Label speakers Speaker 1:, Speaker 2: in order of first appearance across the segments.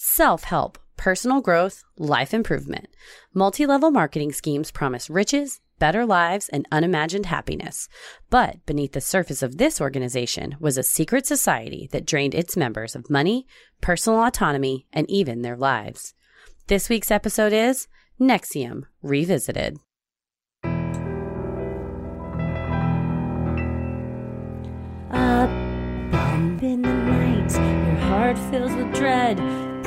Speaker 1: Self help, personal growth, life improvement. Multi level marketing schemes promise riches, better lives, and unimagined happiness. But beneath the surface of this organization was a secret society that drained its members of money, personal autonomy, and even their lives. This week's episode is Nexium Revisited. A bump in the night, your heart fills with dread.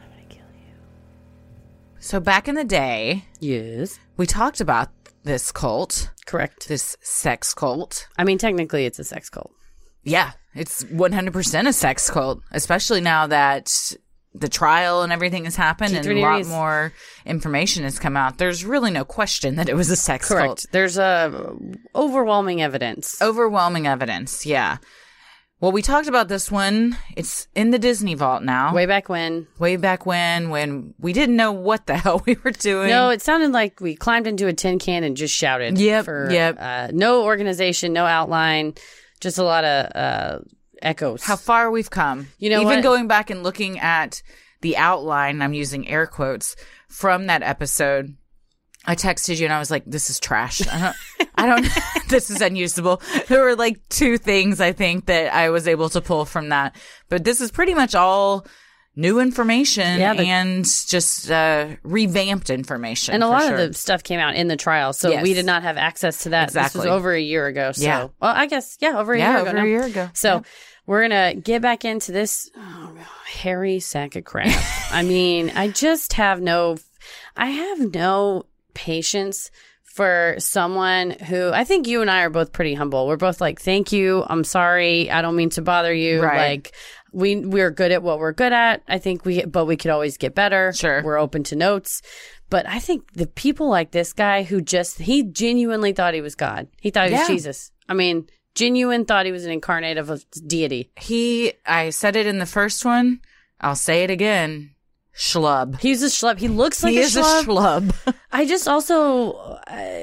Speaker 1: I'm gonna kill
Speaker 2: So back in the day,
Speaker 1: you. Yes.
Speaker 2: we talked about this cult,
Speaker 1: Correct.
Speaker 2: this sex cult.
Speaker 1: I mean, technically, it's a sex cult.
Speaker 2: Yeah, it's 100% a sex cult, especially now that the trial and everything has happened and a
Speaker 1: T3
Speaker 2: lot
Speaker 1: News.
Speaker 2: more information has come out. There's really no question that it was a sex cult.
Speaker 1: There's a overwhelming evidence.
Speaker 2: Oh. Overwhelming evidence. Yeah. Well, we talked about this one. It's in the Disney vault now.
Speaker 1: Way back when.
Speaker 2: Way back when, when we didn't know what the hell we were doing.
Speaker 1: No, it sounded like we climbed into a tin can and just shouted.
Speaker 2: Yep,
Speaker 1: For,
Speaker 2: yep.
Speaker 1: Uh, no organization, no outline, just a lot of uh, echoes.
Speaker 2: how far we've come.
Speaker 1: You know
Speaker 2: even
Speaker 1: what?
Speaker 2: going back and looking at the outline, I'm using air quotes from that episode. I texted you and I was like, "This is trash. I don't. I don't this is unusable." There were like two things I think that I was able to pull from that, but this is pretty much all new information
Speaker 1: Yeah, the-
Speaker 2: and just uh, revamped information.
Speaker 1: and a
Speaker 2: for
Speaker 1: lot
Speaker 2: sure.
Speaker 1: of the stuff came out in the trial, so
Speaker 2: Yes.
Speaker 1: we did not have access to that. This
Speaker 2: Exactly.
Speaker 1: was over a year ago. So,
Speaker 2: Yeah.
Speaker 1: well, I guess yeah, over a
Speaker 2: Yeah,
Speaker 1: year ago.
Speaker 2: over a
Speaker 1: now.
Speaker 2: year ago.
Speaker 1: So we're gonna get back into this oh, hairy sack of crap. I mean, I just have no, I have no patience for someone who I think you and I are both pretty humble. We're both like, "Thank you. I'm sorry. I don't mean to bother you."
Speaker 2: Right.
Speaker 1: Like. We we're good at what we're good at. I think we, but we could always get better.
Speaker 2: Sure.
Speaker 1: we're open to notes. But I think the people like this guy who just he genuinely thought he was God. He thought he was
Speaker 2: Yeah.
Speaker 1: Jesus. I mean, genuine thought he was an incarnate of a deity.
Speaker 2: he, I said it in the first one. I'll say it again. Schlub.
Speaker 1: He's a schlub. He looks like
Speaker 2: he
Speaker 1: a,
Speaker 2: is
Speaker 1: schlub.
Speaker 2: a schlub.
Speaker 1: I just also uh,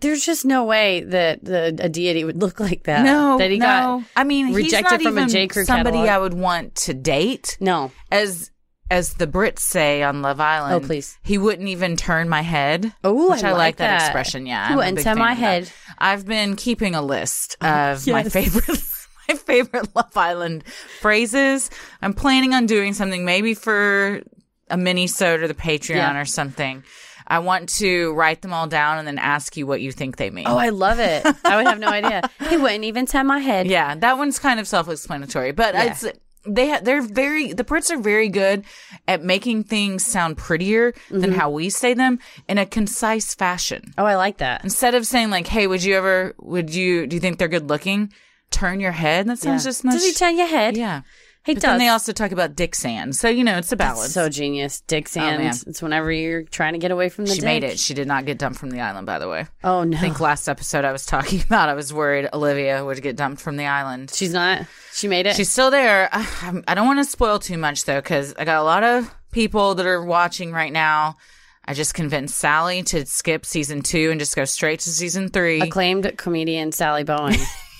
Speaker 1: there's just no way that the, a deity would look like that.
Speaker 2: No,
Speaker 1: that he
Speaker 2: no.
Speaker 1: got
Speaker 2: I mean, he's
Speaker 1: rejected
Speaker 2: not
Speaker 1: from a
Speaker 2: even
Speaker 1: J. Crew
Speaker 2: somebody
Speaker 1: catalog.
Speaker 2: I would want to date.
Speaker 1: no.
Speaker 2: As as the Brits say on Love Island,
Speaker 1: Oh, please.
Speaker 2: he wouldn't even turn my head.
Speaker 1: Ooh,
Speaker 2: which
Speaker 1: I
Speaker 2: I,
Speaker 1: like
Speaker 2: like that,
Speaker 1: that.
Speaker 2: expression. Yeah,
Speaker 1: He
Speaker 2: I'm a
Speaker 1: wouldn't
Speaker 2: big
Speaker 1: turn
Speaker 2: fan
Speaker 1: my
Speaker 2: of that.
Speaker 1: head.
Speaker 2: I've been keeping a list of my
Speaker 1: yes.
Speaker 2: favorite my favorite Love Island phrases. I'm planning on doing something maybe for a mini sode or the Patreon
Speaker 1: Yeah.
Speaker 2: or something. I want to write them all down and then ask you what you think they mean.
Speaker 1: Oh, I love it. I would have no idea. He wouldn't even turn my head.
Speaker 2: Yeah, that one's kind of self-explanatory, but
Speaker 1: Yeah.
Speaker 2: it's they ha- they're very the Brits are very good at making things sound prettier
Speaker 1: Mm-hmm.
Speaker 2: than how we say them in a concise fashion.
Speaker 1: Oh, I like that.
Speaker 2: Instead of saying like, "Hey, would you ever would you do you think they're good looking?" Turn your head. That sounds just much.
Speaker 1: Does he turn your head?
Speaker 2: yeah.
Speaker 1: he
Speaker 2: But
Speaker 1: does.
Speaker 2: then they also talk about Dick Sand, so you know it's a balance.
Speaker 1: So genius, dick
Speaker 2: Oh, man.
Speaker 1: sand. it's whenever you're trying to get away from the.
Speaker 2: she made
Speaker 1: dick.
Speaker 2: it. She did not get dumped from the island, by the way.
Speaker 1: Oh no,
Speaker 2: I think last episode I was talking about, I was worried Olivia would get dumped from the island.
Speaker 1: she's not. She made it.
Speaker 2: She's still there. I, I'm- I don't want to spoil too much though, because I got a lot of people that are watching right now. I just convinced Sally to skip season two and just go straight to season three.
Speaker 1: acclaimed comedian Sally Bowen.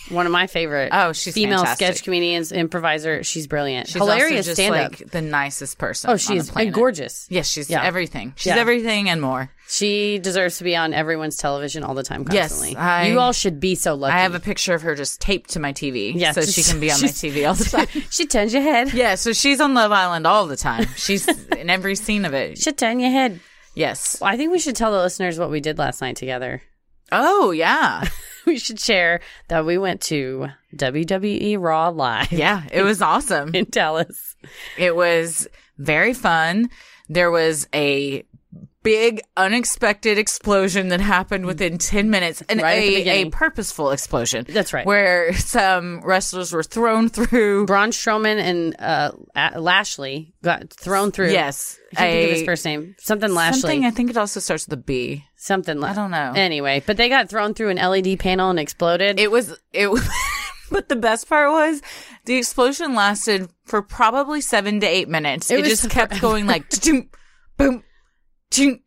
Speaker 1: One of my favorite.
Speaker 2: Oh, she's
Speaker 1: female
Speaker 2: fantastic.
Speaker 1: sketch comedians, improviser. She's brilliant.
Speaker 2: She's also
Speaker 1: Hilarious
Speaker 2: just
Speaker 1: stand up.
Speaker 2: like the nicest person.
Speaker 1: oh,
Speaker 2: she's
Speaker 1: she's and gorgeous.
Speaker 2: Yes, she's
Speaker 1: Yeah.
Speaker 2: everything. She's
Speaker 1: Yeah.
Speaker 2: everything and more.
Speaker 1: She deserves to be on everyone's television all the time.
Speaker 2: Yes,
Speaker 1: Constantly.
Speaker 2: I-
Speaker 1: you all should be so lucky.
Speaker 2: I have a picture of her just taped to my TV,
Speaker 1: Yes.
Speaker 2: so she can be on my
Speaker 1: She's-
Speaker 2: TV all the time.
Speaker 1: she turns your head.
Speaker 2: yeah, so she's on Love Island all the time. She's in every scene of it.
Speaker 1: She turn your head.
Speaker 2: Yes.
Speaker 1: Well, I think we should tell the listeners what we did last night together.
Speaker 2: Oh yeah,
Speaker 1: We should share that we went to WWE Raw Live
Speaker 2: yeah. It was awesome.
Speaker 1: in Dallas.
Speaker 2: It was very fun. There was a big unexpected explosion that happened within 10 minutes and
Speaker 1: Right at the
Speaker 2: a,
Speaker 1: beginning.
Speaker 2: a purposeful explosion.
Speaker 1: That's right.
Speaker 2: Where some wrestlers were thrown through.
Speaker 1: Braun Strowman and uh, A- Lashley got thrown through.
Speaker 2: Yes.
Speaker 1: I can't think of
Speaker 2: a-
Speaker 1: his first name. Something Lashley.
Speaker 2: Something I think it also starts with a B.
Speaker 1: something.
Speaker 2: I
Speaker 1: Like,
Speaker 2: don't know.
Speaker 1: Anyway, but they got thrown through an LED panel and exploded.
Speaker 2: It was it was- but the best part was the explosion lasted for probably 7 to 8 minutes.
Speaker 1: It
Speaker 2: It,
Speaker 1: was
Speaker 2: just kept going like boom boom ting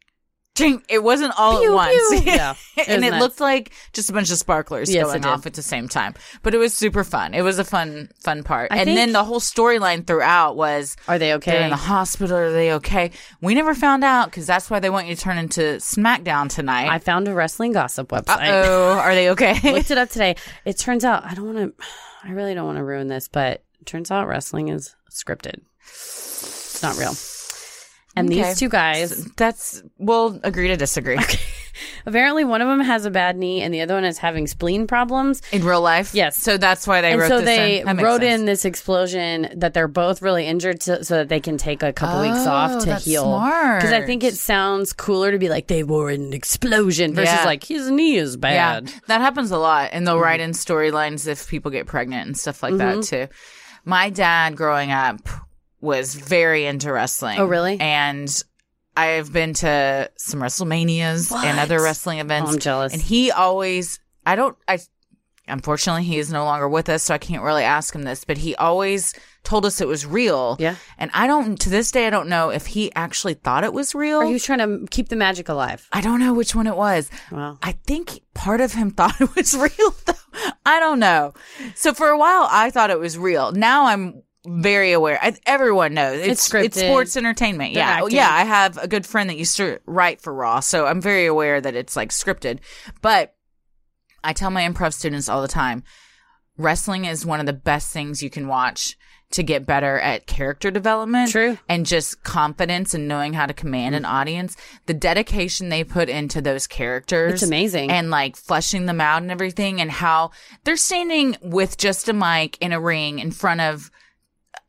Speaker 2: ting. It wasn't all
Speaker 1: Pew,
Speaker 2: at once.
Speaker 1: pew. Yeah, it
Speaker 2: and
Speaker 1: was
Speaker 2: it
Speaker 1: nuts.
Speaker 2: looked like just a bunch of sparklers
Speaker 1: Yes, it
Speaker 2: going
Speaker 1: did.
Speaker 2: off at the same time. But it was super fun. It was a fun fun part.
Speaker 1: I
Speaker 2: and
Speaker 1: think-
Speaker 2: then the whole storyline throughout was
Speaker 1: Are they
Speaker 2: they're in
Speaker 1: okay?
Speaker 2: the hospital. Are they okay? We never found out because that's why they want you to turn into SmackDown tonight.
Speaker 1: I found a wrestling gossip website.
Speaker 2: oh, are they okay?
Speaker 1: Looked it up today. It turns out I don't want to. I really don't want to ruin this, but it turns out wrestling is scripted. It's not real. And
Speaker 2: Okay.
Speaker 1: these two guys,
Speaker 2: That's we'll agree to disagree
Speaker 1: apparently, one of them has a bad knee, and the other one is having spleen problems.
Speaker 2: in real life.
Speaker 1: Yes.
Speaker 2: so that's why they
Speaker 1: and
Speaker 2: wrote
Speaker 1: so
Speaker 2: this
Speaker 1: they
Speaker 2: in. That makes
Speaker 1: wrote
Speaker 2: sense.
Speaker 1: in this explosion that they're both really injured so, so that they can take a couple weeks
Speaker 2: Oh,
Speaker 1: off to
Speaker 2: that's
Speaker 1: heal because i think it sounds cooler to be like they were in an explosion versus
Speaker 2: Yeah.
Speaker 1: like his knee is
Speaker 2: Yeah,
Speaker 1: bad
Speaker 2: that happens a lot,
Speaker 1: Mm-hmm.
Speaker 2: and they'll write in storylines if people get pregnant and stuff like that
Speaker 1: Mm-hmm.
Speaker 2: too. My dad, growing up, was very into wrestling.
Speaker 1: Oh, really?
Speaker 2: And I've been to some WrestleManias and other wrestling events.
Speaker 1: Oh, I'm jealous.
Speaker 2: And he always, I don't, I. Unfortunately, he is no longer with us, so I can't really ask him this. But he always told us it was real.
Speaker 1: Yeah.
Speaker 2: and I don't. To this day, I don't know if he actually thought it was real.
Speaker 1: or he was trying to keep the magic alive
Speaker 2: I don't know which one it was.
Speaker 1: wow
Speaker 2: I think part of him thought it was real, though. I don't know. So for a while, I thought it was real. Now I'm very aware. I, everyone knows
Speaker 1: It's
Speaker 2: It's
Speaker 1: scripted.
Speaker 2: sports entertainment.
Speaker 1: They're
Speaker 2: Yeah,
Speaker 1: acting.
Speaker 2: yeah. I have a good friend that used to write for Raw, so I'm very aware that it's like scripted. But I tell my improv students all the time, wrestling is one of the best things you can watch to get better at character development
Speaker 1: True. Mm.
Speaker 2: and just confidence and knowing how to command an audience the dedication they put into those characters
Speaker 1: It's amazing.
Speaker 2: and like fleshing them out and everything and how they're standing with just a mic in a ring in front of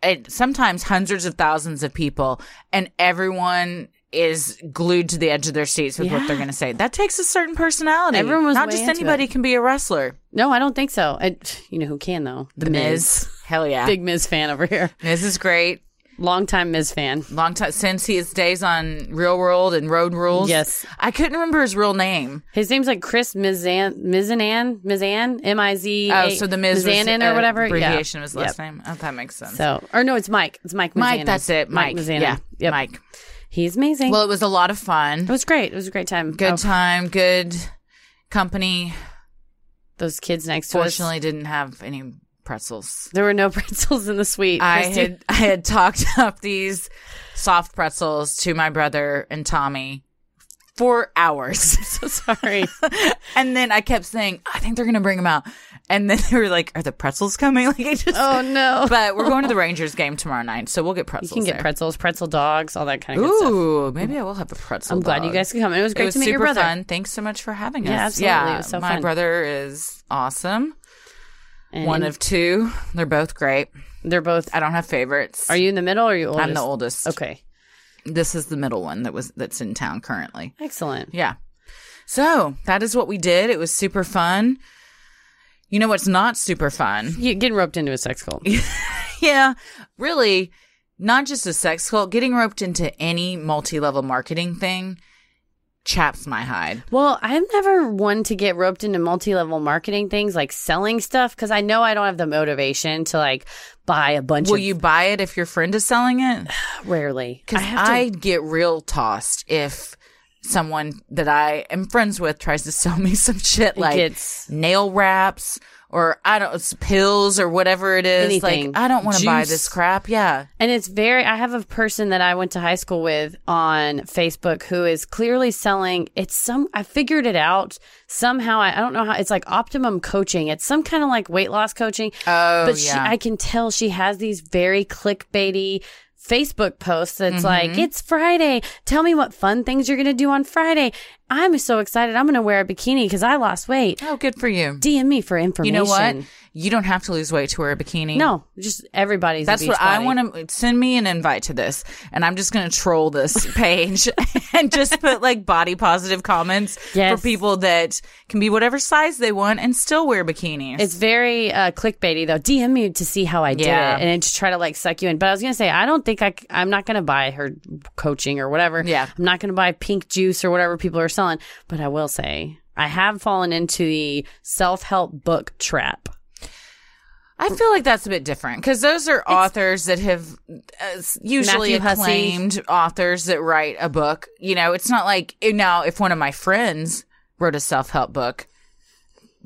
Speaker 2: and sometimes hundreds of thousands of people and everyone is glued to the edge of their seats with what
Speaker 1: Yeah.
Speaker 2: they're going to say. That takes a certain personality.
Speaker 1: Everyone was
Speaker 2: not
Speaker 1: way
Speaker 2: just
Speaker 1: into
Speaker 2: anybody
Speaker 1: it.
Speaker 2: can be a wrestler.
Speaker 1: no i don't think so I, you know who can though
Speaker 2: The Miz. Hell yeah.
Speaker 1: big miz fan over here
Speaker 2: Miz is great.
Speaker 1: long time miz fan
Speaker 2: Long time since his days on Real World and Road Rules.
Speaker 1: Yes.
Speaker 2: I couldn't remember his real name.
Speaker 1: his name's like Chris Mizan Mizanan Mizan M I Z
Speaker 2: Oh, so the Miz was,
Speaker 1: Mizanin
Speaker 2: uh,
Speaker 1: or whatever
Speaker 2: abbreviation
Speaker 1: yeah.
Speaker 2: was
Speaker 1: Yep.
Speaker 2: last name. Oh, that makes sense.
Speaker 1: So, or no, it's Mike. It's Mike. Mizanin.
Speaker 2: Mike, that's it. Mike.
Speaker 1: Mizanin.
Speaker 2: yeah,
Speaker 1: Yep.
Speaker 2: Mike.
Speaker 1: He's amazing.
Speaker 2: Well, it was a lot of fun.
Speaker 1: it was great. It was a great time.
Speaker 2: Good
Speaker 1: Oh,
Speaker 2: time, good company.
Speaker 1: Those kids next to us.
Speaker 2: Fortunately, didn't have any pretzels.
Speaker 1: There were no pretzels in the suite.
Speaker 2: I
Speaker 1: Christy.
Speaker 2: had I had talked up these soft pretzels to my brother and Tommy for hours.
Speaker 1: so sorry.
Speaker 2: And then I kept saying, I think they're going to bring them out. And then they were like, Are the pretzels coming? Like, I just.
Speaker 1: oh no.
Speaker 2: But we're going to the Rangers game tomorrow night, so we'll get
Speaker 1: you
Speaker 2: pretzels.
Speaker 1: can get
Speaker 2: there.
Speaker 1: pretzels, pretzel dogs, all that kind of good stuff.
Speaker 2: Ooh, maybe I will have a pretzel.
Speaker 1: I'm glad you
Speaker 2: dog.
Speaker 1: guys could come. It was
Speaker 2: It
Speaker 1: great
Speaker 2: was
Speaker 1: to meet your
Speaker 2: super
Speaker 1: brother.
Speaker 2: fun. Thanks so much for having us.
Speaker 1: Yeah, absolutely. It was so
Speaker 2: my
Speaker 1: fun.
Speaker 2: brother is awesome.
Speaker 1: And
Speaker 2: One of two. They're both great.
Speaker 1: they're both.
Speaker 2: I don't have favorites.
Speaker 1: Are you in the middle or are you oldest?
Speaker 2: I'm the oldest.
Speaker 1: Okay,
Speaker 2: This is the middle one that was that's in town currently.
Speaker 1: excellent.
Speaker 2: Yeah. So that is what we did. It was super fun. You know what's not super fun?
Speaker 1: You getting roped into a sex cult?
Speaker 2: Yeah, really, not just a sex cult, getting roped into any multi level marketing thing chaps my hide.
Speaker 1: Well, I'm never one to get roped into multi-level marketing things like selling stuff because I know I don't have the motivation to like buy a bunch
Speaker 2: Will
Speaker 1: of
Speaker 2: you buy it if your friend is selling it?
Speaker 1: rarely.
Speaker 2: Because I, get real tossed if someone that I am friends with tries to sell me some shit like
Speaker 1: gets-
Speaker 2: nail wraps or I don't s- pills or whatever it is.
Speaker 1: Anything.
Speaker 2: Like I don't want to buy
Speaker 1: Juice.
Speaker 2: this crap. Yeah,
Speaker 1: And it's very, I have a person that I went to high school with on Facebook who is clearly selling, it's some, I figured it out somehow. I, I don't know how, it's like optimum coaching. It's some kind of like weight loss coaching.
Speaker 2: Oh,
Speaker 1: but she,
Speaker 2: yeah.
Speaker 1: I can tell she has these very clickbaity Facebook posts that's
Speaker 2: Mm-hmm.
Speaker 1: like, it's Friday. Tell me what fun things you're going to do on Friday. I'm so excited. I'm going to wear a bikini because I lost weight.
Speaker 2: oh, good for you.
Speaker 1: DM me for information.
Speaker 2: You know what? You don't have to lose weight to wear a bikini.
Speaker 1: No, just everybody's.
Speaker 2: That's
Speaker 1: a
Speaker 2: what I
Speaker 1: Beachbody.
Speaker 2: want to send me an invite to this, and I'm just going to troll this page and just put like body positive comments
Speaker 1: Yes.
Speaker 2: for people that can be whatever size they want and still wear bikinis.
Speaker 1: It's very uh, clickbaity though. DM me to see how I did
Speaker 2: Yeah.
Speaker 1: it, and then to try to like suck you in. But I was gonna say I don't think I c- I'm not gonna buy her coaching or whatever.
Speaker 2: Yeah.
Speaker 1: I'm not gonna buy pink juice or whatever people are selling. But I will say I have fallen into the self help book trap.
Speaker 2: I feel like that's a bit different because those are authors that have uh, s- usually
Speaker 1: Matthew Hussey.
Speaker 2: acclaimed authors that write a book. You know, it's not like eh, now if one of my friends wrote a self help book.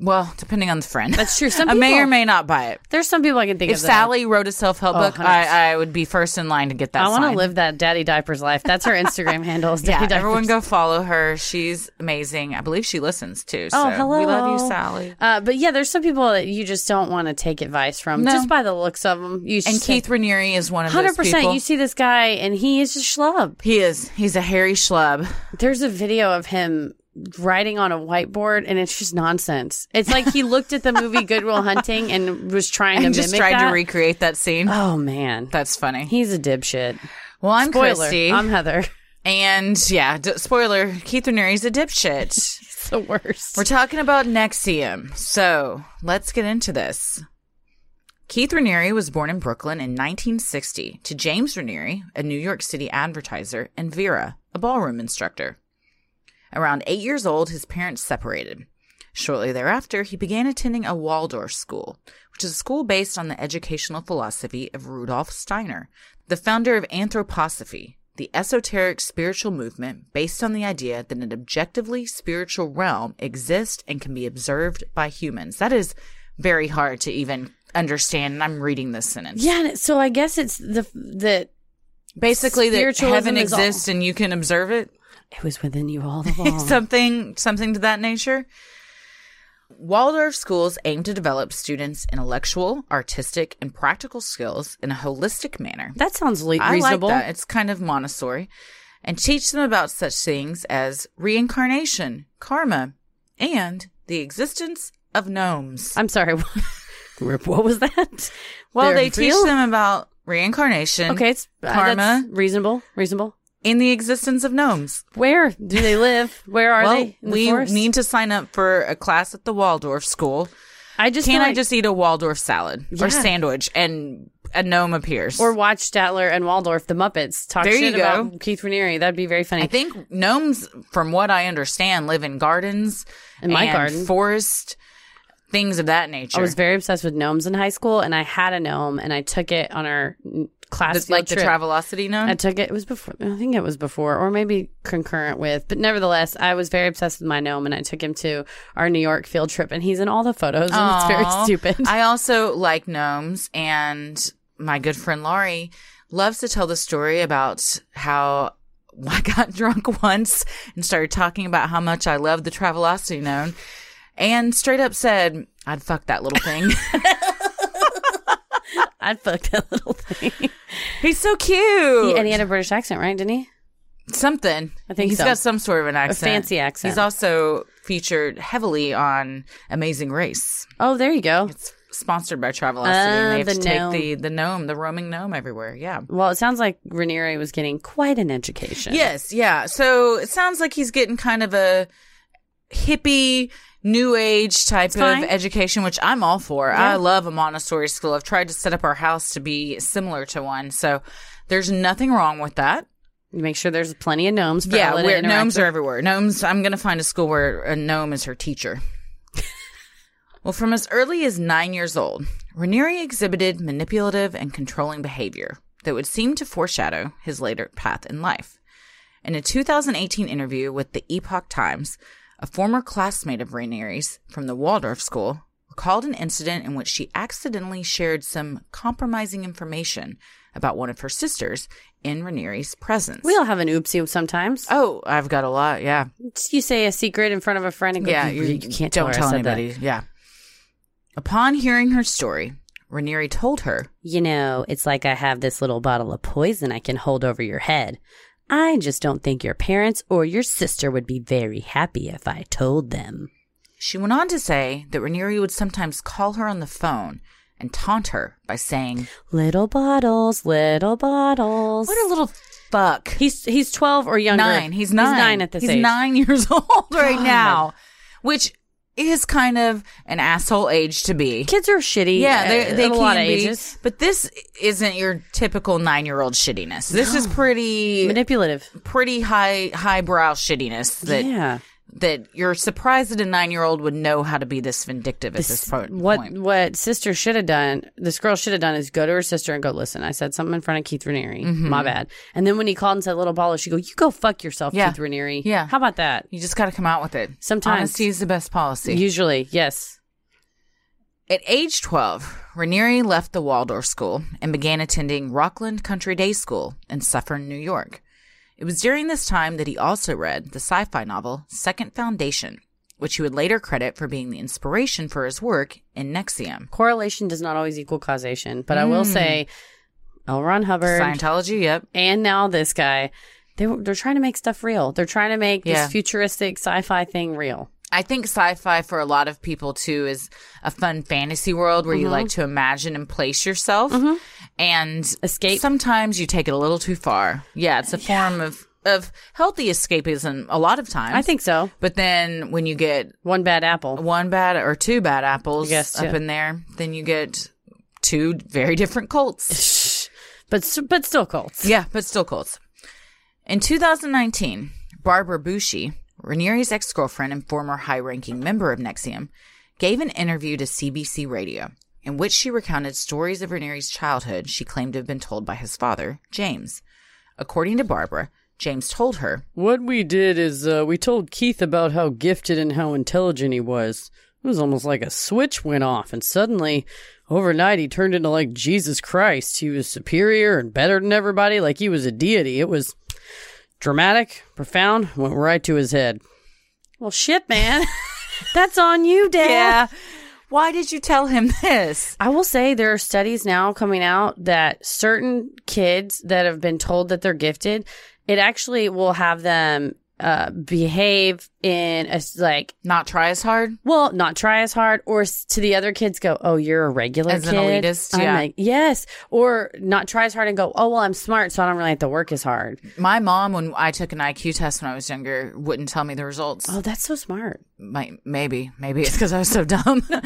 Speaker 2: Well, depending on the friend,
Speaker 1: That's true. Some
Speaker 2: I may or
Speaker 1: people-
Speaker 2: may not buy it.
Speaker 1: There's some people I can think
Speaker 2: If
Speaker 1: of. that I-
Speaker 2: Sally wrote a self help book,
Speaker 1: 100%.
Speaker 2: I, I would be first in line to get that.
Speaker 1: Oh, I want
Speaker 2: signed.
Speaker 1: to live that daddy diapers life. That's her Instagram handle. Is
Speaker 2: Yeah,
Speaker 1: daddy
Speaker 2: everyone
Speaker 1: Diapers.
Speaker 2: go follow her. She's amazing. I believe she listens too. So
Speaker 1: Oh, hello.
Speaker 2: We love you, Sally.
Speaker 1: Uh, but yeah, there's some people that you just don't want to take advice from
Speaker 2: No.
Speaker 1: just by the looks of them. You
Speaker 2: And
Speaker 1: just
Speaker 2: Keith Raniere is one of
Speaker 1: hundred
Speaker 2: those people.
Speaker 1: percent. You see this guy, and he is just schlub.
Speaker 2: he is. He's a hairy schlub.
Speaker 1: There's a video of him writing on a whiteboard, and it's just nonsense. It's like he looked at the movie Goodwill Hunting and was trying
Speaker 2: and
Speaker 1: to
Speaker 2: just
Speaker 1: mimic
Speaker 2: tried
Speaker 1: that.
Speaker 2: to recreate that scene.
Speaker 1: oh man,
Speaker 2: That's funny.
Speaker 1: he's a dipshit.
Speaker 2: Well, I'm
Speaker 1: Spoiler,
Speaker 2: Christy,
Speaker 1: I'm Heather.
Speaker 2: and yeah, d- spoiler: Keith Raniere's a dipshit.
Speaker 1: It's the worst.
Speaker 2: We're talking about Nexium, so let's get into this. Keith Raniere was born in Brooklyn in 1960 to James Raniere, a New York City advertiser, and Vera, a ballroom instructor. Around eight years old, his parents separated. Shortly thereafter, he began attending a Waldorf school, which is a school based on the educational philosophy of Rudolf Steiner, the founder of anthroposophy, the esoteric spiritual movement based on the idea that an objectively spiritual realm exists and can be observed by humans. That is very hard to even understand. And I'm reading this sentence.
Speaker 1: yeah, and it- so I guess it's the that
Speaker 2: Basically, that
Speaker 1: Spiritualism
Speaker 2: heaven
Speaker 1: is all-
Speaker 2: exists and you can observe it.
Speaker 1: it was within you all along.
Speaker 2: something something to that nature. Waldorf schools aim to develop students' intellectual, artistic, and practical skills in a holistic manner.
Speaker 1: that sounds le-
Speaker 2: I like
Speaker 1: reasonable.
Speaker 2: that. It's kind of Montessori. And teach them about such things as reincarnation, karma, and the existence of gnomes.
Speaker 1: I'm sorry. Rip, what was that?
Speaker 2: Well,
Speaker 1: They're
Speaker 2: they teach
Speaker 1: real?
Speaker 2: them about reincarnation
Speaker 1: Okay, it's
Speaker 2: Karma.
Speaker 1: karma. That's reasonable. Reasonable.
Speaker 2: and the existence of gnomes.
Speaker 1: Where do they live? Where are
Speaker 2: well,
Speaker 1: they? In the
Speaker 2: we
Speaker 1: forest?
Speaker 2: need to sign up for a class at the Waldorf school.
Speaker 1: I just
Speaker 2: Can
Speaker 1: feel
Speaker 2: I
Speaker 1: like-
Speaker 2: just eat a Waldorf salad
Speaker 1: Yeah.
Speaker 2: or sandwich and a gnome appears?
Speaker 1: or watch Statler and Waldorf, the Muppets, talk
Speaker 2: There
Speaker 1: shit
Speaker 2: you go.
Speaker 1: about Keith Raniere? That'd be very funny.
Speaker 2: I think gnomes, from what I understand, live in gardens,
Speaker 1: In my
Speaker 2: and
Speaker 1: garden.
Speaker 2: forest, things of that nature.
Speaker 1: I was very obsessed with gnomes in high school, and I had a gnome, and I took it on our n- class
Speaker 2: Just
Speaker 1: field
Speaker 2: like the
Speaker 1: trip.
Speaker 2: Travelocity gnome.
Speaker 1: I took it. It was before. I think it was before, or maybe concurrent with. But nevertheless, I was very obsessed with my gnome, and I took him to our New York field trip, and he's in all the photos. And it's
Speaker 2: Aw.
Speaker 1: very stupid.
Speaker 2: I also like gnomes, and my good friend Laurie loves to tell the story about how I got drunk once and started talking about how much I loved the Travelocity gnome, and straight up said, "I'd fuck that little thing."
Speaker 1: I'd fuck that little thing.
Speaker 2: He's so cute.
Speaker 1: and he had a British accent, right? Didn't he?
Speaker 2: something.
Speaker 1: I think
Speaker 2: he's
Speaker 1: so.
Speaker 2: got some sort of an accent,
Speaker 1: fancy accent.
Speaker 2: He's also featured heavily on Amazing Race.
Speaker 1: Oh, there you go.
Speaker 2: It's sponsored by Travelocity,
Speaker 1: Ah,
Speaker 2: and they have
Speaker 1: the
Speaker 2: to
Speaker 1: gnome.
Speaker 2: take the the gnome, the roaming gnome, everywhere. Yeah.
Speaker 1: Well, it sounds like Ranieri was getting quite an education.
Speaker 2: Yes. Yeah. So it sounds like he's getting kind of a hippie. New age type of
Speaker 1: fine.
Speaker 2: education, which I'm all for.
Speaker 1: Yeah.
Speaker 2: I love a Montessori school. I've tried to set up our house to be similar to one. So there's nothing wrong with that.
Speaker 1: You make sure there's plenty of gnomes. For
Speaker 2: yeah,
Speaker 1: Ella to
Speaker 2: where
Speaker 1: interact
Speaker 2: gnomes
Speaker 1: with.
Speaker 2: are everywhere. Gnomes. I'm gonna find a school where a gnome is her teacher. well, from as early as nine years old, Ranieri exhibited manipulative and controlling behavior that would seem to foreshadow his later path in life. In a 2018 interview with the Epoch Times, a former classmate of Ranieri's from the Waldorf School recalled an incident in which she accidentally shared some compromising information about one of her sisters in Ranieri's presence.
Speaker 1: We all have an oopsie sometimes.
Speaker 2: Oh, I've got a lot. Yeah,
Speaker 1: You say a secret in front of a friend and go,
Speaker 2: yeah.
Speaker 1: you, you can't
Speaker 2: don't
Speaker 1: her I
Speaker 2: tell
Speaker 1: said that."
Speaker 2: anybody. Yeah. Upon hearing her story, Ranieri told her,
Speaker 1: You know, it's like I have this little bottle of poison I can hold over your head. I just don't think your parents or your sister would be very happy if I told them.
Speaker 2: She went on to say that Ranieri would sometimes call her on the phone and taunt her by saying,
Speaker 1: Little bottles, little bottles.
Speaker 2: What a little fuck.
Speaker 1: He's he's twelve or younger.
Speaker 2: Nine. He's nine.
Speaker 1: He's nine at this
Speaker 2: He's
Speaker 1: age.
Speaker 2: nine years old right
Speaker 1: God.
Speaker 2: now, which is kind of an asshole age to be.
Speaker 1: Kids are shitty.
Speaker 2: Yeah,
Speaker 1: at-
Speaker 2: they, they
Speaker 1: at
Speaker 2: can
Speaker 1: a lot uh, of
Speaker 2: be,
Speaker 1: ages.
Speaker 2: But this isn't your typical nine-year-old shittiness. This is pretty
Speaker 1: Manipulative.
Speaker 2: pretty high highbrow shittiness that
Speaker 1: yeah.
Speaker 2: that you're surprised that a nine-year-old would know how to be this vindictive at this part,
Speaker 1: What
Speaker 2: point.
Speaker 1: what sister should have done, this girl should have done is go to her sister and go, listen, I said something in front of Keith Raniere. My bad. And then when he called and said little baller, she go, you go fuck yourself,
Speaker 2: Yeah.
Speaker 1: Keith Raniere.
Speaker 2: Yeah.
Speaker 1: How about that?
Speaker 2: You just got to come out with it.
Speaker 1: Sometimes.
Speaker 2: honesty is the best policy.
Speaker 1: Usually, yes.
Speaker 2: At age 12, Ranieri left the Waldorf School and began attending Rockland Country Day School in Suffern, New York. It was during this time that he also read the sci fi novel Second Foundation, which he would later credit for being the inspiration for his work in Nexium.
Speaker 1: Correlation does not always equal causation, but I will say, L. Ron Hubbard
Speaker 2: Scientology, yep.
Speaker 1: and now this guy, they were, they're trying to make stuff real. They're trying to make
Speaker 2: Yeah.
Speaker 1: this futuristic sci-fi thing real.
Speaker 2: I think sci fi for a lot of people too is a fun fantasy world where
Speaker 1: Mm-hmm.
Speaker 2: you like to imagine and place yourself and
Speaker 1: Escape.
Speaker 2: Sometimes you take it a little too far. Yeah, it's a form of, of healthy escapism a lot of times.
Speaker 1: I think so.
Speaker 2: But then when you get
Speaker 1: One bad apple.
Speaker 2: one bad or two bad apples
Speaker 1: Yes,
Speaker 2: up
Speaker 1: yeah.
Speaker 2: in there, then you get two very different cults.
Speaker 1: But s- but still cults.
Speaker 2: yeah, but still cults. In 2019, Barbara Bushi, Ranieri's ex girlfriend and former high ranking member of Nexium, gave an interview to CBC Radio in which she recounted stories of Ranieri's childhood she claimed to have been told by his father, James. According to Barbara, James told her
Speaker 3: What we did is uh, we told Keith about how gifted and how intelligent he was. It was almost like a switch went off, and suddenly, overnight, he turned into like Jesus Christ. He was superior and better than everybody, like he was a deity. It was dramatic, profound, went right to his head.
Speaker 1: Well, shit, man. That's on you, Dad.
Speaker 2: Yeah. Why did you tell him this?
Speaker 1: I will say there are studies now coming out that certain kids that have been told that they're gifted, it actually will have them uh, behave in a s- like
Speaker 2: Not try as hard?
Speaker 1: well, not try as hard, or s- to the other kids go, "Oh, you're a regular
Speaker 2: As an
Speaker 1: kid."
Speaker 2: elitist,
Speaker 1: I'm
Speaker 2: yeah.
Speaker 1: like, yes, or not try as hard and go, "Oh, well, I'm smart, so I don't really have to work as hard."
Speaker 2: My mom, when I took an IQ test when I was younger, wouldn't tell me the results.
Speaker 1: Oh, that's so smart.
Speaker 2: My, maybe, maybe it's because I was so
Speaker 1: Oh,
Speaker 2: dumb. no,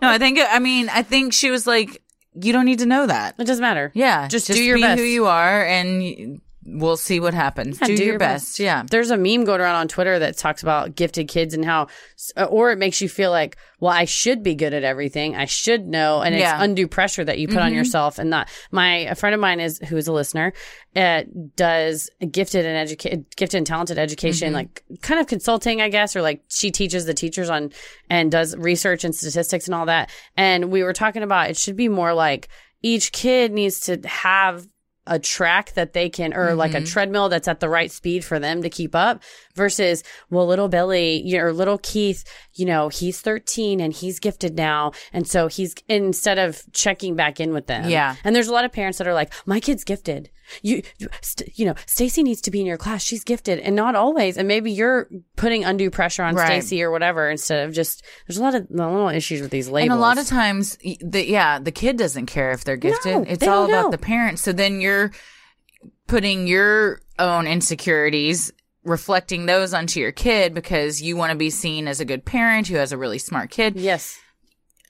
Speaker 2: I think, I mean, I think she was like, you don't need to know that.
Speaker 1: It doesn't matter.
Speaker 2: Yeah.
Speaker 1: just, do your
Speaker 2: be
Speaker 1: best.
Speaker 2: who you are and y- we'll see what happens.
Speaker 1: Yeah,
Speaker 2: do, your, best. Yeah.
Speaker 1: There's a meme going around on Twitter that talks about gifted kids and how, uh, or it makes you feel like, well, I should be good at everything. I should know. And
Speaker 2: Yeah. Mm-hmm.
Speaker 1: it's undue pressure that you put on yourself. And that my, a friend of mine is, who is a listener, uh, does gifted and educated, gifted and talented education,
Speaker 2: Mm-hmm.
Speaker 1: like kind of consulting, I guess, or like she teaches the teachers on and does research and statistics and all that. And we were talking about it should be more like each kid needs to have a track that they can or like
Speaker 2: Mm-hmm.
Speaker 1: a treadmill that's at the right speed for them to keep up versus well little billy you know, or little keith you know he's 13 and he's gifted now and so he's instead of checking back in with them
Speaker 2: Yeah.
Speaker 1: and there's a lot of parents that are like my kid's gifted you you- st- you know stacy needs to be in your class she's gifted and not always and maybe you're putting undue pressure on
Speaker 2: Right.
Speaker 1: stacy or whatever instead of just there's a lot of little issues with these labels
Speaker 2: And a lot of times, y- the, yeah, the kid doesn't care if they're gifted.
Speaker 1: No,
Speaker 2: it's
Speaker 1: they
Speaker 2: all
Speaker 1: don't
Speaker 2: about
Speaker 1: know.
Speaker 2: the parents. So then you're putting your own insecurities, reflecting those onto your kid because you want to be seen as a good parent who has a really smart kid.
Speaker 1: yes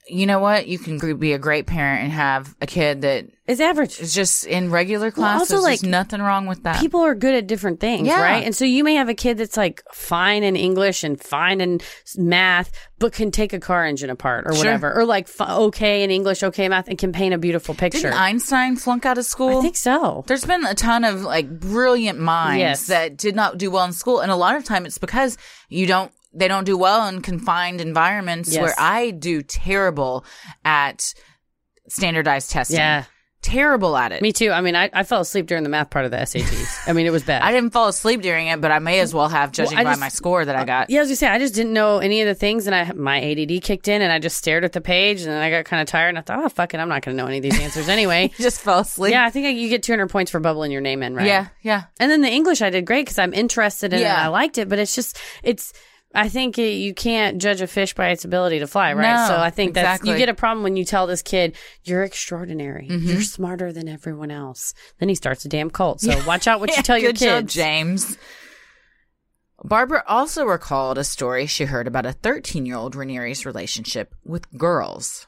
Speaker 2: You know what? You can gr- be a great parent and have a kid that
Speaker 1: it's average
Speaker 2: is just in regular
Speaker 1: Well,
Speaker 2: class.
Speaker 1: also,
Speaker 2: There's just
Speaker 1: like,
Speaker 2: nothing wrong with that.
Speaker 1: people are good at different things,
Speaker 2: Yeah.
Speaker 1: right? And so you may have a kid that's like fine in English and fine in s- math, but can take a car engine apart or
Speaker 2: Sure.
Speaker 1: whatever, or like f- okay in English, okay in math, and can paint a beautiful picture.
Speaker 2: Didn't Einstein flunk out of school?
Speaker 1: I think so.
Speaker 2: There's been a ton of like brilliant minds
Speaker 1: Yes.
Speaker 2: that did not do well in school, and a lot of time it's because you don't they don't do well in confined environments
Speaker 1: Yes.
Speaker 2: where I do terrible at standardized testing.
Speaker 1: Yeah,
Speaker 2: terrible at it.
Speaker 1: me too. I mean, I, I fell asleep during the math part of the SATs. I mean, it was bad.
Speaker 2: I didn't fall asleep during it, but I may as well have, judging
Speaker 1: I
Speaker 2: by
Speaker 1: just- uh,
Speaker 2: my score that I got.
Speaker 1: yeah, as you say, I just didn't know any of the things, and I my ADD kicked in, and I just stared at the page, and then I got kind of tired, and I thought, oh fuck it, I'm not going to know any of these answers anyway.
Speaker 2: Just fell asleep.
Speaker 1: yeah, I think I, you get 200 points for bubbling your name in, right?
Speaker 2: yeah, yeah.
Speaker 1: And then the English I did great because I'm interested in it
Speaker 2: Yeah.
Speaker 1: and I liked it, but it's just, it's I think it, you can't judge a fish by its ability to fly, right?
Speaker 2: No,
Speaker 1: so I think that's you
Speaker 2: exactly.
Speaker 1: get a problem when you tell this kid you're extraordinary,
Speaker 2: Mm-hmm.
Speaker 1: you're smarter than everyone else. Then he starts a damn cult. So watch out what you tell your
Speaker 2: Good job,
Speaker 1: kids.
Speaker 2: James. Barbara also recalled a story she heard about a 13 year old Ranieri's relationship with girls.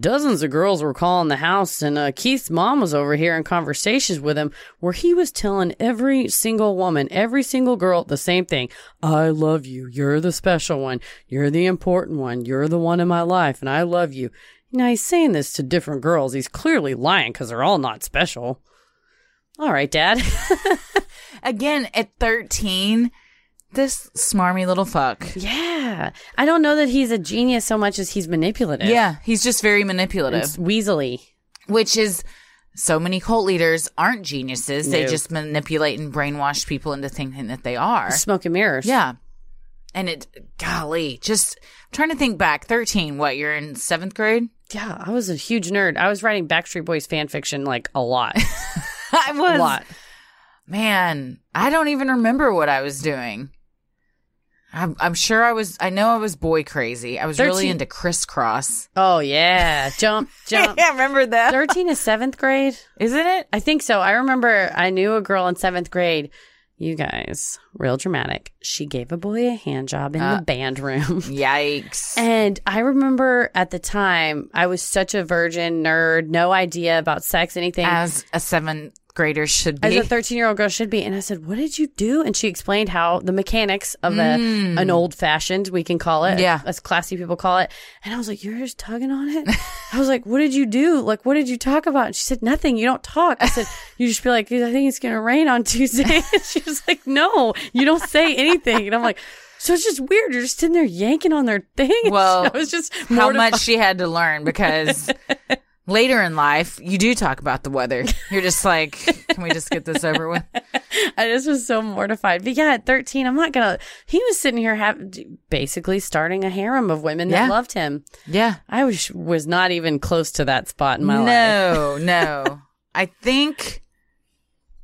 Speaker 3: Dozens of girls were calling the house, and uh, Keith's mom was over here in conversations with him where he was telling every single woman, every single girl, the same thing I love you. You're the special one. You're the important one. You're the one in my life, and I love you. Now, he's saying this to different girls. He's clearly lying because they're all not special.
Speaker 1: All right, Dad.
Speaker 2: Again, at 13, this smarmy little fuck.
Speaker 1: yeah, I don't know that he's a genius so much as he's manipulative.
Speaker 2: Yeah, he's just very
Speaker 1: and
Speaker 2: manipulative.
Speaker 1: weaselly.
Speaker 2: which is so many cult leaders aren't geniuses. They
Speaker 3: No.
Speaker 2: just manipulate and brainwash people into thinking that they are.
Speaker 1: Smoke and mirrors.
Speaker 2: Yeah. And it, golly, just I'm trying to think back. 13, what, you're in seventh grade?
Speaker 1: Yeah, I was a huge nerd. I was writing Backstreet Boys fan fiction like a lot.
Speaker 2: I
Speaker 1: a
Speaker 2: was.
Speaker 1: lot.
Speaker 2: Man, I don't even remember what I was doing. I'm, I'm sure I was, I know I was boy crazy. I was really
Speaker 1: 13
Speaker 2: into crisscross.
Speaker 1: Oh yeah. Jump, jump.
Speaker 2: I remember that.
Speaker 1: 13 is 7th grade.
Speaker 2: Isn't it?
Speaker 1: I think so. I remember I knew a girl in 7th grade. You guys, real dramatic. She gave a boy a hand job in
Speaker 2: Uh.
Speaker 1: the band room.
Speaker 2: Yikes.
Speaker 1: And I remember at the time, I was such a virgin nerd, no idea about sex, anything.
Speaker 2: As a seventh grader should
Speaker 1: as
Speaker 2: be.
Speaker 1: a 13 year old girl should be. And I said, What did you do? And she explained how the mechanics of a, an old fashioned, we can call it,
Speaker 2: Hmm. Yeah.
Speaker 1: as classy people call it. And I was like, You're just tugging on it? I was like, What did you do? Like, what did you talk about? And she said, Nothing. You don't talk. I said, You just be like, I think it's going to rain on Tuesday. And she was like, No, you don't say anything. And I'm like, so it's just weird. You're just sitting there yanking on their thing. And
Speaker 2: Well,
Speaker 1: I was just
Speaker 2: how
Speaker 1: mortified.
Speaker 2: much she had to learn because later in life you do talk about the weather. You're just like, can we just get this over with?
Speaker 1: I just was so mortified. But yeah, at 13, I'm not gonna. He was sitting here, have, basically starting a harem of women that
Speaker 2: Yeah.
Speaker 1: loved him.
Speaker 2: Yeah.
Speaker 3: I was, was not even close to that spot in my life.
Speaker 2: No, no. I think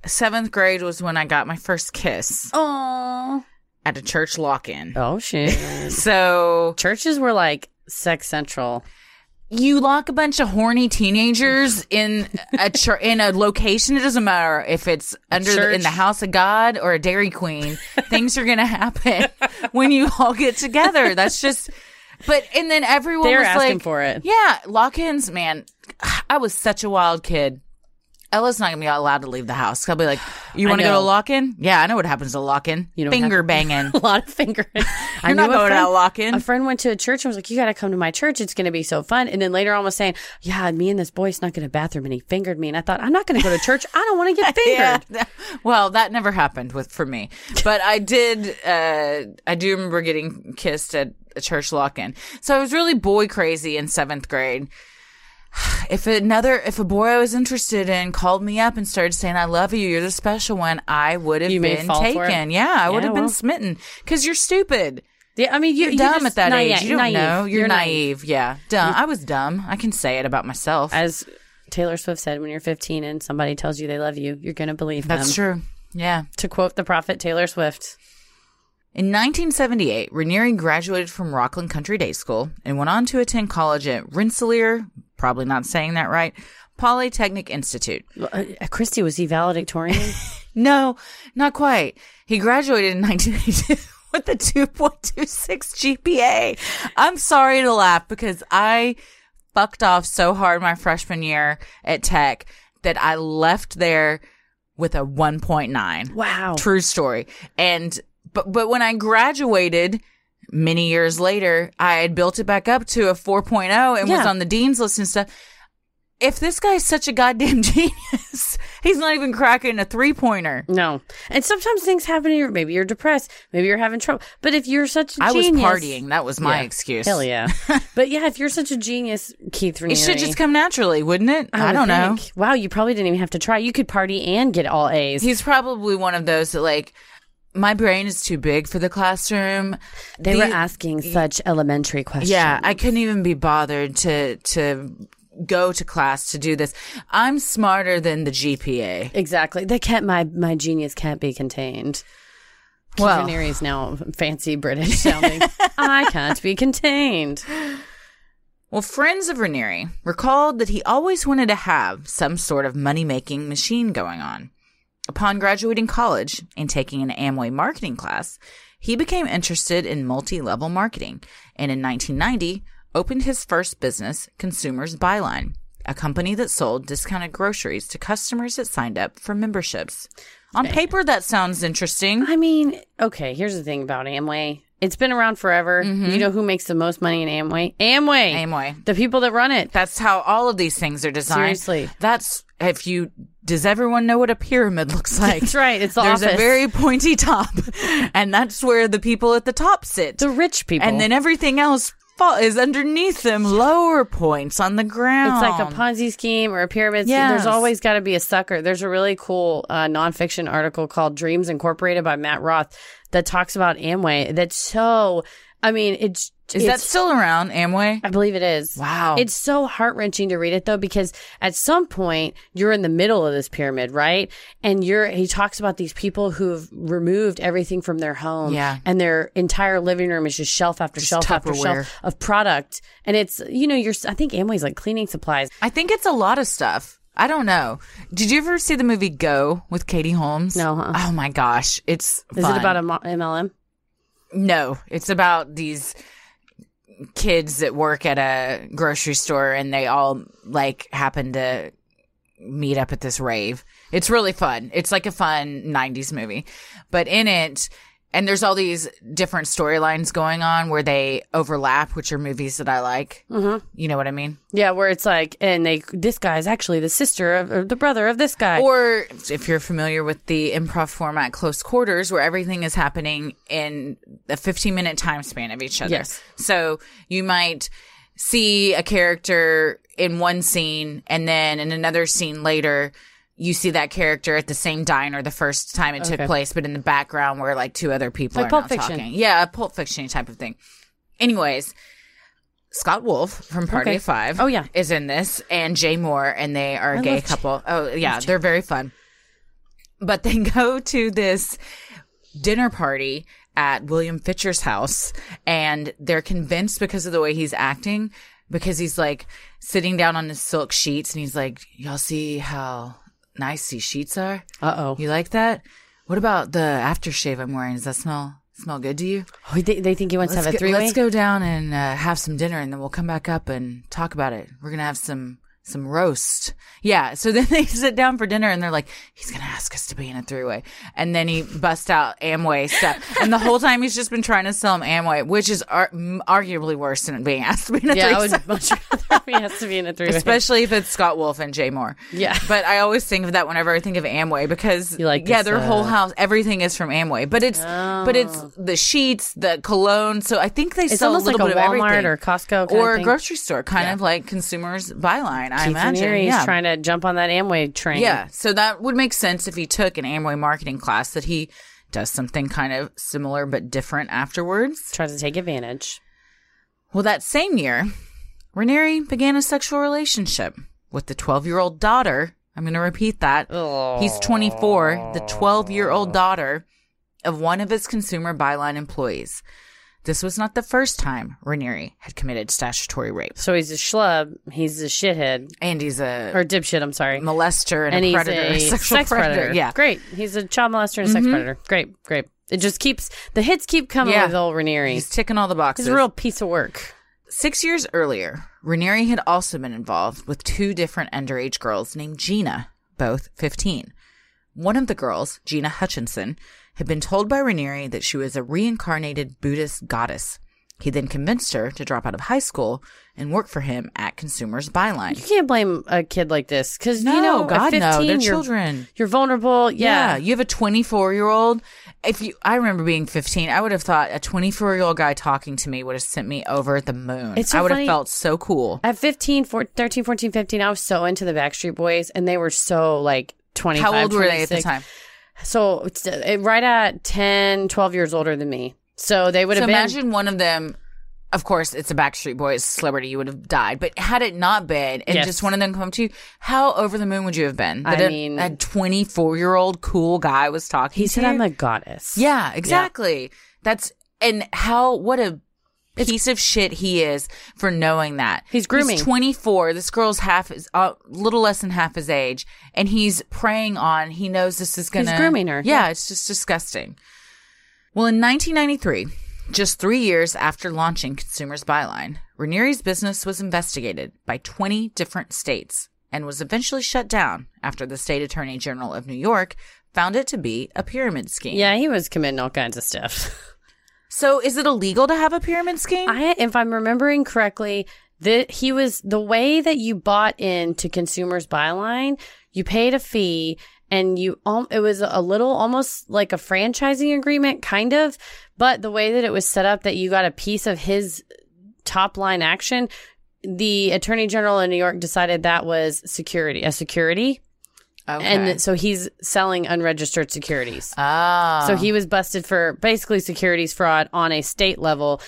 Speaker 2: seventh grade was when I got my first kiss
Speaker 1: Oh,
Speaker 2: at a church lock in.
Speaker 1: oh shit!
Speaker 2: So
Speaker 1: Churches were like sex central.
Speaker 2: you lock a bunch of horny teenagers in a chur- in a location. It doesn't matter if it's under the, in
Speaker 3: church.
Speaker 2: the house of God or a Dairy Queen. things are gonna happen when you all get together. That's just. But and then everyone
Speaker 1: They were
Speaker 2: was
Speaker 1: asking
Speaker 2: like,
Speaker 1: for it.
Speaker 2: Yeah, lock-ins, man. I was such a wild kid. Ella's not gonna be allowed to leave the house. I'll be like, "You
Speaker 1: I
Speaker 2: want to go to
Speaker 1: know.
Speaker 2: lock-in? Yeah, I know what happens to lock-in.
Speaker 1: You don't have-
Speaker 2: Finger banging.
Speaker 1: A lot of fingering. I
Speaker 2: You're not
Speaker 1: knew a
Speaker 2: going
Speaker 1: friend-
Speaker 2: out lock-in.
Speaker 1: A friend went to a church and was like, "You got to come to my church. It's going to be so fun." And then later on was saying, "Yeah, me and this boy snuck in a bathroom and he fingered me." And I thought, "I'm not going to go to church. I don't want to get fingered."
Speaker 2: Yeah. Well, that never happened with for me, but I did. Uh, I do remember getting kissed at a church lock-in. So I was really boy crazy in seventh grade. If another, if a boy I was interested in called me up and started saying "I love you," you're the special one, I would have
Speaker 3: You may
Speaker 2: been
Speaker 3: fall for it.
Speaker 2: taken. Yeah, I would
Speaker 1: Yeah,
Speaker 2: have been
Speaker 1: well.
Speaker 2: smitten because you're stupid.
Speaker 1: Yeah, I mean, you-
Speaker 2: You're
Speaker 1: you
Speaker 2: dumb
Speaker 1: just
Speaker 2: at that
Speaker 1: naive-
Speaker 2: age. You don't
Speaker 1: naive.
Speaker 2: know. You're, naive. Yeah, dumb. I was dumb. I can say it about myself.
Speaker 1: as Taylor Swift said, when you're 15 and somebody tells you they love you, you're going to believe them.
Speaker 2: That's true. Yeah.
Speaker 1: To quote the prophet Taylor Swift,
Speaker 2: In 1978, Ranieri graduated from Rockland Country Day School and went on to attend college at Rensselaer, probably not saying that right, Polytechnic Institute.
Speaker 1: uh, Christy, was he valedictorian?
Speaker 2: No, not quite. He graduated in 1982 with a 2.26 GPA. I'm sorry to laugh because I fucked off so hard my freshman year at Tech that I left there with a 1.9.
Speaker 1: wow.
Speaker 2: True story. And but but when I graduated many years later, I had built it back up to a 4.0 and was
Speaker 1: Yeah.
Speaker 2: on the dean's list and stuff. If this guy's such a goddamn genius, he's not even cracking a three pointer.
Speaker 1: No. And sometimes things happen to you. Maybe you're depressed. Maybe you're having trouble. But if you're such a
Speaker 2: I was
Speaker 1: genius.
Speaker 2: partying. That was my excuse.
Speaker 1: Hell yeah. but yeah, if you're such a genius, Keith Raniere.
Speaker 2: It should just come naturally, wouldn't it? I,
Speaker 1: would
Speaker 2: don't know.
Speaker 1: think, Wow, you probably didn't even have to try. You could party and get all A's.
Speaker 2: He's probably one of those that like my brain is too big for the classroom.
Speaker 1: they
Speaker 2: The-
Speaker 1: were asking such elementary questions.
Speaker 2: Yeah, I couldn't even be bothered to to go to class to do this. I'm smarter than the GPA.
Speaker 1: Exactly. They can't my my genius can't be contained.
Speaker 2: Well-
Speaker 1: Kieran is now fancy British sounding. I can't be contained.
Speaker 2: Well, friends of Ranieri recalled that he always wanted to have some sort of money making machine going on. Upon graduating college and taking an Amway marketing class, he became interested in multi level marketing and in 1990 opened his first business, Consumers Byline, a company that sold discounted groceries to customers that signed up for memberships. On paper, that sounds interesting.
Speaker 1: I mean, okay, here's the thing about Amway. It's been around forever. You know who makes the most money in Amway? Amway.
Speaker 2: Amway.
Speaker 1: The people that run it.
Speaker 2: That's how all of these things are designed.
Speaker 1: Seriously.
Speaker 2: That's if you does everyone know what a pyramid looks like?
Speaker 1: That's right. It's the
Speaker 2: There's
Speaker 1: office.
Speaker 2: a very pointy top, and that's where the people at the top sit.
Speaker 1: the rich people.
Speaker 2: and then everything else fall- is underneath them, lower points on the ground.
Speaker 1: It's like a Ponzi scheme or a pyramid scheme.
Speaker 2: Yes.
Speaker 1: There's always got to be a sucker. There's a really cool uh, nonfiction article called Dreams Incorporated by Matt Roth that talks about Amway. That's so, I mean, it's.
Speaker 2: Is that
Speaker 1: it's-
Speaker 2: still around, Amway?
Speaker 1: I believe it is.
Speaker 2: Wow.
Speaker 1: It's so heart wrenching to read it though, because at some point you're in the middle of this pyramid, right? And you're, he talks about these people who've removed everything from their home.
Speaker 2: Yeah.
Speaker 1: And their entire living room is just shelf after shelf after
Speaker 2: Tupperware.
Speaker 1: shelf of product. And it's, you know, you're, I think Amway's like cleaning supplies.
Speaker 2: I think it's a lot of stuff. I don't know. Did you ever see the movie Go with Katie Holmes?
Speaker 1: No, huh?
Speaker 2: Oh my gosh, it's
Speaker 1: Is
Speaker 2: fun.
Speaker 1: it about a mo- MLM?
Speaker 2: No, it's about these kids that work at a grocery store and they all like happen to meet up at this rave. It's really fun. It's like a fun 90s movie. But in it, and there's all these different storylines going on where they overlap, which are movies that I like. Mm-hmm. You know what I mean?
Speaker 1: Yeah, where it's like, and they, this guy's actually the sister of, or the brother of this guy.
Speaker 2: Or if you're familiar with the improv format close quarters where everything is happening in a 15 minute time span of each other.
Speaker 1: Yes.
Speaker 2: So you might see a character in one scene and then in another scene later you see that character at the same diner the first time it took
Speaker 1: Okay.
Speaker 2: place but in the background where like two other people
Speaker 1: Like
Speaker 2: are
Speaker 1: Pulp
Speaker 2: not
Speaker 1: Fiction.
Speaker 2: talking. Yeah, a pulp fiction type of thing. Anyways, Scott Wolf from Party
Speaker 1: Okay.
Speaker 2: of Five.
Speaker 1: Oh, yeah.
Speaker 2: is in this, and Jay Moore, and they are a gay
Speaker 1: love Jay-
Speaker 2: couple. Oh yeah, they're very fun. But they go to this dinner party at William Fitcher's house, and they're convinced because of the way he's acting, because he's like sitting down on his silk sheets, and he's like, "Y'all see how nice these sheets are?
Speaker 1: Uh oh.
Speaker 2: You like that? What about the aftershave I'm wearing? Does that smell smell good to you?"
Speaker 1: They, they think he wants to have a
Speaker 2: go-
Speaker 1: three way?
Speaker 2: Let's go down and uh, have some dinner, and then we'll come back up and talk about it. We're gonna have some some roast. Yeah. So then they sit down for dinner, and they're like, "He's gonna ask us to be in a three way," and then he busts out Amway stuff, and the whole time he's just been trying to sell him Amway, which is ar- m- arguably worse than being asked to be in a
Speaker 1: Yeah, I
Speaker 2: threesome.
Speaker 1: would much rather he has to be in a three way.
Speaker 2: Especially if it's Scott Wolf and Jay Moore.
Speaker 1: Yeah.
Speaker 2: But I always think of that whenever I think of Amway because
Speaker 1: You like
Speaker 2: yeah,
Speaker 1: this,
Speaker 2: their whole
Speaker 1: uh, Oh.
Speaker 2: house, everything is from Amway. But it's but it's the sheets, the cologne. So I think they
Speaker 1: It's
Speaker 2: sell
Speaker 1: almost
Speaker 2: a little
Speaker 1: like a
Speaker 2: bit of
Speaker 1: Walmart
Speaker 2: everything.
Speaker 1: or Costco kind
Speaker 2: or
Speaker 1: of
Speaker 2: a
Speaker 1: thing.
Speaker 2: grocery store, kind of like consumers byline. I
Speaker 1: Keith
Speaker 2: imagine.
Speaker 1: Raniere is
Speaker 2: yeah.
Speaker 1: trying to jump on that Amway train.
Speaker 2: yeah. So that would make sense if he took an Amway marketing class that he does something kind of similar but different afterwards.
Speaker 1: Tries to take advantage.
Speaker 2: Well, that same year, Ranieri began a sexual relationship with the 12 year old daughter. I'm going to repeat that. He's 24, the 12 year old daughter of one of his consumer byline employees. This was not the first time Ranieri had committed statutory rape.
Speaker 1: So he's a schlub. He's a shithead.
Speaker 2: And he's a
Speaker 1: Or dipshit, I'm sorry.
Speaker 2: molester and,
Speaker 1: and
Speaker 2: a
Speaker 1: he's
Speaker 2: predator,
Speaker 1: a
Speaker 2: sexual
Speaker 1: sex predator.
Speaker 2: Yeah. Mm-hmm.
Speaker 1: Great. He's a child molester and a sex predator. Great. Great. It just keeps, the hits keep coming
Speaker 2: Yeah.
Speaker 1: with old Ranieri.
Speaker 2: He's ticking all the boxes.
Speaker 1: He's a real piece of work.
Speaker 2: Six years earlier, Ranieri had also been involved with two different underage girls named Gina, both 15. One of the girls, Gina Hutchinson, had been told by Ranieri that she was a reincarnated Buddhist goddess. He then convinced her to drop out of high school and work for him at Consumers Byline.
Speaker 1: You can't blame a kid like this because,
Speaker 2: No,
Speaker 1: you know,
Speaker 2: God,
Speaker 1: at 15,
Speaker 2: no. They're
Speaker 1: you're,
Speaker 2: children.
Speaker 1: You're vulnerable. Yeah.
Speaker 2: you have a 24 year old. If you, I remember being 15, I would have thought a 24 year old guy talking to me would have sent me over the moon.
Speaker 1: It's so
Speaker 2: I would
Speaker 1: funny.
Speaker 2: have felt so cool.
Speaker 1: At 15, 14, 13, 14, 15, I was so into the Backstreet Boys and they were so like 25.
Speaker 2: How old were they at the
Speaker 1: 26.
Speaker 2: time?
Speaker 1: So it's, uh, right at 10, 12 years older than me. So they would
Speaker 2: So
Speaker 1: have been.
Speaker 2: imagine one of them of course, it's a Backstreet Boys celebrity, you would have died. But had it not been, and
Speaker 1: Yes.
Speaker 2: just one of them come to you, how over the moon would you have been?
Speaker 1: I
Speaker 2: That a-
Speaker 1: mean-
Speaker 2: a 24 year old cool guy was talking
Speaker 1: He
Speaker 2: to
Speaker 1: said,
Speaker 2: you?
Speaker 1: I'm a goddess.
Speaker 2: Yeah, exactly. That's and how what a piece of shit he is for knowing that.
Speaker 1: He's grooming.
Speaker 2: 24. This girl's half is a little less than half his age and he's preying on he knows this is going to
Speaker 1: grooming her.
Speaker 2: Yeah, it's just disgusting. Well, in 1993, just 3 years after launching Consumers Byline, Ranieri's business was investigated by 20 different states and was eventually shut down after the state attorney general of New York found it to be a pyramid scheme.
Speaker 1: Yeah, he was committing all kinds of stuff.
Speaker 2: So is it illegal to have a pyramid scheme?
Speaker 1: I, if I'm remembering correctly, that he was the way that you bought into consumers byline, you paid a fee and you um, it was a little almost like a franchising agreement kind of, but the way that it was set up that you got a piece of his top line action, the attorney general in New York decided that was security, a security.
Speaker 2: okay.
Speaker 1: And so he's selling unregistered securities.
Speaker 2: oh.
Speaker 1: So he was busted for basically securities fraud on a state level.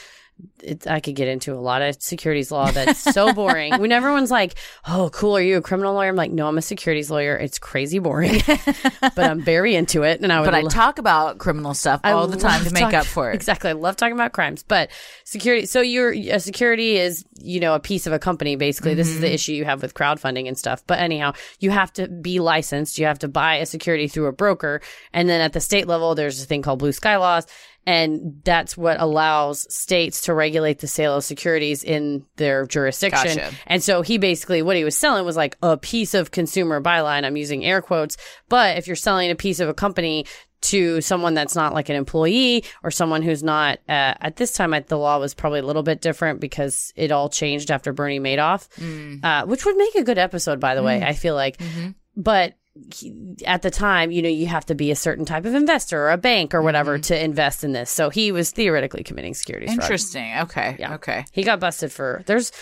Speaker 1: It, I could get into a lot of securities law that's so boring. when everyone's like, "Oh, cool, are you a criminal lawyer?" I'm like, "No, I'm a securities lawyer. It's crazy boring, but I'm very into it." And I would,
Speaker 2: but I
Speaker 1: lo-
Speaker 2: talk about criminal stuff
Speaker 1: I
Speaker 2: all the time to
Speaker 1: love
Speaker 2: make
Speaker 1: talk-
Speaker 2: up for it.
Speaker 1: Exactly, I love talking about crimes, but security. So you're a security is you know a piece of a company. Basically, this
Speaker 2: Mm-hmm.
Speaker 1: is the issue you have with crowdfunding and stuff. But anyhow, you have to be licensed. You have to buy a security through a broker, and then at the state level, there's a thing called blue sky laws, and that's what allows states to regulate the sale of securities in their jurisdiction.
Speaker 2: Gotcha.
Speaker 1: And so he basically, what he was selling was like a piece of consumer byline. I'm using air quotes, but if you're selling a piece of a company to someone that's not like an employee or someone who's not, uh, at this time, I- the law was probably a little bit different because it all changed after Bernie Madoff,
Speaker 2: Mm.
Speaker 1: uh, which would make a good episode, by the way, I feel like.
Speaker 2: Mm-hmm.
Speaker 1: But he- at the time, you know, you have to be a certain type of investor or a bank or whatever to invest in this. So he was theoretically committing securities fraud.
Speaker 2: Mm-hmm. Interesting. Okay.
Speaker 1: Yeah.
Speaker 2: Okay.
Speaker 1: He got busted for there's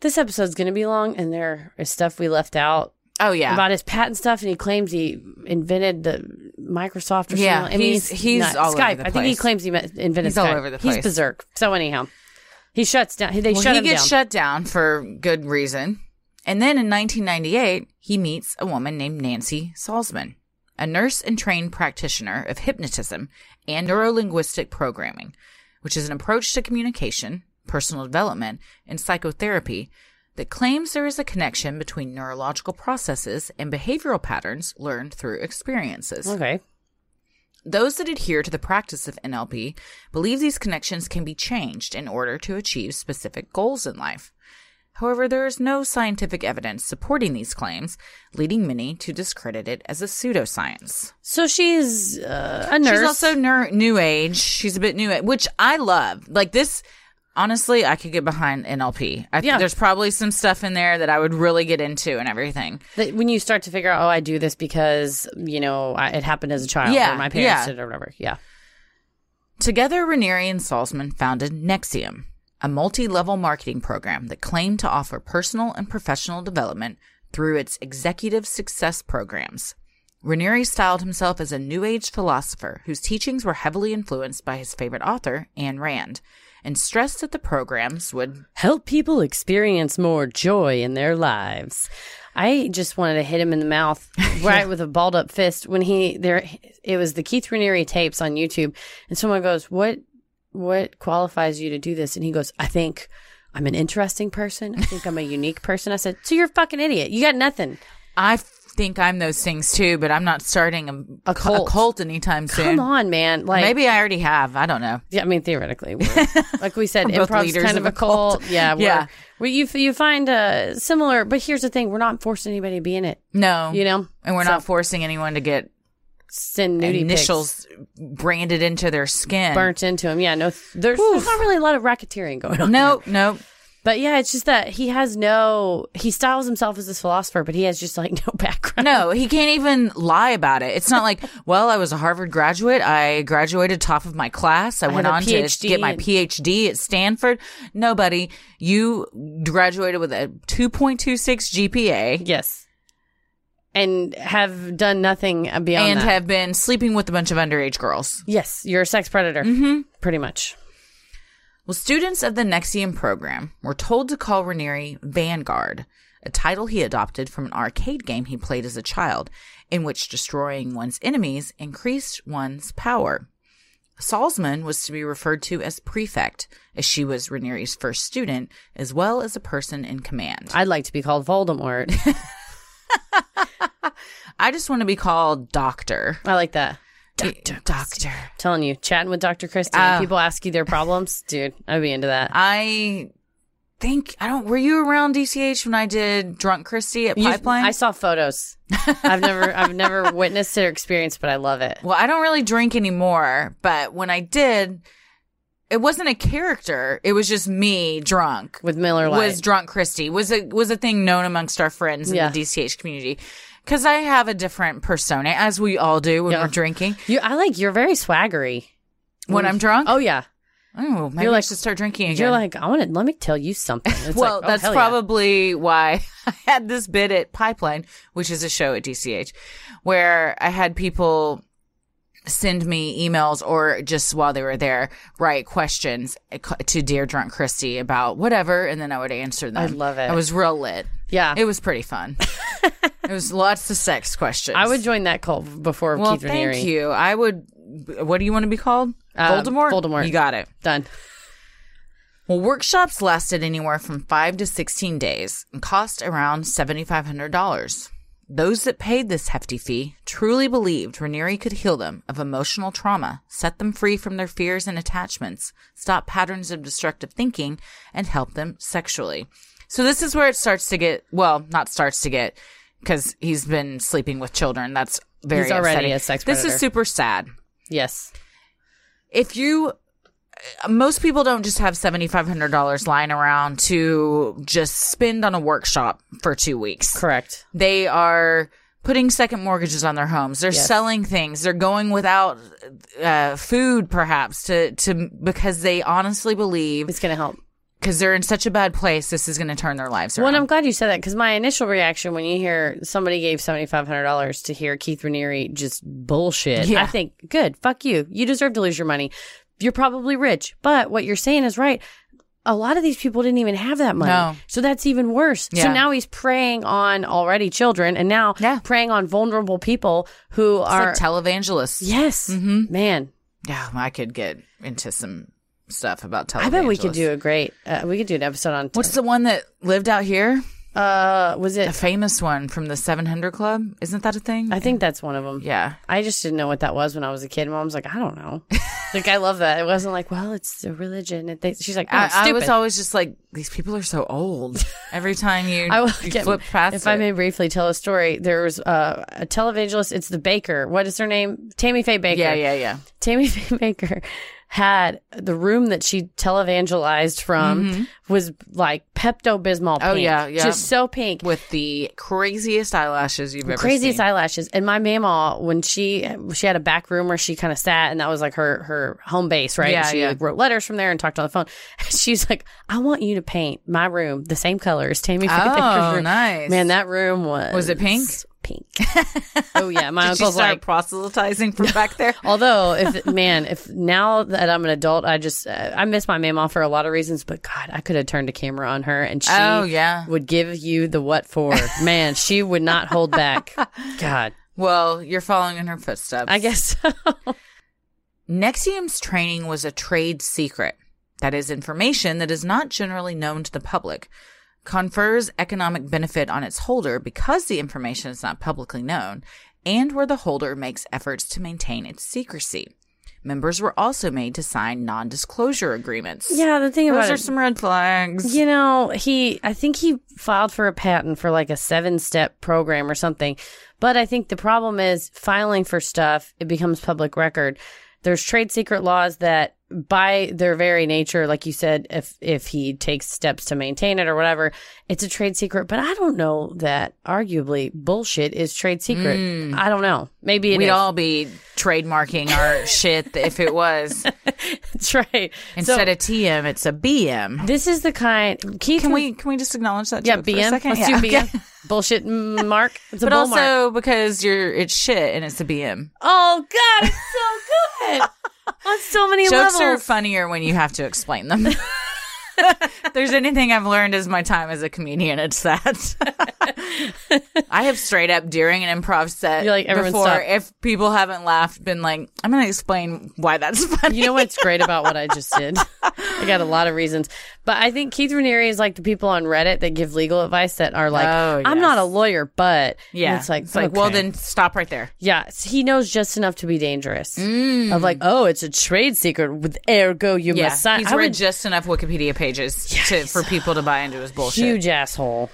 Speaker 1: this episode's gonna be long and there is stuff we left out
Speaker 2: Oh yeah.
Speaker 1: about his patent stuff and he claims he invented the Microsoft or
Speaker 2: Yeah,
Speaker 1: something. I mean,
Speaker 2: he's- he's
Speaker 1: nuts.
Speaker 2: all over
Speaker 1: Skype.
Speaker 2: the
Speaker 1: I think he
Speaker 2: place.
Speaker 1: claims he met- invented
Speaker 2: He's all
Speaker 1: Skype.
Speaker 2: over the
Speaker 1: He's
Speaker 2: place.
Speaker 1: berserk. So anyhow. He shuts down. They
Speaker 2: well,
Speaker 1: shut
Speaker 2: he
Speaker 1: him
Speaker 2: gets
Speaker 1: down.
Speaker 2: shut down for good reason. And then in 1998, he meets a woman named Nancy Salzman, a nurse and trained practitioner of hypnotism and neurolinguistic programming, which is an approach to communication, personal development, and psychotherapy that claims there is a connection between neurological processes and behavioral patterns learned through experiences.
Speaker 1: okay.
Speaker 2: Those that adhere to the practice of NLP believe these connections can be changed in order to achieve specific goals in life. However, there is no scientific evidence supporting these claims, leading many to discredit it as a pseudoscience.
Speaker 1: So she's uh, a nurse.
Speaker 2: She's also ner- new age. She's a bit new, which I love. Like this, honestly, I could get behind NLP. I,
Speaker 1: Yeah.
Speaker 2: yeah. There's probably some stuff in there that I would really get into and everything.
Speaker 1: that when you start to figure out, oh, I do this because, you know, I, it happened as a child
Speaker 2: Yeah,
Speaker 1: or my parents
Speaker 2: yeah.
Speaker 1: did or whatever. Yeah.
Speaker 2: Together, Ranieri and Salzman founded Nexium, a multi level marketing program that claimed to offer personal and professional development through its executive success programs. Ranieri styled himself as a New Age philosopher whose teachings were heavily influenced by his favorite author, Ayn Rand, and stressed that the programs would.
Speaker 1: help people experience more joy in their lives. I just wanted to hit him in the mouth right with a balled up fist when he there it was the Keith Raniere tapes on YouTube and someone goes, "What what qualifies you to do this?" and he goes, "I think I'm an interesting person. I think I'm a unique person." I said, "So you're a fucking idiot. You got nothing.
Speaker 2: I think I'm those things too, but I'm not starting a,
Speaker 1: A cult.
Speaker 2: anytime soon.
Speaker 1: Come on, man. Like
Speaker 2: Maybe I already have. I don't know.
Speaker 1: Yeah, I mean theoretically, we're- like we said,
Speaker 2: We're both
Speaker 1: improv's
Speaker 2: leaders
Speaker 1: kind of a
Speaker 2: of a cult.
Speaker 1: cult. Yeah, we're,
Speaker 2: Yeah.
Speaker 1: We, you you find uh, similar, but here's the thing: we're not forcing anybody to be in it.
Speaker 2: No.
Speaker 1: You know,
Speaker 2: Um, And we're
Speaker 1: So,
Speaker 2: not forcing anyone to get
Speaker 1: send nudie pics
Speaker 2: initials branded into their skin.
Speaker 1: burnt into him. Yeah, no, there's, there's not really a lot of racketeering going on.
Speaker 2: No, no.
Speaker 1: but yeah, it's just that he has no. He styles himself as this philosopher, but he has just like no background.
Speaker 2: No, he can't even lie about it. It's not like, well, I was a Harvard graduate. I graduated top of my class. I, went
Speaker 1: have a
Speaker 2: on to
Speaker 1: PhD
Speaker 2: get my
Speaker 1: and-
Speaker 2: PhD at Stanford. Nobody, you graduated with a 2.26 GPA
Speaker 1: Yes, and have done nothing beyond
Speaker 2: and
Speaker 1: that.
Speaker 2: have been sleeping with a bunch of underage girls. Mm-hmm.
Speaker 1: yes, you're a sex predator, pretty much.
Speaker 2: Well, students of the Nexium program were told to call Ranieri Vanguard, a title he adopted from an arcade game he played as a child, in which destroying one's enemies increased one's power. Salzman was to be referred to as prefect, as she was Ranieri's first student, as well as a person in command.
Speaker 1: I'd like to be called Voldemort.
Speaker 2: I just want to be called doctor.
Speaker 1: I like that.
Speaker 2: Doctor. Doctor.
Speaker 1: telling you, chatting with Dr. Christie,
Speaker 2: Ah.
Speaker 1: and people ask you their problems, dude, I'd be into that.
Speaker 2: I think I don't. Were you around DCH when I did Drunk Christie at
Speaker 1: You-
Speaker 2: Pipeline?
Speaker 1: I saw photos. I've never, I've never witnessed it or experienced, but I love it.
Speaker 2: well, I don't really drink anymore, but when I did, it wasn't a character. It was just me drunk.
Speaker 1: With Miller Lite,
Speaker 2: was drunk Christie was a was a thing known amongst our friends in
Speaker 1: Yeah.
Speaker 2: the DCH community because I have a different persona, as we all do when
Speaker 1: Yeah.
Speaker 2: we're drinking.
Speaker 1: you, I like you're very swaggery.
Speaker 2: When I'm drunk,
Speaker 1: Oh yeah,
Speaker 2: oh, maybe
Speaker 1: you're
Speaker 2: I
Speaker 1: like-
Speaker 2: should start drinking again.
Speaker 1: you're like I want to. Let me tell you something. It's
Speaker 2: well,
Speaker 1: like, oh,
Speaker 2: that's
Speaker 1: hell yeah.
Speaker 2: probably why I had this bit at Pipeline, which is a show at DCH, where I had people send me emails or just while they were there write questions to Dear Drunk Christy about whatever, and then I would answer them.
Speaker 1: I love it.
Speaker 2: I was real lit.
Speaker 1: yeah.
Speaker 2: It was pretty fun. it was lots of sex questions.
Speaker 1: I would join that cult before
Speaker 2: Well,
Speaker 1: Keith
Speaker 2: thank
Speaker 1: Raniere.
Speaker 2: you. I would. What do you want to be called?
Speaker 1: Um,
Speaker 2: Voldemort.
Speaker 1: Voldemort.
Speaker 2: You got it.
Speaker 1: Done.
Speaker 2: Well, workshops lasted anywhere from 5 to 16 days and cost around $7,500. Those that paid this hefty fee truly believed Ranieri could heal them of emotional trauma, set them free from their fears and attachments, stop patterns of destructive thinking, and help them sexually. So this is where it starts to get, well, not starts to get, because he's been sleeping with children. That's very
Speaker 1: He's already
Speaker 2: upsetting.
Speaker 1: a sex
Speaker 2: This
Speaker 1: predator.
Speaker 2: is super sad
Speaker 1: Yes.
Speaker 2: if you uh, most people don't just have $7500 lying around to just spend on a workshop for 2 weeks.
Speaker 1: Correct.
Speaker 2: They are putting second mortgages on their homes. They're
Speaker 1: Yes.
Speaker 2: selling things. They're going without uh, food perhaps to to because they honestly believe
Speaker 1: It's gonna help.
Speaker 2: cuz they're in such a bad place this is going to turn their lives
Speaker 1: Well,
Speaker 2: around.
Speaker 1: and I'm glad you said that because my initial reaction when you hear somebody gave seventy five hundred dollars to hear Keith Raniere just bullshit,
Speaker 2: Yeah.
Speaker 1: I think good, fuck you. You deserve to lose your money. You're probably rich, but what you're saying is right. A lot of these people didn't even have that money,
Speaker 2: No.
Speaker 1: so that's even worse.
Speaker 2: Yeah.
Speaker 1: So now he's preying on already children, and now
Speaker 2: Yeah.
Speaker 1: preying on vulnerable people who
Speaker 2: It's
Speaker 1: are
Speaker 2: like Mm-hmm. televangelists.
Speaker 1: yes, man.
Speaker 2: Yeah, I could get into some stuff about televangelists.
Speaker 1: I bet we could do a great. Uh, we could do an episode on.
Speaker 2: What's the one that lived out here?
Speaker 1: uh, was
Speaker 2: a
Speaker 1: it?
Speaker 2: famous one from the 700 Club. Isn't that a thing?
Speaker 1: I think that's one of them.
Speaker 2: yeah.
Speaker 1: I just didn't know what that was when I was a kid. Mom's like, I don't know. like, I love that. It wasn't like, well, it's a religion. And they, she's like, no, it's
Speaker 2: I, I
Speaker 1: Oh, stupid.
Speaker 2: was always just like, these people are so old. Every time you,
Speaker 1: I will
Speaker 2: you
Speaker 1: get-
Speaker 2: flip past
Speaker 1: If
Speaker 2: it.
Speaker 1: I may briefly tell a story, there was uh, a televangelist. It's the Baker. What is her name? Tammy Faye Baker.
Speaker 2: yeah, yeah, yeah.
Speaker 1: Tammy Faye Baker had the room that she televangelized from was like Pepto Bismol.
Speaker 2: Mm-hmm. Oh, yeah, yeah.
Speaker 1: Just so pink.
Speaker 2: With the craziest eyelashes you've ever
Speaker 1: craziest
Speaker 2: seen.
Speaker 1: eyelashes. And my mama, when she she had a back room where she kind of sat, and that was like her her home base, right?
Speaker 2: Yeah,
Speaker 1: she
Speaker 2: yeah.
Speaker 1: like wrote letters from there and talked on the phone. She's like, I want you to paint my room the same color as Tammy. Faye Baker's
Speaker 2: Oh,
Speaker 1: room.
Speaker 2: nice.
Speaker 1: Man, that room was
Speaker 2: Was it pink?
Speaker 1: Pink. oh yeah, my
Speaker 2: Did she
Speaker 1: uncle's
Speaker 2: start
Speaker 1: like.
Speaker 2: proselytizing from back there?
Speaker 1: Although, if man, if now that I'm an adult, I just uh, I miss my mama for a lot of reasons. But God, I could have turned a camera on her, and she
Speaker 2: Oh, yeah.
Speaker 1: would give you the what for. man, she would not hold back. God,
Speaker 2: Well, you're following in her footsteps.
Speaker 1: I guess so.
Speaker 2: Nexium's training was a trade secret. That is information that is not generally known to the public, confers economic benefit on its holder because the information is not publicly known, and where the holder makes efforts to maintain its secrecy. Members were also made to sign non disclosure agreements.
Speaker 1: Yeah, the thing
Speaker 2: Those
Speaker 1: about
Speaker 2: are
Speaker 1: it,
Speaker 2: some red flags.
Speaker 1: you know, he I think he filed for a patent for like a seven step program or something. But I think the problem is filing for stuff, it becomes public record. There's trade secret laws that by their very nature, like you said, if if he takes steps to maintain it or whatever, it's a trade secret. But I don't know that arguably bullshit is trade secret. I don't know. Maybe it
Speaker 2: We'd
Speaker 1: is.
Speaker 2: Hmm. all be trademarking our shit if it was.
Speaker 1: That's right.
Speaker 2: Instead
Speaker 1: so,
Speaker 2: of TM, it's a BM.
Speaker 1: this is the kind Keith
Speaker 2: Can we can we just acknowledge that?
Speaker 1: Yeah,
Speaker 2: joke for a
Speaker 1: BM.
Speaker 2: second?
Speaker 1: Let's
Speaker 2: Yeah,
Speaker 1: do
Speaker 2: okay.
Speaker 1: BM. Bullshit mm, mark. It's a
Speaker 2: but
Speaker 1: bull
Speaker 2: also
Speaker 1: mark.
Speaker 2: because you're it's shit and it's a BM.
Speaker 1: Oh God, it's so good. on so many
Speaker 2: Jokes are
Speaker 1: levels.
Speaker 2: funnier when you have to explain them. if there's anything I've learned is my time as a comedian, it's that. I have straight up during an improv set
Speaker 3: You're like, "Everyone
Speaker 2: before,
Speaker 3: stop."
Speaker 2: if people haven't laughed, been like, I'm going to explain why that's funny.
Speaker 1: You know what's great about what I just did? I got a lot of reasons. But I think Keith Raniere is like the people on Reddit that give legal advice that are like,
Speaker 2: Oh,
Speaker 1: I'm
Speaker 2: yes.
Speaker 1: not a lawyer, but And
Speaker 2: yeah.
Speaker 1: it's like,
Speaker 2: well,
Speaker 1: okay.
Speaker 2: then stop right there.
Speaker 1: yeah, so he knows just enough to be dangerous.
Speaker 3: Of like, oh, it's a trade secret with ergo you
Speaker 2: Mm. Yeah.
Speaker 3: must sign.
Speaker 2: He's
Speaker 3: I
Speaker 2: read
Speaker 3: would-
Speaker 2: just enough Wikipedia pages to, for people to buy into his bullshit.
Speaker 3: huge asshole.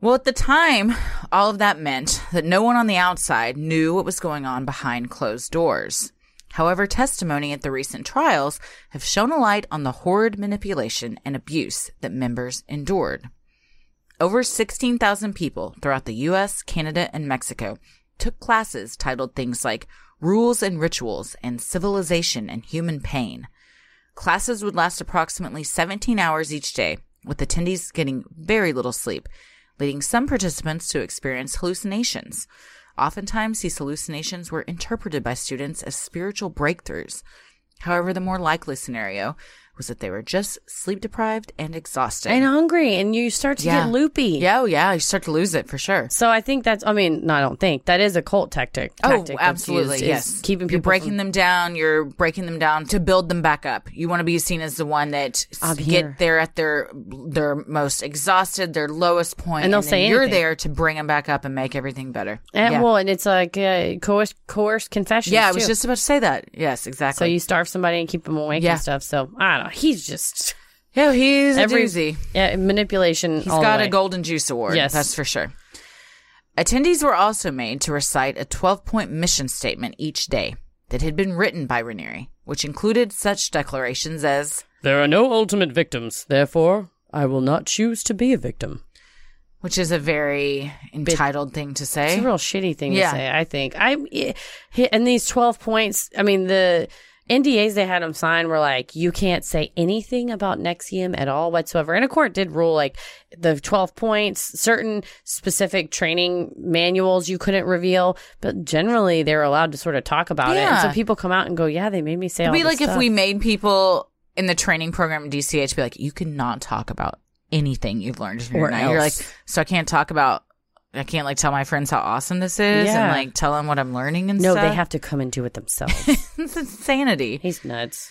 Speaker 2: Well, at the time, all of that meant that no one on the outside knew what was going on behind closed doors. However, testimony at the recent trials have shown a light on the horrid manipulation and abuse that members endured. Over 16,000 people throughout the US, Canada, and Mexico took classes titled things like Rules and Rituals and Civilization and Human Pain. Classes would last approximately 17 hours each day, with attendees getting very little sleep, leading some participants to experience hallucinations. Oftentimes, these hallucinations were interpreted by students as spiritual breakthroughs. However, the more likely scenario was that they were just sleep deprived and exhausted.
Speaker 1: And hungry, and you start to
Speaker 2: Yeah.
Speaker 1: get loopy.
Speaker 2: Yeah, oh yeah, you start to lose it for sure.
Speaker 1: So I think that's, I mean, no, I don't think. That is a cult tactic. tactic
Speaker 2: oh,
Speaker 1: That's
Speaker 2: absolutely,
Speaker 1: used, is
Speaker 2: yes.
Speaker 1: Keeping people
Speaker 2: you're breaking
Speaker 1: from-
Speaker 2: them down. You're breaking them down to build them back up. You want to be seen as the one that s-
Speaker 1: I'm here.
Speaker 2: get there at their their most exhausted, their lowest point,
Speaker 1: And they'll
Speaker 2: then
Speaker 1: say
Speaker 2: you're
Speaker 1: anything.
Speaker 2: there to bring them back up and make everything better.
Speaker 1: And,
Speaker 2: yeah.
Speaker 1: Eh, Well, and it's like uh, coerced, coerced confessions.
Speaker 2: yeah, I was
Speaker 1: too.
Speaker 2: just about to say that. Yes,
Speaker 1: So
Speaker 2: exactly.
Speaker 1: you starve somebody and keep them awake
Speaker 2: Yeah.
Speaker 1: and stuff. So I don't know. He's just
Speaker 2: yeah, he's
Speaker 1: every
Speaker 2: a doozy.
Speaker 1: yeah, manipulation.
Speaker 2: He's
Speaker 1: all the
Speaker 2: got
Speaker 1: way.
Speaker 2: a Golden Juice Award.
Speaker 1: Yes.
Speaker 2: That's for sure. Attendees were also made to recite a 12 point mission statement each day that had been written by Ranieri, which included such declarations as
Speaker 3: There are no ultimate victims. Therefore, I will not choose to be a victim.
Speaker 2: which is a very entitled thing to
Speaker 1: It's
Speaker 2: say.
Speaker 1: a real shitty thing
Speaker 2: Eh? Yeah.
Speaker 1: to say. I think I it- he- and these twelve points. I mean the. NDAs they had him sign were like you can't say anything about Nexium at all whatsoever, and a court did rule like the twelve points, certain specific training manuals you couldn't reveal, but generally they were allowed to sort of talk about it. And
Speaker 2: Yeah.
Speaker 1: so people come out and go, "Yeah, they made me say."
Speaker 2: It'd
Speaker 1: all
Speaker 2: be
Speaker 1: this
Speaker 2: like if
Speaker 1: stuff."
Speaker 2: we made people in the training program at DCH be like, you cannot talk about anything you've learned from your
Speaker 3: Or
Speaker 2: night. You're like,
Speaker 3: else.
Speaker 2: so I can't talk about, I can't like tell my friends how awesome this is and
Speaker 1: Yeah.
Speaker 2: like tell them what I'm learning and
Speaker 1: no,
Speaker 2: stuff.
Speaker 1: they have to come and do it themselves.
Speaker 2: it's insanity.
Speaker 1: He's nuts.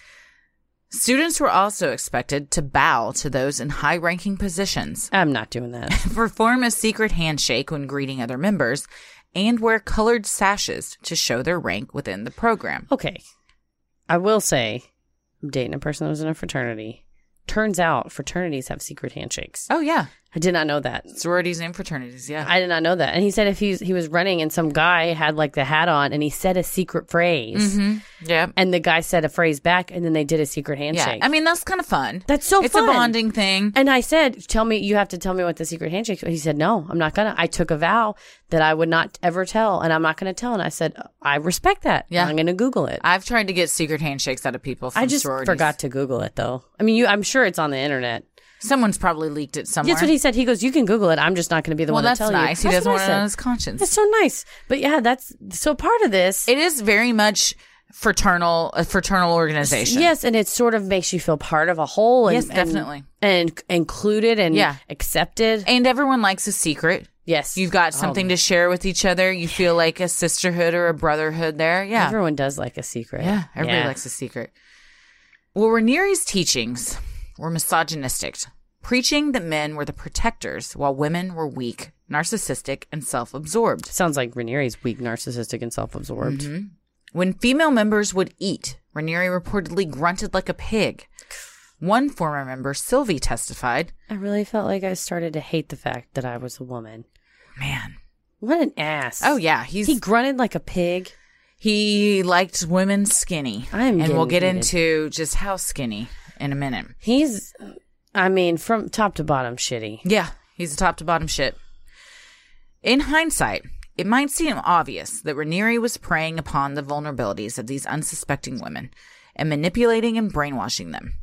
Speaker 2: Students were also expected to bow to those in high ranking positions,
Speaker 1: I'm not doing that.
Speaker 2: perform a secret handshake when greeting other members, and wear colored sashes to show their rank within the program.
Speaker 1: Okay. I will say, I'm dating a person that was in a fraternity. Turns out fraternities have secret handshakes.
Speaker 2: Oh, yeah.
Speaker 1: I did not know that.
Speaker 2: Sororities and fraternities, yeah.
Speaker 1: I did not know that. And he said if he's, he was running and some guy had like the hat on and he said a secret phrase
Speaker 2: hmm Yeah.
Speaker 1: and the guy said a phrase back and then they did a secret handshake.
Speaker 2: Yeah. I mean, that's kind of fun.
Speaker 1: That's so
Speaker 2: It's
Speaker 1: fun.
Speaker 2: a bonding thing.
Speaker 1: And I said, "Tell me, you have to tell me what the secret handshake." He said, "No, I'm not gonna. I took a vow that I would not ever tell, and I'm not gonna tell." And I said, "I respect that.
Speaker 2: Yeah.
Speaker 1: I'm gonna Google it."
Speaker 2: I've tried to get secret handshakes out of people from
Speaker 1: I just
Speaker 2: sororities.
Speaker 1: forgot to Google it though. I mean, you. I'm sure it's on the internet.
Speaker 2: Someone's probably leaked it somewhere.
Speaker 1: That's what he said. He goes, "You can Google it. I'm just not going to be the
Speaker 2: well,
Speaker 1: one to tell
Speaker 2: that's nice.
Speaker 1: you."
Speaker 2: He
Speaker 1: That's
Speaker 2: doesn't
Speaker 1: what
Speaker 2: want
Speaker 1: I
Speaker 2: it on
Speaker 1: said.
Speaker 2: his conscience.
Speaker 1: That's so nice. But yeah, that's so part of this.
Speaker 2: it is very much fraternal, a fraternal organization.
Speaker 1: Yes, and it sort of makes you feel part of a whole. And,
Speaker 2: Yes,
Speaker 1: and-
Speaker 2: definitely.
Speaker 1: And, included and
Speaker 2: Yeah.
Speaker 1: accepted.
Speaker 2: And everyone likes a secret.
Speaker 1: yes, Oh,
Speaker 2: You've got something to share with each other. You feel like a sisterhood or a brotherhood there. Yeah.
Speaker 1: Everyone does like a secret.
Speaker 2: Yeah, everybody likes a secret. Well, Ranieri's teachings were misogynistic, preaching that men were the protectors while women were weak, narcissistic, and self absorbed.
Speaker 1: Sounds like Ranieri's weak, narcissistic, and self-absorbed.
Speaker 2: Mm-hmm. When female members would eat, Ranieri reportedly grunted like a pig. One former member, Sylvie, testified
Speaker 1: I really felt like I started to hate the fact that I was a woman.
Speaker 2: Man.
Speaker 1: What an ass!
Speaker 2: Oh, yeah. He's,
Speaker 1: he
Speaker 2: he,
Speaker 1: grunted like a pig.
Speaker 2: liked women skinny.
Speaker 1: I am
Speaker 2: and we'll get
Speaker 1: getting heated.
Speaker 2: into just how skinny in a minute.
Speaker 1: He's, I mean, from top to bottom, shitty.
Speaker 2: Yeah, he's a top to bottom shit. In hindsight, it might seem obvious that Ranieri was preying upon the vulnerabilities of these unsuspecting women and manipulating and brainwashing them.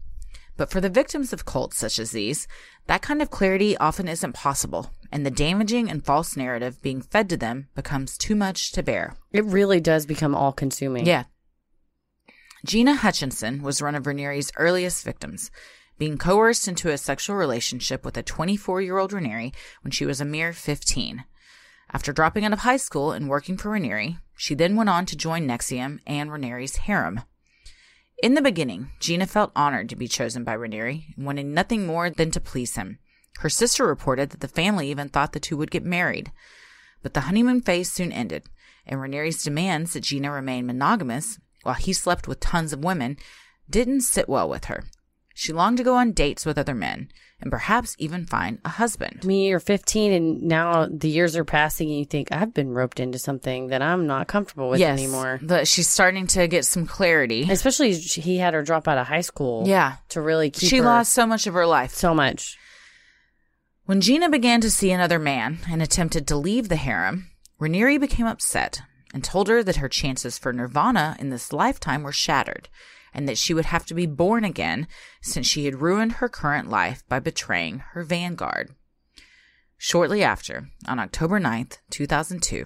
Speaker 2: But for the victims of cults such as these, that kind of clarity often isn't possible, and the damaging and false narrative being fed to them becomes too much to bear.
Speaker 1: It really does become all consuming.
Speaker 2: Yeah. Gina Hutchinson was one of Ranieri's earliest victims, being coerced into a sexual relationship with a 24 year old Ranieri when she was a mere 15. After dropping out of high school and working for Ranieri, she then went on to join Nexium and Ranieri's harem. In the beginning, Gina felt honored to be chosen by Ranieri, wanting nothing more than to please him. Her sister reported that the family even thought the two would get married. But the honeymoon phase soon ended, and Ranieri's demands that Gina remain monogamous while he slept with tons of women didn't sit well with her. She longed to go on dates with other men and perhaps even find a husband.
Speaker 1: Me, you're 15, and now the years are passing, and you think I've been roped into something that I'm not comfortable with
Speaker 2: yes,
Speaker 1: anymore.
Speaker 2: the- she's starting to get some clarity.
Speaker 1: Especially she- he had her drop out of high school.
Speaker 2: Yeah.
Speaker 1: to really keep.
Speaker 2: She
Speaker 1: her
Speaker 2: lost so much of her life.
Speaker 1: so much.
Speaker 2: When Gina began to see another man and attempted to leave the harem, Ranieri became upset and told her that her chances for nirvana in this lifetime were shattered and that she would have to be born again since she had ruined her current life by betraying her vanguard. Shortly after, on October 9th, 2002,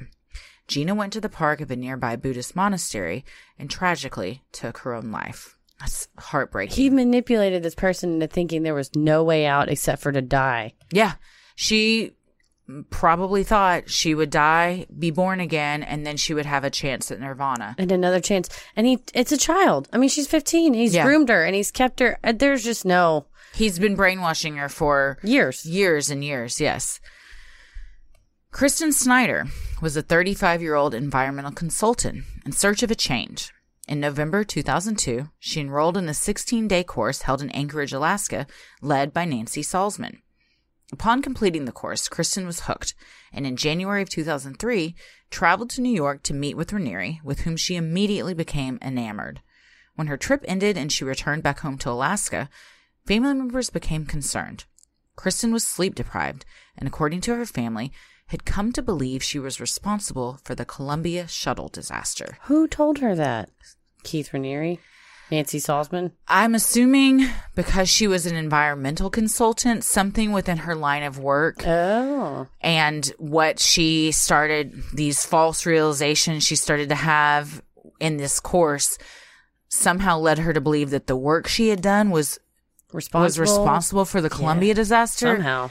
Speaker 2: Gina went to the park of a nearby Buddhist monastery and tragically took her own life. That's heartbreaking.
Speaker 1: He manipulated this person into thinking there was no way out except for to die.
Speaker 2: Yeah. She probably thought she would die, be born again, and then she would have a chance at Nirvana.
Speaker 1: and another chance. And he, it's a child. I mean, she's 15. He's
Speaker 2: Yeah.
Speaker 1: groomed her and he's kept her. Uh, There's just no
Speaker 2: He's been brainwashing her for
Speaker 1: years.
Speaker 2: years and years, yes. Kristen Snyder was a 35 year old environmental consultant in search of a change. In November 2002, she enrolled in a 16 day course held in Anchorage, Alaska, led by Nancy Salzman. Upon completing the course, Kristen was hooked, and in January of 2003, traveled to New York to meet with Ranieri, with whom she immediately became enamored. When her trip ended and she returned back home to Alaska, family members became concerned. Kristen was sleep deprived and, according to her family, had come to believe she was responsible for the Columbia shuttle disaster.
Speaker 1: Who told her that? Keith Raniere? Nancy Salzman?
Speaker 2: I'm assuming because she was an environmental consultant, something within her line of work
Speaker 1: Oh.
Speaker 2: and what she started, these false realizations she started to have in this course, somehow led her to believe that the work she had done was,
Speaker 1: Responsible.
Speaker 2: was responsible for the Columbia disaster.
Speaker 1: Somehow.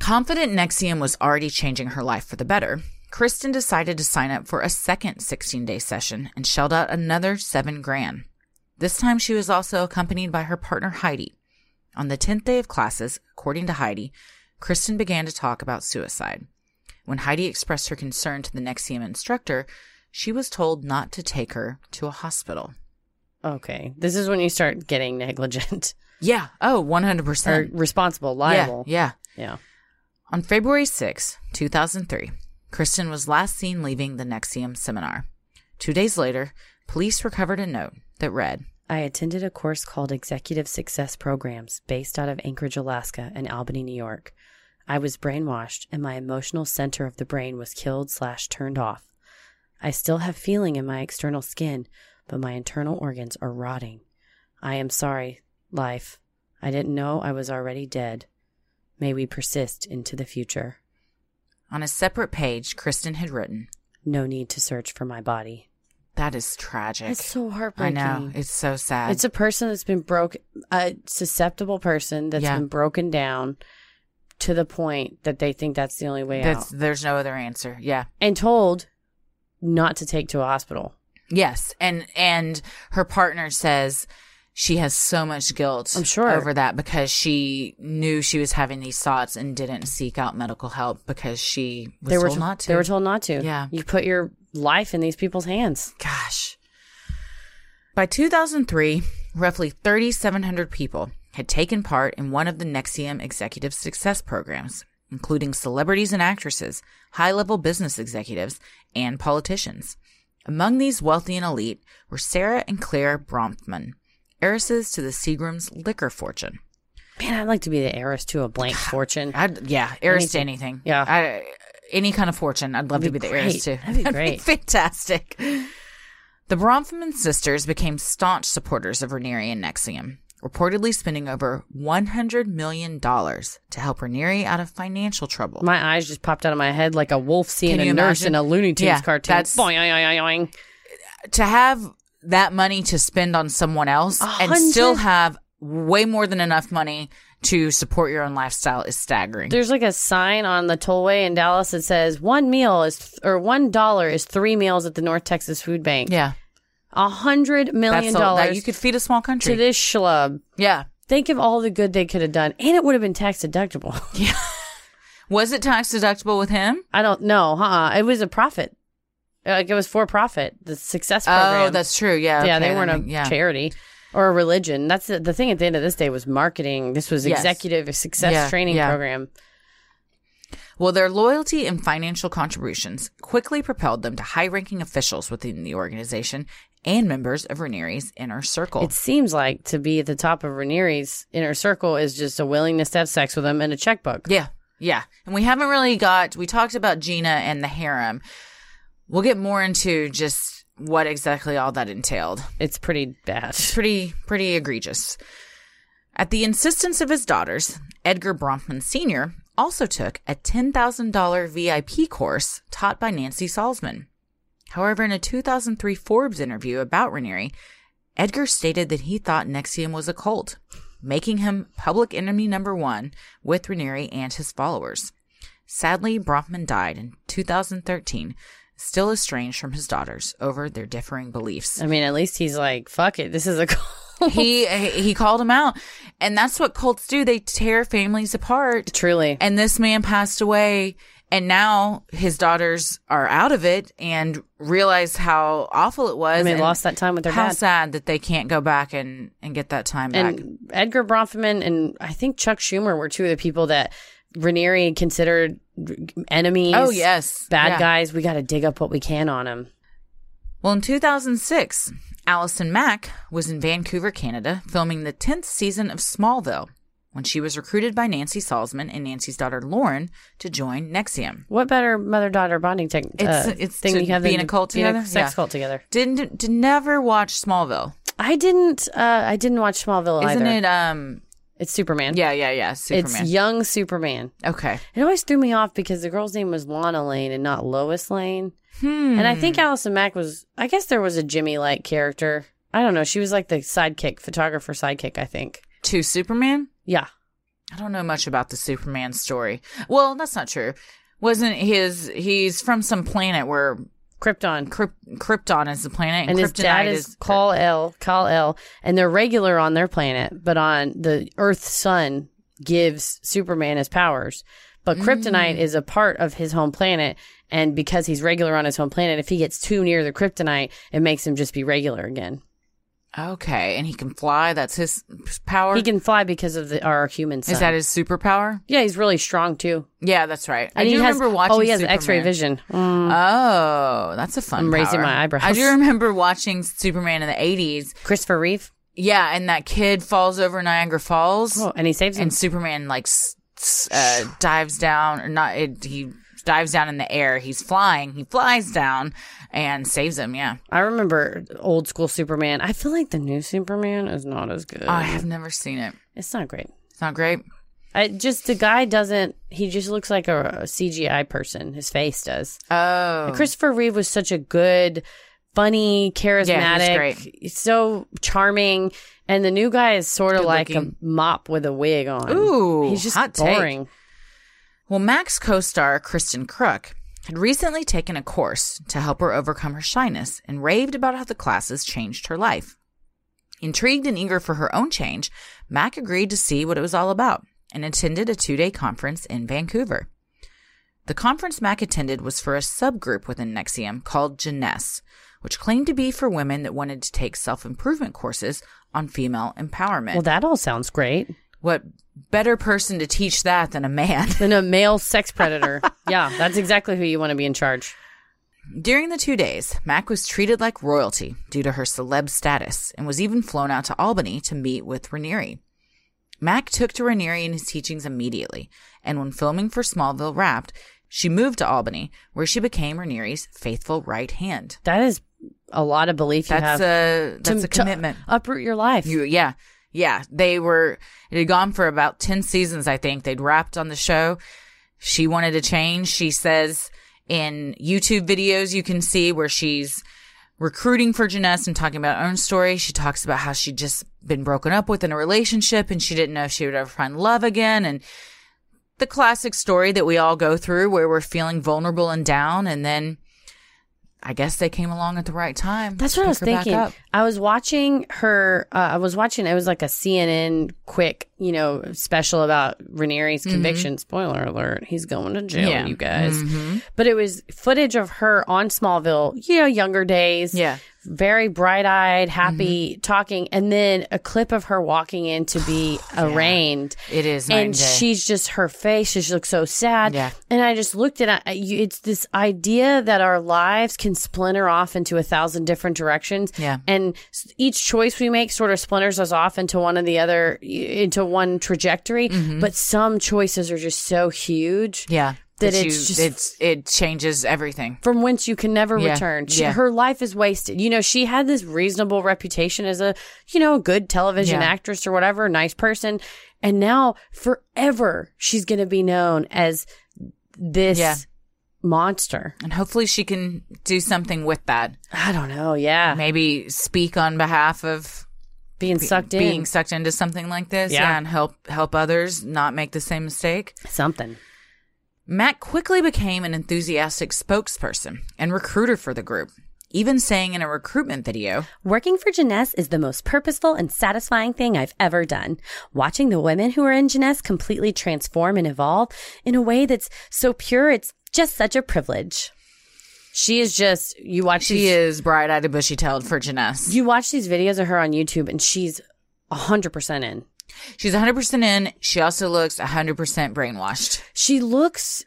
Speaker 2: Confident Nexium was already changing her life for the better, Kristen decided to sign up for a second 16 day session and shelled out another seven grand. This time she was also accompanied by her partner Heidi. On the 10th day of classes, according to Heidi, Kristen began to talk about suicide. When Heidi expressed her concern to the Nexium instructor, she was told not to take her to a hospital.
Speaker 1: Okay. This is when you start getting negligent
Speaker 2: Yeah. Oh,
Speaker 1: or
Speaker 2: 100%.
Speaker 1: responsible, liable.
Speaker 2: Yeah. yeah.
Speaker 1: Yeah.
Speaker 2: On February 6, 2003, Kristen was last seen leaving the Nexium seminar. Two days later, police recovered a note that read,
Speaker 1: I attended a course called Executive Success Programs based out of Anchorage, Alaska and Albany, New York. I was brainwashed and my emotional center of the brain was killed slash turned off. I still have feeling in my external skin, but my internal organs are rotting. I am sorry, life. I didn't know I was already dead. May we persist into the future.
Speaker 2: On a separate page, Kristen had written,
Speaker 1: No need to search for my body.
Speaker 2: That is tragic.
Speaker 1: It's so
Speaker 2: I
Speaker 1: heartbreaking.
Speaker 2: know. It's so sad.
Speaker 1: It's a person that's been broke, a susceptible person that's
Speaker 2: Yeah.
Speaker 1: been broken down to the point that they think that's the only way
Speaker 2: That's,
Speaker 1: out,
Speaker 2: there's no other answer. Yeah.
Speaker 1: and told not to take to a hospital.
Speaker 2: Yes. And, and her partner says she has so much guilt
Speaker 1: I'm sure.
Speaker 2: over that because she knew she was having these thoughts and didn't seek out medical help because she was
Speaker 1: they were
Speaker 2: told not to.
Speaker 1: They were told not to.
Speaker 2: Yeah.
Speaker 1: you put your life in these people's hands.
Speaker 2: Gosh. By 2003, roughly 3,700 people had taken part in one of the Nexium executive success programs, including celebrities and actresses, high level business executives, and politicians. Among these wealthy and elite were Sarah and Claire Bronfman, heiresses to the Seagram's liquor fortune.
Speaker 1: Man, I'd like to be the heiress to a blank fortune.
Speaker 2: I'd, yeah, heiress to anything.
Speaker 1: Yeah.
Speaker 2: I, any kind of fortune. I'd love
Speaker 1: That'd
Speaker 2: to
Speaker 1: be
Speaker 2: be, the heiress to.
Speaker 1: great. That'd be great.
Speaker 2: fantastic. The Bronfman sisters became staunch supporters of Ranieri and Nexium, reportedly spending over $100 million to help Ranieri out of financial trouble.
Speaker 1: My eyes just popped out of my head like a wolf seeing
Speaker 2: Can
Speaker 1: a
Speaker 2: you
Speaker 1: nurse in
Speaker 2: imagine?
Speaker 1: a Looney Tunes
Speaker 2: Yeah,
Speaker 1: cartoon.
Speaker 2: that's-
Speaker 1: Boing, oing, oing, oing.
Speaker 2: to have that money to spend on someone else and still
Speaker 1: hundred-
Speaker 2: have way more than enough money to support your own lifestyle is staggering.
Speaker 1: There's like a sign on the tollway in Dallas that says one meal is th- or one dollar is three meals at the North Texas Food Bank.
Speaker 2: yeah.
Speaker 1: A hundred million
Speaker 2: That's all that you
Speaker 1: dollars
Speaker 2: could feed a small country.
Speaker 1: to this schlub.
Speaker 2: yeah.
Speaker 1: Think of all the good they could have done, and it would have been tax deductible.
Speaker 2: Was it tax deductible with him?
Speaker 1: I don't know, huh? It was a profit, like it was for profit. The success program.
Speaker 2: Oh, that's true. Yeah.
Speaker 1: yeah,
Speaker 2: okay,
Speaker 1: they
Speaker 2: that
Speaker 1: weren't a
Speaker 2: make- yeah.
Speaker 1: charity or a religion. That's the, the thing. At the end of this day, was marketing. This was
Speaker 2: Yes.
Speaker 1: executive success
Speaker 2: Yeah,
Speaker 1: training
Speaker 2: yeah.
Speaker 1: program.
Speaker 2: Well, their loyalty and financial contributions quickly propelled them to high ranking officials within the organization and members of Ranieri's inner circle.
Speaker 1: It seems like to be at the top of Ranieri's inner circle is just a willingness to have sex with him and a checkbook.
Speaker 2: yeah. Yeah. And we haven't really got, we talked about Gina and the harem. We'll get more into just what exactly all that entailed.
Speaker 1: It's pretty bad.
Speaker 2: It's pretty, pretty egregious. At the insistence of his daughters, Edgar Bronfman Sr. also took a $10,000 VIP course taught by Nancy Salzman. However, in a 2003 Forbes interview about Ranieri, Edgar stated that he thought Nexium was a cult, making him public enemy number one with Ranieri and his followers. Sadly, Bronfman died in 2013, still estranged from his daughters over their differing beliefs
Speaker 1: I mean, at least he's like, fuck it, this is a cult.
Speaker 2: he he called him out and that's what cults do they tear families apart
Speaker 1: Truly.
Speaker 2: and this man passed away and now his daughters are out of it and realize how awful it was
Speaker 1: And they
Speaker 2: and
Speaker 1: lost that time with their
Speaker 2: how
Speaker 1: dad.
Speaker 2: sad that they can't go back and and get that time back
Speaker 1: and Edgar Bronfman and I think Chuck Schumer were two of the people that Ranieri considered enemies.
Speaker 2: oh yes
Speaker 1: Bad
Speaker 2: Yeah.
Speaker 1: guys. We got to dig up what we can on him.
Speaker 2: well in 2006 allison mack was in vancouver canada filming the 10th season of smallville when she was recruited by nancy salzman and nancy's daughter lauren to join nexium
Speaker 1: What better mother daughter bonding tech,
Speaker 2: It's-
Speaker 1: uh,
Speaker 2: it's
Speaker 1: thing
Speaker 2: to
Speaker 1: you have
Speaker 2: be
Speaker 1: than
Speaker 2: in a cult
Speaker 1: being
Speaker 2: together?
Speaker 1: sex
Speaker 2: Yeah.
Speaker 1: cult together.
Speaker 2: didn't did never watch smallville
Speaker 1: I didn't. Uh, I didn't watch Smallville
Speaker 2: Isn't
Speaker 1: either.
Speaker 2: it? Um.
Speaker 1: It's Superman.
Speaker 2: Yeah, yeah, yeah.
Speaker 1: It's
Speaker 2: Superman.
Speaker 1: young Superman.
Speaker 2: okay.
Speaker 1: It always threw me off because the girl's name was Lana Lane and not Lois Lane. And I
Speaker 2: Hmm.
Speaker 1: think Allison Mack was. I guess there was a Jimmy like character. I don't know. She was like the sidekick, photographer sidekick. I think.
Speaker 2: To Superman.
Speaker 1: Yeah.
Speaker 2: I don't know much about the Superman story. Well, that's not true. Wasn't his? He's from some planet where
Speaker 1: Krypton.
Speaker 2: Kryp- Krypton is the planet, and,
Speaker 1: And his
Speaker 2: Kryptonite
Speaker 1: dad
Speaker 2: is,
Speaker 1: is Kal El. Kal El. And they're regular on their planet, but on the Earth sun gives Superman his powers. But
Speaker 2: Hmm.
Speaker 1: kryptonite is a part of his home planet. And because he's regular on his home planet, if he gets too near the kryptonite, it makes him just be regular again.
Speaker 2: Okay, and he can fly. That's his power.
Speaker 1: He can fly because of the our human sun.
Speaker 2: is that his superpower?
Speaker 1: yeah, he's really strong too.
Speaker 2: Yeah, that's right. I
Speaker 1: he
Speaker 2: do
Speaker 1: has,
Speaker 2: remember watching.
Speaker 1: Oh, he has
Speaker 2: Superman.
Speaker 1: X-ray vision. Mm.
Speaker 2: Oh, that's a fun.
Speaker 1: I'm raising
Speaker 2: power.
Speaker 1: my eyebrows.
Speaker 2: I do remember watching Superman in the '80s.
Speaker 1: Christopher Reeve.
Speaker 2: Yeah, and that kid falls over Niagara Falls.
Speaker 1: Oh, and he saves him.
Speaker 2: and Superman like s- s- uh, dives down or not it, he dives down in the air he's flying he flies down and saves him yeah
Speaker 1: I remember old school Superman. I feel like the new Superman is not as good.
Speaker 2: Oh, I have never seen it
Speaker 1: it's not great.
Speaker 2: it's not great
Speaker 1: I just the guy doesn't. He just looks like a, a CGI person. His face does.
Speaker 2: oh
Speaker 1: Christopher Reeve was such a good, funny, charismatic,
Speaker 2: great.
Speaker 1: he's so charming, and the new guy is sort of
Speaker 2: Good
Speaker 1: like
Speaker 2: looking.
Speaker 1: a mop with a wig on.
Speaker 2: Ooh,
Speaker 1: he's just
Speaker 2: hot take.
Speaker 1: boring.
Speaker 2: well Max co-star Kristen Crook had recently taken a course to help her overcome her shyness and raved about how the classes changed her life Intrigued and eager for her own change, Mac agreed to see what it was all about and attended a two day conference in Vancouver. The conference Mac attended was for a subgroup within Nexium called Jeunesse, which claimed to be for women that wanted to take self improvement courses on female empowerment.
Speaker 1: Well, that all sounds great.
Speaker 2: what better person to teach that than a man?
Speaker 1: Then a male sex predator. yeah, that's exactly who you want to be in charge.
Speaker 2: During the two days, Mac was treated like royalty due to her celeb status and was even flown out to Albany to meet with Ranieri. Mac took to Ranieri and his teachings immediately, and when filming for Smallville Wrapped, she moved to Albany, where she became Ranieri's faithful right hand.
Speaker 1: That is a lot of belief you have.
Speaker 2: That's a that's
Speaker 1: to-
Speaker 2: a commitment.
Speaker 1: To uproot your life.
Speaker 2: You, yeah, yeah. They were it had gone for about ten seasons, I think. They'd wrapped on the show. She wanted to change. She says in YouTube videos you can see where she's recruiting for Janess and talking about her own story. She talks about how she'd just been broken up with in a relationship and she didn't know if she would ever find love again. And the classic story that we all go through where we're feeling vulnerable and down. And then I guess they came along at the right time.
Speaker 1: That's what I was
Speaker 2: Pick her back
Speaker 1: thinking.
Speaker 2: up.
Speaker 1: I was watching her. Uh, I was watching. It was like a CNN quick, you know, special about Ranieri's conviction. Spoiler alert: he's going to jail,
Speaker 2: Mm-hmm. Yeah. Mm-hmm.
Speaker 1: you guys. But it was footage of her on Smallville, you know, younger days.
Speaker 2: Yeah. Mm-hmm.
Speaker 1: very bright eyed, happy, talking, and then a clip of her walking in to be arraigned.
Speaker 2: It is night
Speaker 1: And
Speaker 2: and day.
Speaker 1: she's just her face. She just looks so sad.
Speaker 2: Yeah.
Speaker 1: And I just looked at I- you. It's this idea that our lives can splinter off into a thousand different directions.
Speaker 2: Yeah.
Speaker 1: And s- each choice we make sort of splinters us off into one of the other, y- into one trajectory.
Speaker 2: Mm-hmm.
Speaker 1: But some choices are just so huge.
Speaker 2: Yeah.
Speaker 1: That it's just-
Speaker 2: it's, it changes everything.
Speaker 1: From whence you can never
Speaker 2: Yeah.
Speaker 1: return. She,
Speaker 2: Yeah.
Speaker 1: Her life is wasted. You know, she had this reasonable reputation as a, you know, good television
Speaker 2: Yeah.
Speaker 1: actress or whatever, nice person. And now forever she's going to be known as this
Speaker 2: Yeah.
Speaker 1: monster.
Speaker 2: And hopefully she can do something with that.
Speaker 1: I don't know. Yeah.
Speaker 2: Maybe speak on behalf of
Speaker 1: being sucked in.
Speaker 2: being sucked into something like this
Speaker 1: Yeah.
Speaker 2: and help help others not make the same mistake.
Speaker 1: Something.
Speaker 2: Matt quickly became an enthusiastic spokesperson and recruiter for the group, even saying in a recruitment video,
Speaker 1: Working for Jeunesse is the most purposeful and satisfying thing I've ever done. Watching the women who are in Jeunesse completely transform and evolve in a way that's so pure, it's just such a privilege. She is just, you watch
Speaker 2: she
Speaker 1: these,
Speaker 2: is bright eyed and bushy tailed for Janess.
Speaker 1: you watch these videos of her on YouTube and she's 100% in.
Speaker 2: She's 100% in. She also looks 100% brainwashed.
Speaker 1: She looks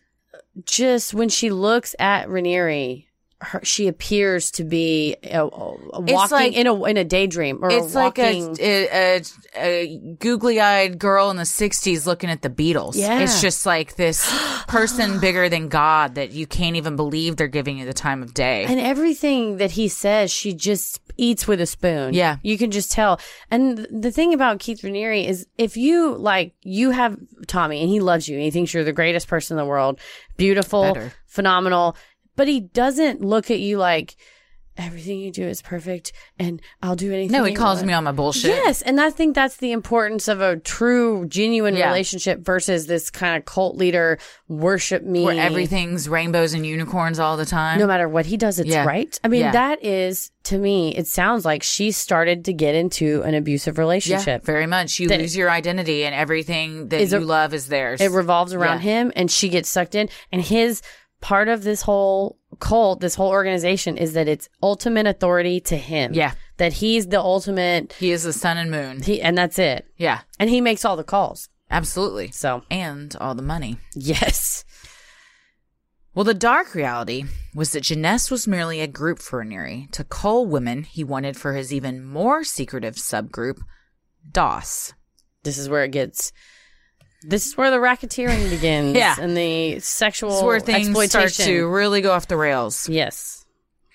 Speaker 1: just, when she looks at Ranieri, her, she appears to be uh, uh, walking
Speaker 2: like-
Speaker 1: in a in a daydream or
Speaker 2: It's like
Speaker 1: walking.
Speaker 2: a, a, a, a googly eyed girl in the 60s looking at the Beatles.
Speaker 1: Yeah.
Speaker 2: It's just like this person bigger than God that you can't even believe they're giving you the time of day.
Speaker 1: And everything that he says, she just eats with a spoon.
Speaker 2: Yeah.
Speaker 1: You can just tell. And th- the thing about Keith Raniere is if you like, you have Tommy and he loves you and he thinks you're the greatest person in the world, beautiful,
Speaker 2: Better.
Speaker 1: phenomenal, but he doesn't look at you like everything you do is perfect and I'll do anything.
Speaker 2: no, he
Speaker 1: you
Speaker 2: calls
Speaker 1: want."
Speaker 2: me on my bullshit.
Speaker 1: Yes, and I think that's the importance of a true, genuine
Speaker 2: Yeah.
Speaker 1: relationship versus this kind of cult leader worship me
Speaker 2: Where everything's rainbows and unicorns all the time.
Speaker 1: no matter what he does, it's
Speaker 2: Yeah.
Speaker 1: right. I mean,
Speaker 2: Yeah.
Speaker 1: that is to me, it sounds like she started to get into an abusive
Speaker 2: Yeah,
Speaker 1: relationship.
Speaker 2: very much. You
Speaker 1: That-
Speaker 2: lose your identity, and everything that
Speaker 1: Is
Speaker 2: you
Speaker 1: it-
Speaker 2: love is theirs.
Speaker 1: it revolves around
Speaker 2: Yeah.
Speaker 1: him and she gets sucked in. And his part of this whole cult, this whole organization is that it's ultimate authority to him.
Speaker 2: Yeah.
Speaker 1: That he's the ultimate,
Speaker 2: he is the sun and moon.
Speaker 1: he, and that's it.
Speaker 2: Yeah,
Speaker 1: And he makes all the calls.
Speaker 2: absolutely.
Speaker 1: So,
Speaker 2: And all the money.
Speaker 1: yes.
Speaker 2: Well, the dark reality was that Jeunesse was merely a group for Aneri to cull women he wanted for his even more secretive subgroup, DOS.
Speaker 1: This is where it gets. This is where the racketeering begins
Speaker 2: Yeah.
Speaker 1: and the sexual
Speaker 2: It's where things
Speaker 1: Oh, exploitation.
Speaker 2: start to really go off the rails.
Speaker 1: yes.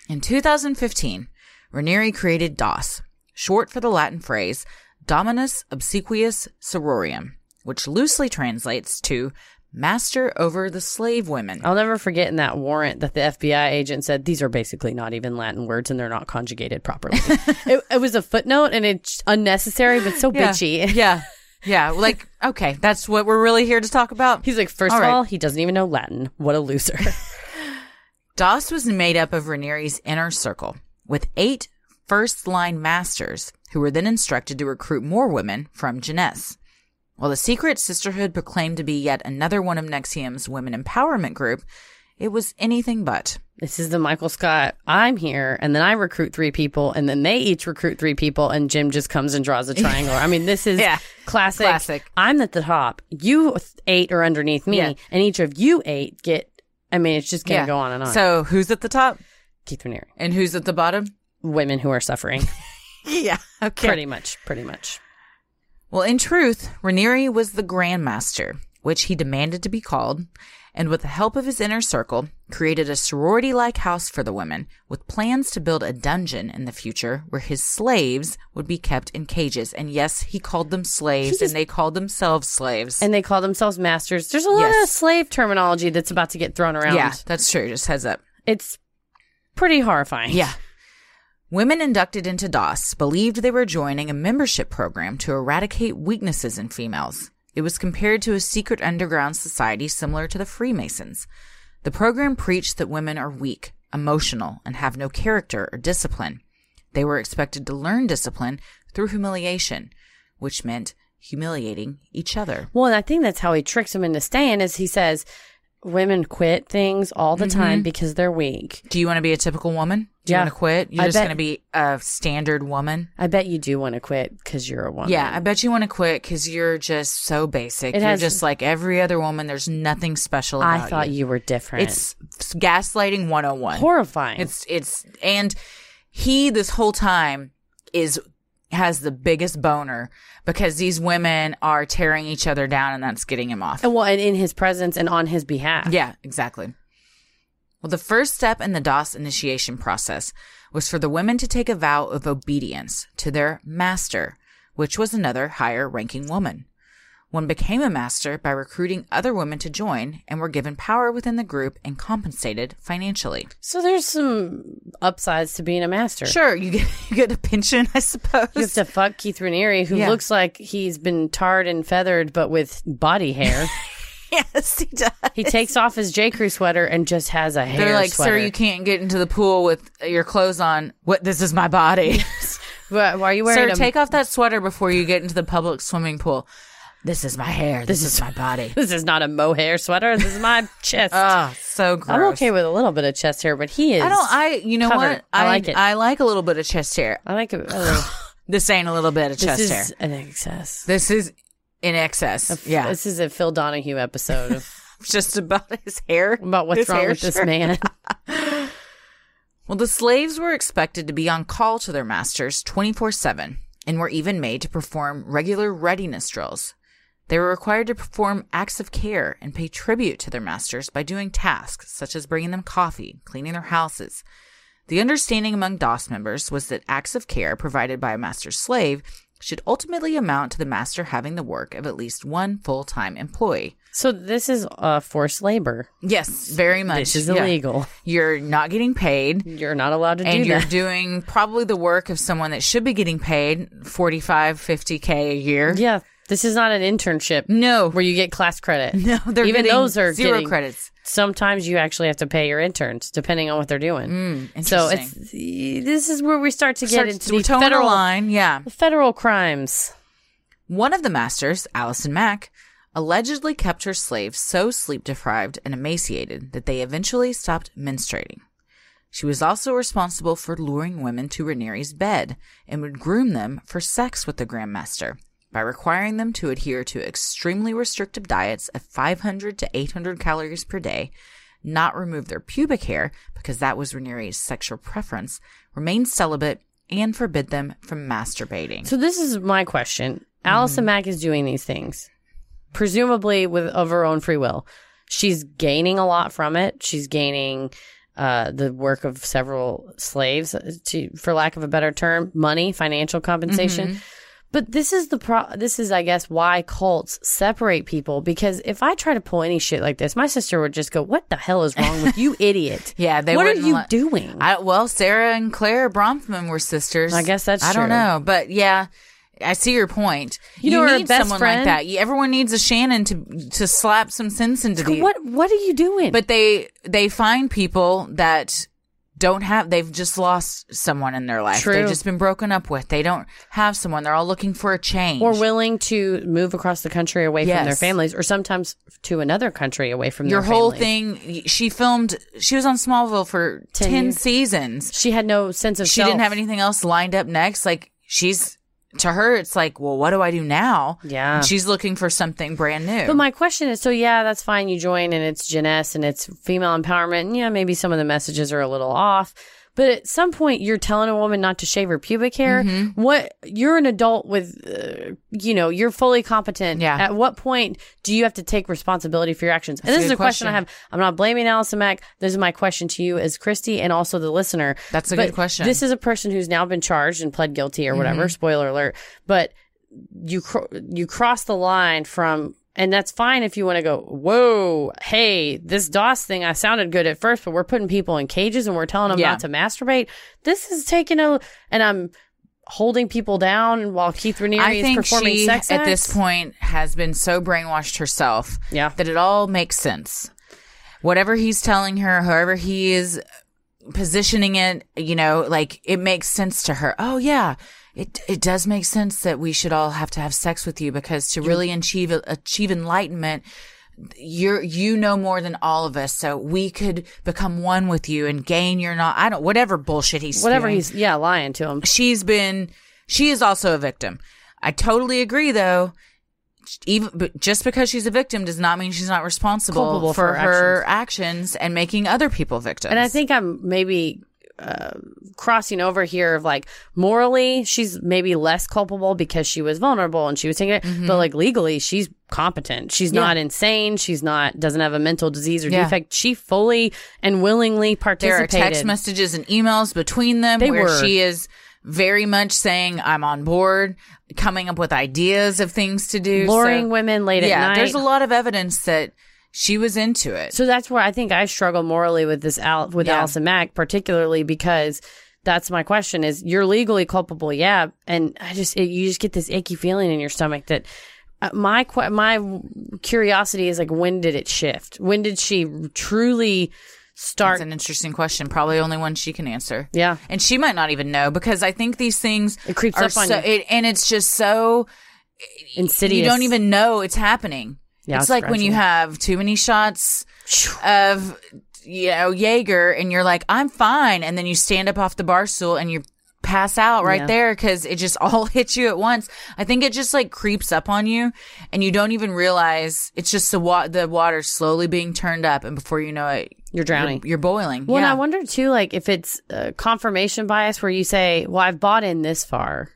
Speaker 2: In 2015, Ranieri created DOS, short for the Latin phrase Dominus Obsequious Sororium, which loosely translates to Master over the Slave Women.
Speaker 1: I'll never forget in that warrant that the FBI agent said these are basically not even Latin words and they're not conjugated properly. it, it was a footnote and it's unnecessary, but so
Speaker 2: Yeah.
Speaker 1: bitchy.
Speaker 2: Yeah. Yeah. Like, okay, that's what we're really here to talk about.
Speaker 1: He's like, first
Speaker 2: All
Speaker 1: of
Speaker 2: right.
Speaker 1: all, he doesn't even know Latin. What a loser.
Speaker 2: DOS was made up of Ranieri's inner circle, with eight first line masters who were then instructed to recruit more women from Jeunesse. While the secret sisterhood proclaimed to be yet another one of Nexium's women empowerment group, it was anything but.
Speaker 1: this is the Michael Scott. I'm here, and then I recruit three people, and then they each recruit three people, and Jim just comes and draws a triangle. I mean, this is
Speaker 2: Yeah.
Speaker 1: classic.
Speaker 2: Classic.
Speaker 1: I'm at the top. You th- eight are underneath me,
Speaker 2: Yeah.
Speaker 1: and each of you eight get. I mean, it's just gonna
Speaker 2: Yeah.
Speaker 1: go on and on.
Speaker 2: So who's at the top
Speaker 1: Keith Raniere,
Speaker 2: and who's at the bottom?
Speaker 1: women who are suffering,
Speaker 2: Yeah. Okay.
Speaker 1: pretty much, pretty much.
Speaker 2: Well, in truth, Ranieri was the Grand Master, which he demanded to be called, and with the help of his inner circle, created a sorority like house for the women, with plans to build a dungeon in the future where his slaves would be kept in cages. And yes, he called them slaves, and they called themselves slaves.
Speaker 1: and they call themselves masters. There's a lot
Speaker 2: Yes.
Speaker 1: of slave terminology that's about to get thrown around.
Speaker 2: yeah, that's true. Just heads up.
Speaker 1: It's pretty horrifying.
Speaker 2: Yeah. Women inducted into DOS believed they were joining a membership program to eradicate weaknesses in females. It was compared to a secret underground society similar to the Freemasons. The program preached that women are weak, emotional, and have no character or discipline. They were expected to learn discipline through humiliation, which meant humiliating each other.
Speaker 1: Well, and I think that's how he tricks them into staying. Is he says women quit things all the
Speaker 2: Mm-hmm.
Speaker 1: time because they're weak.
Speaker 2: Do you want to be a typical woman? Do you
Speaker 1: Yeah.
Speaker 2: want to quit? You're
Speaker 1: I
Speaker 2: just
Speaker 1: bet-
Speaker 2: going to be a standard woman?
Speaker 1: I bet you do want to quit because you're a woman.
Speaker 2: Yeah, I bet you want to quit because you're just so basic.
Speaker 1: It
Speaker 2: you're
Speaker 1: has-
Speaker 2: just like every other woman. There's nothing special
Speaker 1: I
Speaker 2: about
Speaker 1: thought you were different.
Speaker 2: It's gaslighting 101.
Speaker 1: horrifying.
Speaker 2: It's it's and he this whole time is has the biggest boner because these women are tearing each other down and that's getting him off.
Speaker 1: and well, and in his presence and on his behalf.
Speaker 2: Yeah, exactly. Well, the first step in the DOS initiation process was for the women to take a vow of obedience to their master, which was another higher ranking woman. One became a master by recruiting other women to join and were given power within the group and compensated financially.
Speaker 1: So there's some upsides to being a master.
Speaker 2: Sure, you get, you get a pension, I suppose.
Speaker 1: You have to fuck Keith Raniere, who
Speaker 2: Yeah.
Speaker 1: looks like he's been tarred and feathered, but with body hair.
Speaker 2: yes, he does.
Speaker 1: he takes off his J. Crew sweater and just has a hair.
Speaker 2: They're like,
Speaker 1: sweater.
Speaker 2: sir, you can't get into the pool with your clothes on. What? This is my body.
Speaker 1: Why, why are you wearing
Speaker 2: Sir,
Speaker 1: a
Speaker 2: take off that sweater before you get into the public swimming pool. This is my hair. This, is, my body.
Speaker 1: This is not a mohair sweater. This is my chest.
Speaker 2: Ah, so gross.
Speaker 1: I'm okay with a little bit of chest hair, but he is.
Speaker 2: I don't. I. You know
Speaker 1: covered.
Speaker 2: what?
Speaker 1: I like it.
Speaker 2: I like a little bit of chest hair.
Speaker 1: I like it. I like-
Speaker 2: This ain't a little bit of
Speaker 1: this
Speaker 2: chest
Speaker 1: is
Speaker 2: hair.
Speaker 1: an excess.
Speaker 2: This is in excess. yeah,
Speaker 1: This is a Phil Donahue episode of,
Speaker 2: just about his hair.
Speaker 1: about what's
Speaker 2: His
Speaker 1: wrong
Speaker 2: hair
Speaker 1: with this
Speaker 2: shirt.
Speaker 1: man.
Speaker 2: Well, the slaves were expected to be on call to their masters 24 7 and were even made to perform regular readiness drills. They were required to perform acts of care and pay tribute to their masters by doing tasks such as bringing them coffee, cleaning their houses. The understanding among DOS members was that acts of care provided by a master slave should ultimately amount to the master having the work of at least one full time employee.
Speaker 1: So this is uh, forced labor.
Speaker 2: Yes, very much.
Speaker 1: This is
Speaker 2: Yeah.
Speaker 1: illegal.
Speaker 2: You're not getting paid
Speaker 1: You're not allowed to
Speaker 2: and
Speaker 1: do
Speaker 2: you're
Speaker 1: that.
Speaker 2: doing probably the work of someone that should be getting paid 45 50k a year
Speaker 1: yeah, this is not an internship
Speaker 2: no
Speaker 1: where you get class credit.
Speaker 2: no they're
Speaker 1: even
Speaker 2: getting
Speaker 1: those are
Speaker 2: zero
Speaker 1: getting-
Speaker 2: credits
Speaker 1: Sometimes you actually have to pay your interns depending on what they're doing.
Speaker 2: Mm, Hmm, interesting.
Speaker 1: so it's this is where we start to get
Speaker 2: Starts-
Speaker 1: into
Speaker 2: we're
Speaker 1: the
Speaker 2: towing the
Speaker 1: federal
Speaker 2: line yeah
Speaker 1: the federal crimes.
Speaker 2: One of the masters, Allison Mack, allegedly kept her slaves so sleep deprived and emaciated that they eventually stopped menstruating. She was also responsible for luring women to Raniere's bed and would groom them for sex with the Grand Master by requiring them to adhere to extremely restrictive diets of 500 to 800 calories per day, not remove their pubic hair because that was Raniere's sexual preference, remain celibate, and forbid them from masturbating.
Speaker 1: So this is my question.
Speaker 2: Mm-hmm.
Speaker 1: Allison Mack is doing these things, presumably with of her own free will. She's gaining a lot from it. She's gaining uh, the work of several slaves, uh, to, for lack of a better term, money, financial compensation.
Speaker 2: Mm-hmm.
Speaker 1: But this is the pro. This is, I guess, why cults separate people. Because if I try to pull any shit like this, my sister would just go, "What the hell is wrong with you, idiot?
Speaker 2: Yeah, they
Speaker 1: what are
Speaker 2: wouldn't
Speaker 1: you
Speaker 2: let-
Speaker 1: doing?
Speaker 2: I, well, Sarah and Claire Bronfman were sisters.
Speaker 1: I guess that's
Speaker 2: I
Speaker 1: true.
Speaker 2: don't know, but yeah, I see your point.
Speaker 1: You know her
Speaker 2: need
Speaker 1: best
Speaker 2: someone like
Speaker 1: friend?
Speaker 2: that. You, everyone needs a Shannon to to slap some sense into the.
Speaker 1: what What are you doing?
Speaker 2: But they they find people that don't have. They've just lost someone in their life.
Speaker 1: True.
Speaker 2: They've just been broken up with. They don't have someone. They're all looking for a change.
Speaker 1: or willing to move across the country away from their
Speaker 2: Yes.
Speaker 1: families, or sometimes to another country away from
Speaker 2: your
Speaker 1: their
Speaker 2: whole
Speaker 1: families.
Speaker 2: thing. She filmed. She was on Smallville for
Speaker 1: Ten
Speaker 2: ten,
Speaker 1: years.
Speaker 2: seasons.
Speaker 1: She had no sense of.
Speaker 2: she
Speaker 1: self.
Speaker 2: didn't have anything else lined up next. Like she's to her, it's like, well, what do I do now?
Speaker 1: Yeah.
Speaker 2: And she's looking for something brand new.
Speaker 1: But my question is, so yeah, that's fine. You join, and it's Jeunesse, and it's female empowerment, and yeah, maybe some of the messages are a little off. But at some point, you're telling a woman not to shave her pubic hair.
Speaker 2: Mm-hmm.
Speaker 1: What you're an adult with, uh, you know, you're fully competent.
Speaker 2: Yeah.
Speaker 1: At what point do you have to take responsibility for your actions? And
Speaker 2: That's a
Speaker 1: this is
Speaker 2: good
Speaker 1: a question. I have.
Speaker 2: question.
Speaker 1: I'm not blaming Allison Mack. This is my question to you as Christy and also the listener.
Speaker 2: That's a
Speaker 1: But
Speaker 2: good question. Mm-hmm.
Speaker 1: This is a person who's now been charged and pled guilty or whatever. Spoiler alert. But you cro- you cross the line from And that's fine if you want to go, whoa, hey, this DOS thing, I sounded good at first, but we're putting people in cages and we're telling them
Speaker 2: Yeah.
Speaker 1: not to masturbate. This is taking a, and I'm holding people down while Keith Raniere
Speaker 2: I
Speaker 1: is
Speaker 2: think
Speaker 1: performing
Speaker 2: she
Speaker 1: sex
Speaker 2: at this
Speaker 1: acts.
Speaker 2: point has been so brainwashed herself
Speaker 1: Yeah.
Speaker 2: that it all makes sense. Whatever he's telling her, however he is positioning it, you know, like it makes sense to her. Oh yeah, it it does make sense that we should all have to have sex with you because to really achieve achieve enlightenment, you're you know more than all of us, so we could become one with you and gain your not. I don't whatever bullshit he's
Speaker 1: Whatever
Speaker 2: spewing
Speaker 1: he's, yeah, lying to him.
Speaker 2: she's been she is also a victim i totally agree though even but just because she's a victim does not mean she's not responsible
Speaker 1: Culpable
Speaker 2: for,
Speaker 1: for her
Speaker 2: her actions. and making other people victims
Speaker 1: And I think I'm maybe uh, crossing over here of like morally, she's maybe less culpable because she was vulnerable and she was taking it, but like legally, she's competent. She's
Speaker 2: Mm-hmm. Yeah.
Speaker 1: not insane. She's not doesn't have a mental disease or
Speaker 2: Yeah.
Speaker 1: defect. She fully and willingly
Speaker 2: there are
Speaker 1: participated.
Speaker 2: text messages and emails between them
Speaker 1: They
Speaker 2: where
Speaker 1: were.
Speaker 2: she is very much saying i'm on board coming up with ideas of things to do So,
Speaker 1: luring women late
Speaker 2: yeah
Speaker 1: at night.
Speaker 2: there's a lot of evidence that she was into it
Speaker 1: So that's where I think I struggle morally with this Al with
Speaker 2: Yeah.
Speaker 1: Allison Mack, particularly because that's my question: is you're legally culpable, yeah, and I just it, you just get this icky feeling in your stomach that uh, my que- my curiosity is like when did it shift? When did she truly start?
Speaker 2: That's an interesting question. Probably only one she can answer.
Speaker 1: Yeah.
Speaker 2: and she might not even know because I think these things
Speaker 1: It creeps
Speaker 2: are
Speaker 1: up on
Speaker 2: so,
Speaker 1: you.
Speaker 2: It, and it's just so
Speaker 1: insidious.
Speaker 2: you don't even know it's happening.
Speaker 1: Yeah,
Speaker 2: it's
Speaker 1: it's
Speaker 2: like when you
Speaker 1: gradual.
Speaker 2: have too many shots of you know Jaeger, and you're like, I'm fine, and then you stand up off the bar stool and you pass out right
Speaker 1: Yeah.
Speaker 2: there because it just all hits you at once. I think it just like creeps up on you, and you don't even realize it's just the wa- the water slowly being turned up, and before you know it,
Speaker 1: You're drowning.
Speaker 2: You're, you're boiling.
Speaker 1: Well, and
Speaker 2: yeah.
Speaker 1: I wonder too, like if it's uh, confirmation bias where you say, "Well, I've bought in this far."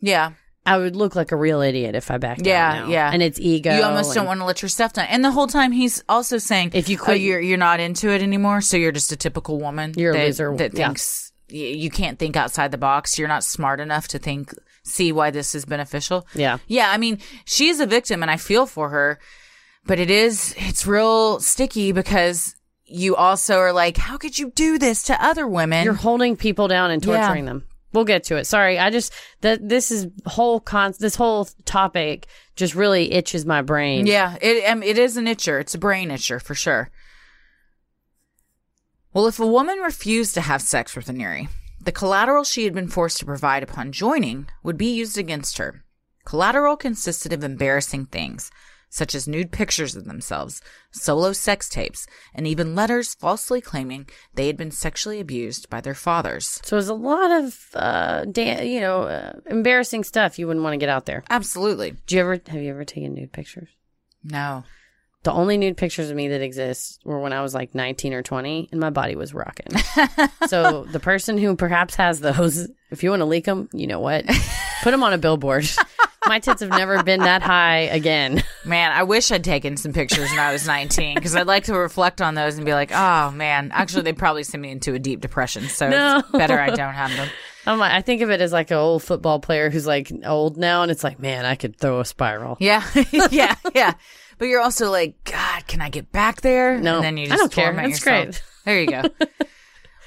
Speaker 2: yeah.
Speaker 1: I would look like a real idiot if I backed
Speaker 2: Yeah,
Speaker 1: down. now.
Speaker 2: yeah.
Speaker 1: And it's ego.
Speaker 2: You almost don't
Speaker 1: and-
Speaker 2: want to let your stuff down. And the whole time he's also saying,
Speaker 1: If you
Speaker 2: oh,
Speaker 1: quit-
Speaker 2: you're you're not into it anymore, so you're just a typical woman.
Speaker 1: You're a
Speaker 2: that,
Speaker 1: loser."
Speaker 2: that
Speaker 1: Yeah.
Speaker 2: thinks y- you can't think outside the box. You're not smart enough to think see why this is beneficial.
Speaker 1: Yeah.
Speaker 2: Yeah, I mean, she is a victim and I feel for her, but it is it's real sticky because you also are like, how could you do this to other women?
Speaker 1: You're holding people down and
Speaker 2: Yeah.
Speaker 1: torturing them. We'll get to it. Sorry, I just that this is whole con this whole topic just really itches my brain.
Speaker 2: Yeah, it um, it is an itcher. It's a brain itcher for sure. Well, if a woman refused to have sex with Anuri, the collateral she had been forced to provide upon joining would be used against her. Collateral consisted of embarrassing things, such as nude pictures of themselves, solo sex tapes, and even letters falsely claiming they had been sexually abused by their fathers.
Speaker 1: So there's a lot of uh, da- you know, uh, embarrassing stuff you wouldn't want to get out there.
Speaker 2: Absolutely.
Speaker 1: Do you ever have you ever taken nude pictures?
Speaker 2: No.
Speaker 1: The only nude pictures of me that exist were when I was like 19 or 20 and my body was rocking. so the person who perhaps has those, if you want to leak them, you know what? Put them on a billboard. my tits have never been that high again.
Speaker 2: Man, I wish I'd taken some pictures when I was 19 because I'd like to reflect on those and be like, oh man, actually, they probably sent me into a deep depression. So
Speaker 1: No.
Speaker 2: it's better I don't have them.
Speaker 1: I'm like, I think of it as like an old football player who's like old now, and it's like, man, I could throw a spiral.
Speaker 2: Yeah. yeah. Yeah. But you're also like, God, can I get back there?
Speaker 1: No,
Speaker 2: And then you
Speaker 1: I
Speaker 2: just
Speaker 1: don't care.
Speaker 2: torment
Speaker 1: That's
Speaker 2: yourself.
Speaker 1: great.
Speaker 2: There you go.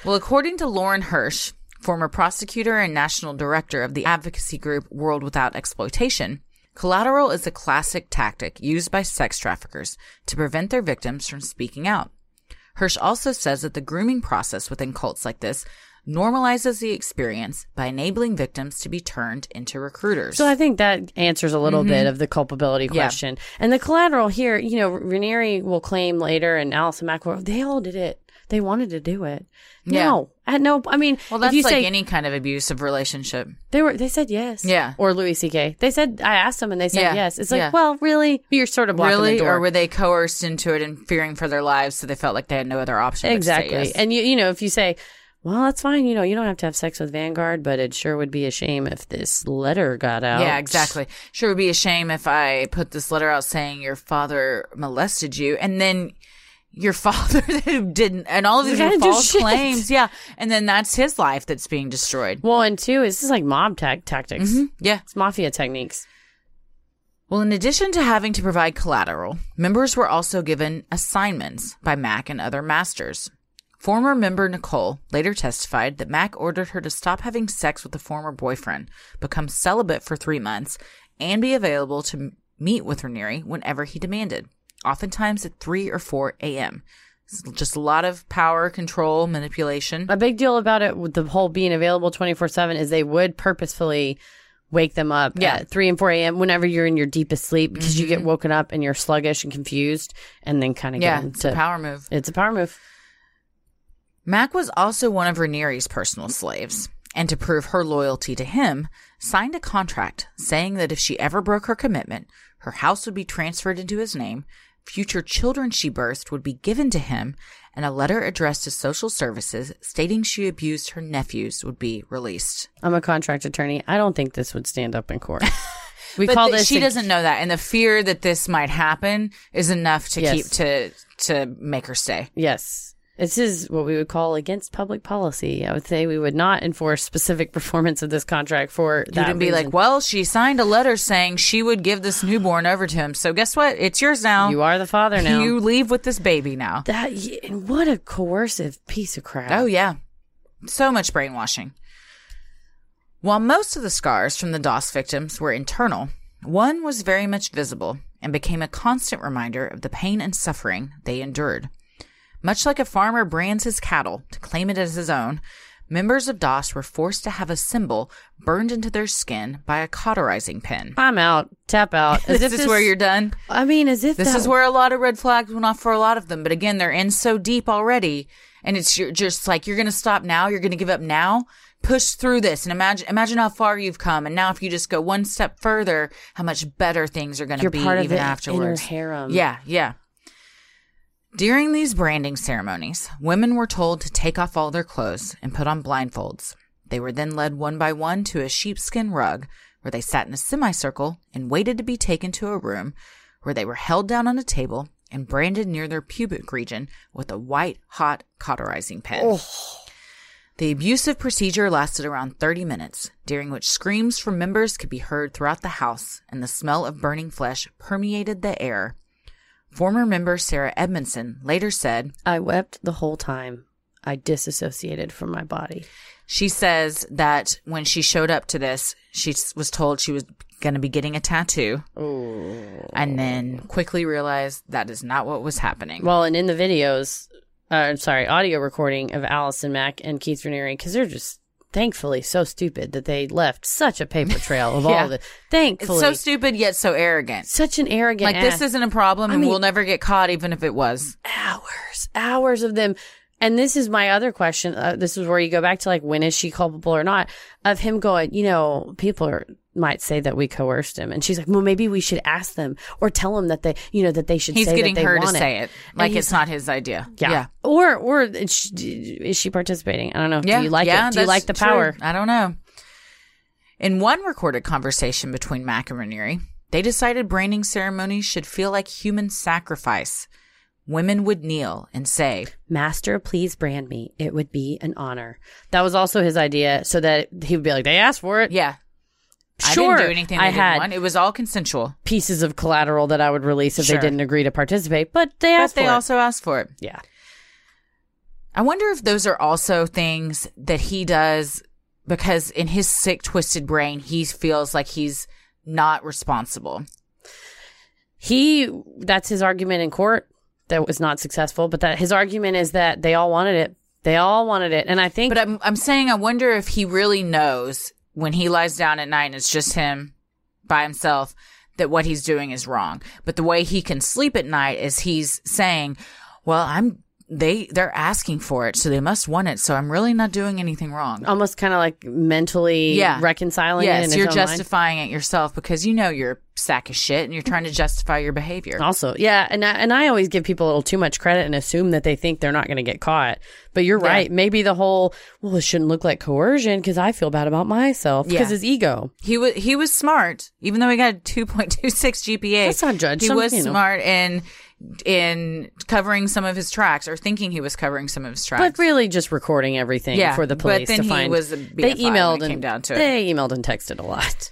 Speaker 2: well, according to Lauren Hirsch, former prosecutor and national director of the advocacy group World Without Exploitation, collateral is a classic tactic used by sex traffickers to prevent their victims from speaking out. Hirsch also says that the grooming process within cults like this normalizes the experience by enabling victims to be turned into recruiters.
Speaker 1: So I think that answers a little bit of the culpability
Speaker 2: Mm-hmm. Yeah.
Speaker 1: question. And the collateral here, you know, Ranieri will claim later, and Allison Mackwell, they all did it. They wanted to do it.
Speaker 2: Yeah.
Speaker 1: No, I no. I mean,
Speaker 2: well,
Speaker 1: if
Speaker 2: that's
Speaker 1: you
Speaker 2: like
Speaker 1: say,
Speaker 2: any kind of abusive relationship.
Speaker 1: They were. They said yes.
Speaker 2: Yeah.
Speaker 1: Or Louis C.K. They said I asked them, and they said
Speaker 2: Yeah.
Speaker 1: yes. It's like,
Speaker 2: Yeah.
Speaker 1: well, really, you're sort of blocking
Speaker 2: really
Speaker 1: the door.
Speaker 2: or were they coerced into it and fearing for their lives so they felt like they had no other option but to say
Speaker 1: exactly.
Speaker 2: yes?
Speaker 1: And you, you know, if you say, well, that's fine. You know, you don't have to have sex with Vanguard, but it sure would be a shame if this letter got out.
Speaker 2: yeah exactly sure would be a shame if i put this letter out saying your father molested you and then your father who didn't and all of these
Speaker 1: I
Speaker 2: were
Speaker 1: didn't do
Speaker 2: false
Speaker 1: shit.
Speaker 2: claims yeah and then that's his life that's being destroyed Mm-hmm.
Speaker 1: Well, and two, this is like mob tac tactics.
Speaker 2: yeah
Speaker 1: It's mafia techniques.
Speaker 2: Well, in addition to having to provide collateral, members were also given assignments by Mac and other masters. Former member Nicole later testified that Mac ordered her to stop having sex with a former boyfriend, become celibate for three months, and be available to m- meet with Ranieri whenever he demanded, oftentimes at 3 or 4 a.m. It's Just a lot of power, control, manipulation.
Speaker 1: A big deal about it with the whole being available 24 7 is they would purposefully wake them up
Speaker 2: Yeah. Mm-hmm.
Speaker 1: at 3 and 4 a.m. whenever you're in your deepest sleep because you get woken up and you're sluggish and confused and then kind of
Speaker 2: Yeah,
Speaker 1: get
Speaker 2: it's a
Speaker 1: into
Speaker 2: power move.
Speaker 1: It's a power move.
Speaker 2: Mac was also one of Ranieri's personal slaves, and to prove her loyalty to him, signed a contract saying that if she ever broke her commitment, her house would be transferred into his name, future children she birthed would be given to him, and a letter addressed to social services stating she abused her nephews would be released.
Speaker 1: I'm a contract attorney. I don't think this would stand up in court. We
Speaker 2: but
Speaker 1: call
Speaker 2: th-
Speaker 1: this
Speaker 2: she
Speaker 1: a-
Speaker 2: doesn't know that, and the fear that this might happen is enough to
Speaker 1: Yes.
Speaker 2: keep to to make her stay.
Speaker 1: Yes. This is what we would call against public policy. I would say we would not enforce specific performance of this contract for
Speaker 2: You
Speaker 1: that.
Speaker 2: didn't be like,
Speaker 1: reason.
Speaker 2: well, she signed a letter saying she would give this newborn over to him. So guess what? It's yours now.
Speaker 1: you are the father now.
Speaker 2: You leave with this baby now.
Speaker 1: that y- and what a coercive piece of crap.
Speaker 2: Oh, yeah. So much brainwashing. While most of the scars from the DOS victims were internal, one was very much visible and became a constant reminder of the pain and suffering they endured. Much like a farmer brands his cattle to claim it as his own, members of DOS were forced to have a symbol burned into their skin by a cauterizing pin.
Speaker 1: I'm out. Tap out. As
Speaker 2: This
Speaker 1: if
Speaker 2: is where you're done.
Speaker 1: I mean, as if
Speaker 2: This
Speaker 1: that-
Speaker 2: is where a lot of red flags went off for a lot of them. But again, they're in so deep already, and it's you're just like you're going to stop now. You're going to give up now. Push through this, and imagine imagine how far you've come. And now, if you just go one step further, how much better things are going to
Speaker 1: You're
Speaker 2: be
Speaker 1: part of
Speaker 2: even
Speaker 1: the
Speaker 2: afterwards.
Speaker 1: inner harem.
Speaker 2: Yeah, yeah. During these branding ceremonies, women were told to take off all their clothes and put on blindfolds. They were then led one by one to a sheepskin rug where they sat in a semicircle and waited to be taken to a room where they were held down on a table and branded near their pubic region with a white hot cauterizing pen.
Speaker 1: Oh,
Speaker 2: The abusive procedure lasted around 30 minutes, during which screams from members could be heard throughout the house and the smell of burning flesh permeated the air. Former member Sarah Edmondson later said,
Speaker 1: I wept the whole time. I disassociated from my body.
Speaker 2: she says that when she showed up to this, she s- was told she was going to be getting a tattoo and then quickly realized that is not what was happening.
Speaker 1: Oh. Well, and in the videos, uh, I'm sorry, audio recording of Allison Mack and Keith Raniere because they're just thankfully so stupid that they left such a paper trail of
Speaker 2: Yeah.
Speaker 1: all the
Speaker 2: it's
Speaker 1: thankfully
Speaker 2: so stupid yet so arrogant.
Speaker 1: such an arrogant
Speaker 2: Like, this
Speaker 1: ass.
Speaker 2: isn't a problem
Speaker 1: I
Speaker 2: and
Speaker 1: mean-
Speaker 2: we'll never get caught, even if it was.
Speaker 1: hours hours of them. And this is my other question. Uh, this is where you go back to like when is she culpable or not? Of him going, you know, people are, might say that we coerced him, and she's like, well, maybe we should ask them or tell them that they, you know, that they should.
Speaker 2: He's
Speaker 1: say
Speaker 2: getting
Speaker 1: that they
Speaker 2: her to
Speaker 1: want
Speaker 2: say it. Like,
Speaker 1: he's
Speaker 2: it's not his idea.
Speaker 1: Yeah. Or or is she, is she participating? I don't know. Do you like it? Do you
Speaker 2: that's
Speaker 1: like the
Speaker 2: true.
Speaker 1: power?
Speaker 2: I don't know. In one recorded conversation between Mac and Ranieri, they decided branding ceremonies should feel like human sacrifice. Women would kneel and say,
Speaker 1: Master, please brand me. It would be an honor. That was also his idea, so that he would be like, they asked for it.
Speaker 2: "Yeah, I
Speaker 1: Sure,
Speaker 2: didn't do anything they
Speaker 1: I
Speaker 2: didn't
Speaker 1: had-
Speaker 2: want. It was all consensual."
Speaker 1: Pieces of collateral that I would release if
Speaker 2: Sure.
Speaker 1: they didn't agree to participate, but they
Speaker 2: But
Speaker 1: asked
Speaker 2: they
Speaker 1: for
Speaker 2: also asked for it.
Speaker 1: it. Yeah.
Speaker 2: I wonder if those are also things that he does because in his sick, twisted brain, he feels like he's not responsible.
Speaker 1: He, that's his argument in court that was not successful, but that his argument is that they all wanted it. They all wanted it. And I think
Speaker 2: But I'm I'm saying I wonder if he really knows when he lies down at night and it's just him by himself that what he's doing is wrong. But the way he can sleep at night is he's saying, "Well, I'm they they're asking for it, so they must want it. So I'm really not doing anything wrong."
Speaker 1: almost kind of like mentally
Speaker 2: Yeah.
Speaker 1: reconciling it. in
Speaker 2: Yes,
Speaker 1: his
Speaker 2: you're
Speaker 1: own mind.
Speaker 2: justifying it yourself because you know you're a sack of shit and you're trying to justify your behavior.
Speaker 1: Also, yeah, and I, and I always give people a little too much credit and assume that they think they're not going to get caught. But you're
Speaker 2: Yeah.
Speaker 1: right. Maybe the whole well, it shouldn't look like coercion because I feel bad about myself because
Speaker 2: Yeah.
Speaker 1: his ego.
Speaker 2: He was he was smart, even though he got a two point two six GPA.
Speaker 1: That's not judge.
Speaker 2: He
Speaker 1: Some-
Speaker 2: was
Speaker 1: you know.
Speaker 2: smart in in covering some of his tracks, or thinking he was covering some of his tracks.
Speaker 1: But really, just recording everything
Speaker 2: Yeah,
Speaker 1: for the
Speaker 2: but
Speaker 1: police
Speaker 2: then
Speaker 1: to
Speaker 2: he
Speaker 1: find.
Speaker 2: was a
Speaker 1: they
Speaker 2: BFI when
Speaker 1: emailed
Speaker 2: it
Speaker 1: and
Speaker 2: came down to it.
Speaker 1: they emailed and texted a lot.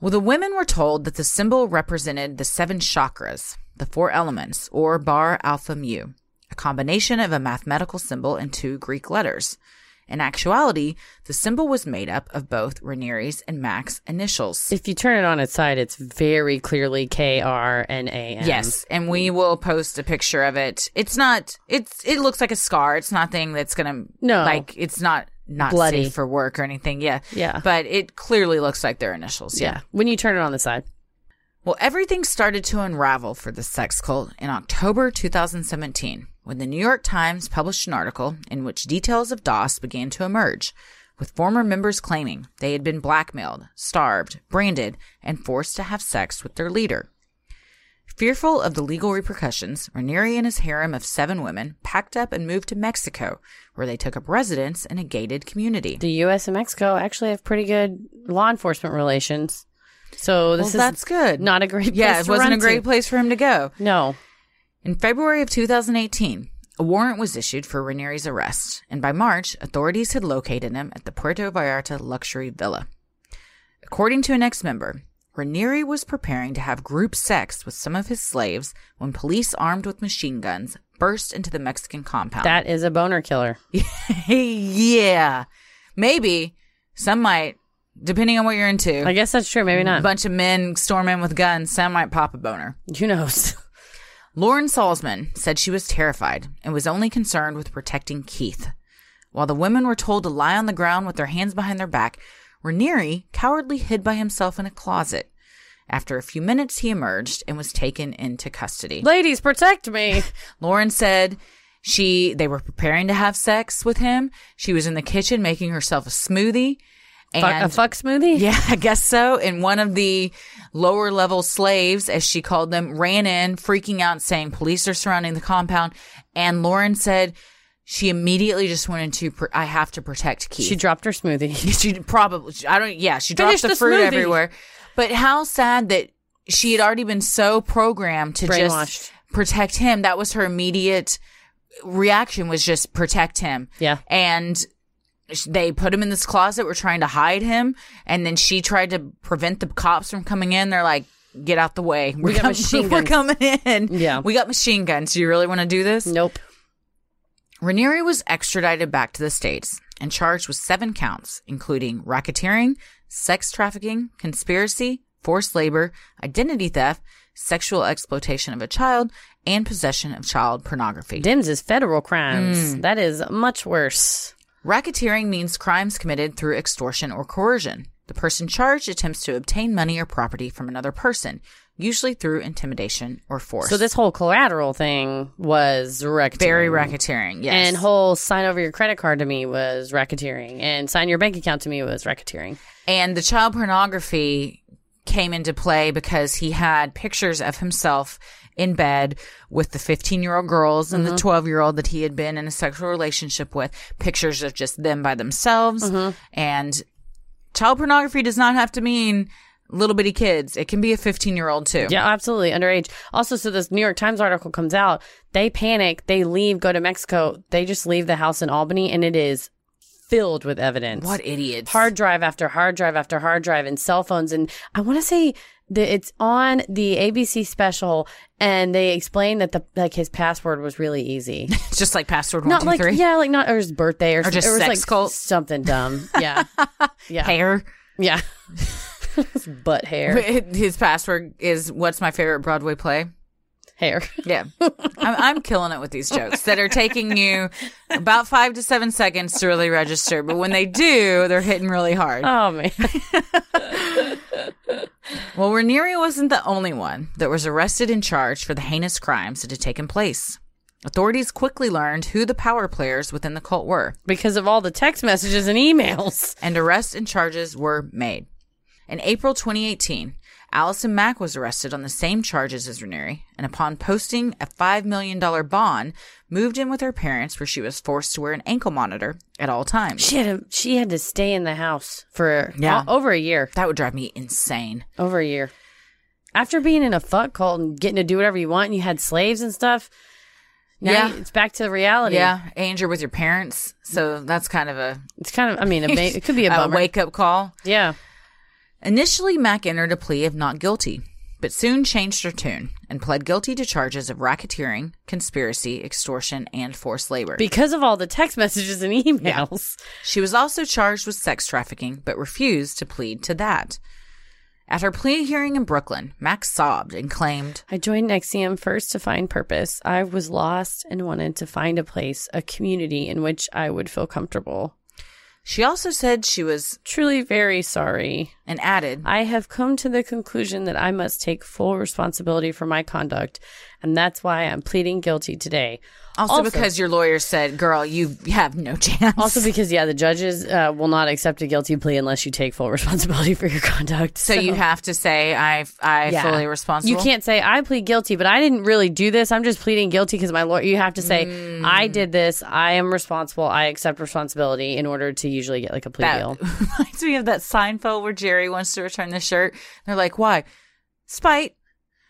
Speaker 2: Well, the women were told that the symbol represented the seven chakras, the four elements, or bar alpha mu, a combination of a mathematical symbol and two Greek letters. In actuality, the symbol was made up of both Ranieri's and Mac's initials.
Speaker 1: If you turn it on its side, it's very clearly K R N A N.
Speaker 2: Yes, and we will post a picture of it. It's not. It's. It looks like a scar. It's nothing that's gonna.
Speaker 1: No.
Speaker 2: like it's not not
Speaker 1: Bloody.
Speaker 2: safe for work or anything. Yeah,
Speaker 1: Yeah.
Speaker 2: But it clearly looks like their initials.
Speaker 1: Yeah. When you turn it on the side.
Speaker 2: Well, everything started to unravel for the sex cult in October 2017 when the New York Times published an article in which details of DOS began to emerge, with former members claiming they had been blackmailed, starved, branded, and forced to have sex with their leader. Fearful of the legal repercussions, Ranieri and his harem of seven women packed up and moved to Mexico, where they took up residence in a gated community.
Speaker 1: The U.S. and Mexico actually have pretty good law enforcement relations. So this
Speaker 2: Well,
Speaker 1: is
Speaker 2: that's good.
Speaker 1: Not a great place
Speaker 2: yeah, it
Speaker 1: to
Speaker 2: wasn't
Speaker 1: run
Speaker 2: a great
Speaker 1: to.
Speaker 2: place for him to go.
Speaker 1: No.
Speaker 2: In February of 2018, a warrant was issued for Ranieri's arrest, and by March, authorities had located him at the Puerto Vallarta luxury villa. According to an ex member, Ranieri was preparing to have group sex with some of his slaves when police armed with machine guns burst into the Mexican compound.
Speaker 1: That is a boner killer.
Speaker 2: yeah. Maybe some might, depending on what you're into,
Speaker 1: I guess that's true. Maybe
Speaker 2: a
Speaker 1: not.
Speaker 2: bunch of men storm in with guns, some might pop a boner.
Speaker 1: Who knows?
Speaker 2: Lauren Salzman said she was terrified and was only concerned with protecting Keith. While the women were told to lie on the ground with their hands behind their back, Ranieri cowardly hid by himself in a closet. After a few minutes, he emerged and was taken into custody.
Speaker 1: Ladies, protect me.
Speaker 2: Lauren said she they were preparing to have sex with him. She was in the kitchen making herself a smoothie.
Speaker 1: fuck, a
Speaker 2: And
Speaker 1: fuck smoothie?
Speaker 2: yeah, I guess so. And one of the lower level slaves, as she called them, ran in, freaking out, saying police are surrounding the compound. And Lauren said she immediately just went into, pr- I have to protect Keith.
Speaker 1: She dropped her smoothie.
Speaker 2: She probably, I don't, yeah, she
Speaker 1: Finish
Speaker 2: dropped the,
Speaker 1: the
Speaker 2: fruit
Speaker 1: smoothie.
Speaker 2: everywhere. But how sad that she had already been so programmed to
Speaker 1: Brainwashed.
Speaker 2: just protect him. That was her immediate reaction was just protect him.
Speaker 1: Yeah.
Speaker 2: And sh- they put him in this closet. We're trying to hide him. And then she tried to prevent the cops from coming in. They're like, get out the way. We're,
Speaker 1: got
Speaker 2: com-
Speaker 1: machine
Speaker 2: we're
Speaker 1: guns."
Speaker 2: coming in.
Speaker 1: Yeah.
Speaker 2: We got machine guns. Do you really want to do this?
Speaker 1: Nope.
Speaker 2: Ranieri was extradited back to the States and charged with seven counts, including racketeering, sex trafficking, conspiracy, forced labor, identity theft, sexual exploitation of a child, and possession of child pornography.
Speaker 1: Dims is federal
Speaker 2: Mm.
Speaker 1: crimes. That is much worse.
Speaker 2: Racketeering means crimes committed through extortion or coercion. The person charged attempts to obtain money or property from another person, usually through intimidation or force.
Speaker 1: So this whole collateral thing was racketeering.
Speaker 2: very racketeering, yes.
Speaker 1: And whole sign over your credit card to me was racketeering, and sign your bank account to me was racketeering.
Speaker 2: And the child pornography came into play because he had pictures of himself in bed with the 15 year old girls and the 12 year old that he had been in a sexual relationship with, pictures of just them by themselves. And child pornography does not have to mean little bitty kids, it can be a 15 year old too.
Speaker 1: Yeah, absolutely. Underage. Also, so this New York Times article comes out. They panic. They leave, go to Mexico. They just leave the house in Albany, and it is filled with evidence.
Speaker 2: What idiots.
Speaker 1: hard drive after hard drive after hard drive and cell phones and i want to say that it's on the abc special and they explain that the like his password was really easy
Speaker 2: Just like password
Speaker 1: not
Speaker 2: 123.
Speaker 1: like yeah like not or his birthday or, something.
Speaker 2: just
Speaker 1: it was
Speaker 2: sex
Speaker 1: like
Speaker 2: cult.
Speaker 1: something dumb yeah yeah
Speaker 2: Hair.
Speaker 1: yeah His butt hair
Speaker 2: His password is what's my favorite Broadway play?
Speaker 1: hair
Speaker 2: Yeah. I'm, I'm killing it with these jokes that are taking you about five to seven seconds to really register. But when they do, they're hitting really hard.
Speaker 1: oh man
Speaker 2: Well, Ranieri wasn't the only one that was arrested and charged for the heinous crimes that had taken place. Authorities quickly learned who the power players within the cult were,
Speaker 1: because of all the text messages and emails
Speaker 2: and arrests and charges were made. In April 2018, Allison Mack was arrested on the same charges as Ranieri, and upon posting a $5 million bond, moved in with her parents where she was forced to wear an ankle monitor at all times.
Speaker 1: she had a, she had to stay in the house for
Speaker 2: Yeah.
Speaker 1: o- over a year
Speaker 2: That would drive me insane.
Speaker 1: Over a year. After being in a fuck cult and getting to do whatever you want and you had slaves and stuff, now
Speaker 2: Yeah.
Speaker 1: you- it's back to reality.
Speaker 2: Yeah, and you're with your parents, so that's kind of a,
Speaker 1: It's kind of, I mean, a ba- it could be a
Speaker 2: a
Speaker 1: bummer.
Speaker 2: wake up call.
Speaker 1: Yeah.
Speaker 2: Initially, Mack entered a plea of not guilty, but soon changed her tune and pled guilty to charges of racketeering, conspiracy, extortion, and forced labor.
Speaker 1: because of all the text messages and emails.
Speaker 2: She was also charged with sex trafficking, but refused to plead to that. At her plea hearing in Brooklyn, Max sobbed and claimed,
Speaker 1: I joined Nexium first to find purpose. I was lost and wanted to find a place, a community in which I would feel comfortable.
Speaker 2: She also said she was,
Speaker 1: Truly very sorry.
Speaker 2: and added,
Speaker 1: I have come to the conclusion that I must take full responsibility for my conduct, and that's why I'm pleading guilty today.
Speaker 2: also,
Speaker 1: Also-
Speaker 2: because your lawyer said, girl, you have no chance.
Speaker 1: Also, because yeah, the judges uh, will not accept a guilty plea unless you take full responsibility for your conduct.
Speaker 2: so, you have to say, I, I
Speaker 1: yeah.
Speaker 2: fully responsible.
Speaker 1: You can't say I plead guilty, but I didn't really do this. I'm just pleading guilty because my lawyer. You have to say
Speaker 2: Mm.
Speaker 1: I did this. I am responsible. I accept responsibility in order to usually get like a plea deal.
Speaker 2: That reminds me of that Seinfeld where Jerry wants to return the shirt. They're like, why? Spite.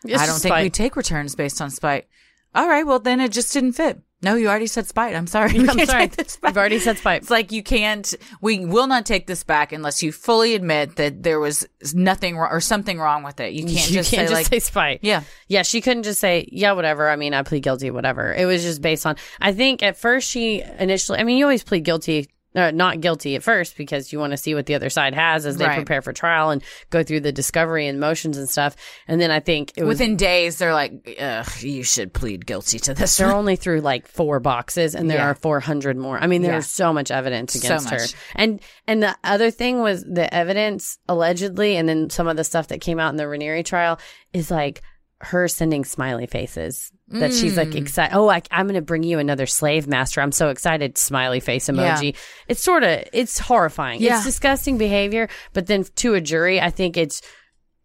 Speaker 2: I don't think we take returns based on spite. All right, well then it just didn't fit. No, you already said spite. I'm sorry. We
Speaker 1: I'm
Speaker 2: can't
Speaker 1: sorry.
Speaker 2: take this
Speaker 1: You've already said spite.
Speaker 2: It's like you can't. We will not take this back unless you fully admit that there was nothing wrong or something wrong with it. You can't
Speaker 1: you
Speaker 2: just
Speaker 1: can't just
Speaker 2: say like,
Speaker 1: say Mm. spite.
Speaker 2: yeah,
Speaker 1: Yeah, she couldn't just say, yeah, whatever. I mean, I plead guilty, whatever. It was just based on, I think at first she initially, I mean, you always plead guilty, uh, not guilty at first because you want to see what the other side has as they
Speaker 2: Right.
Speaker 1: prepare for trial and go through the discovery and motions and stuff. And then I think it was,
Speaker 2: within days they're like, Ugh, you should plead guilty to this.
Speaker 1: they're only through like four boxes and there
Speaker 2: Yeah.
Speaker 1: are 400 more. I mean,
Speaker 2: Yeah.
Speaker 1: there's so much evidence
Speaker 2: So
Speaker 1: against her.
Speaker 2: much.
Speaker 1: And, and the other thing was the evidence allegedly, and then some of the stuff that came out in the Ranieri trial is like, her sending smiley faces that she's like
Speaker 2: Mm.
Speaker 1: excited. Oh, I, I'm going to bring you another slave master. I'm so excited. Smiley face emoji. It's sort of it's horrifying.
Speaker 2: Yeah.
Speaker 1: It's disgusting behavior. But then to a jury, I think it's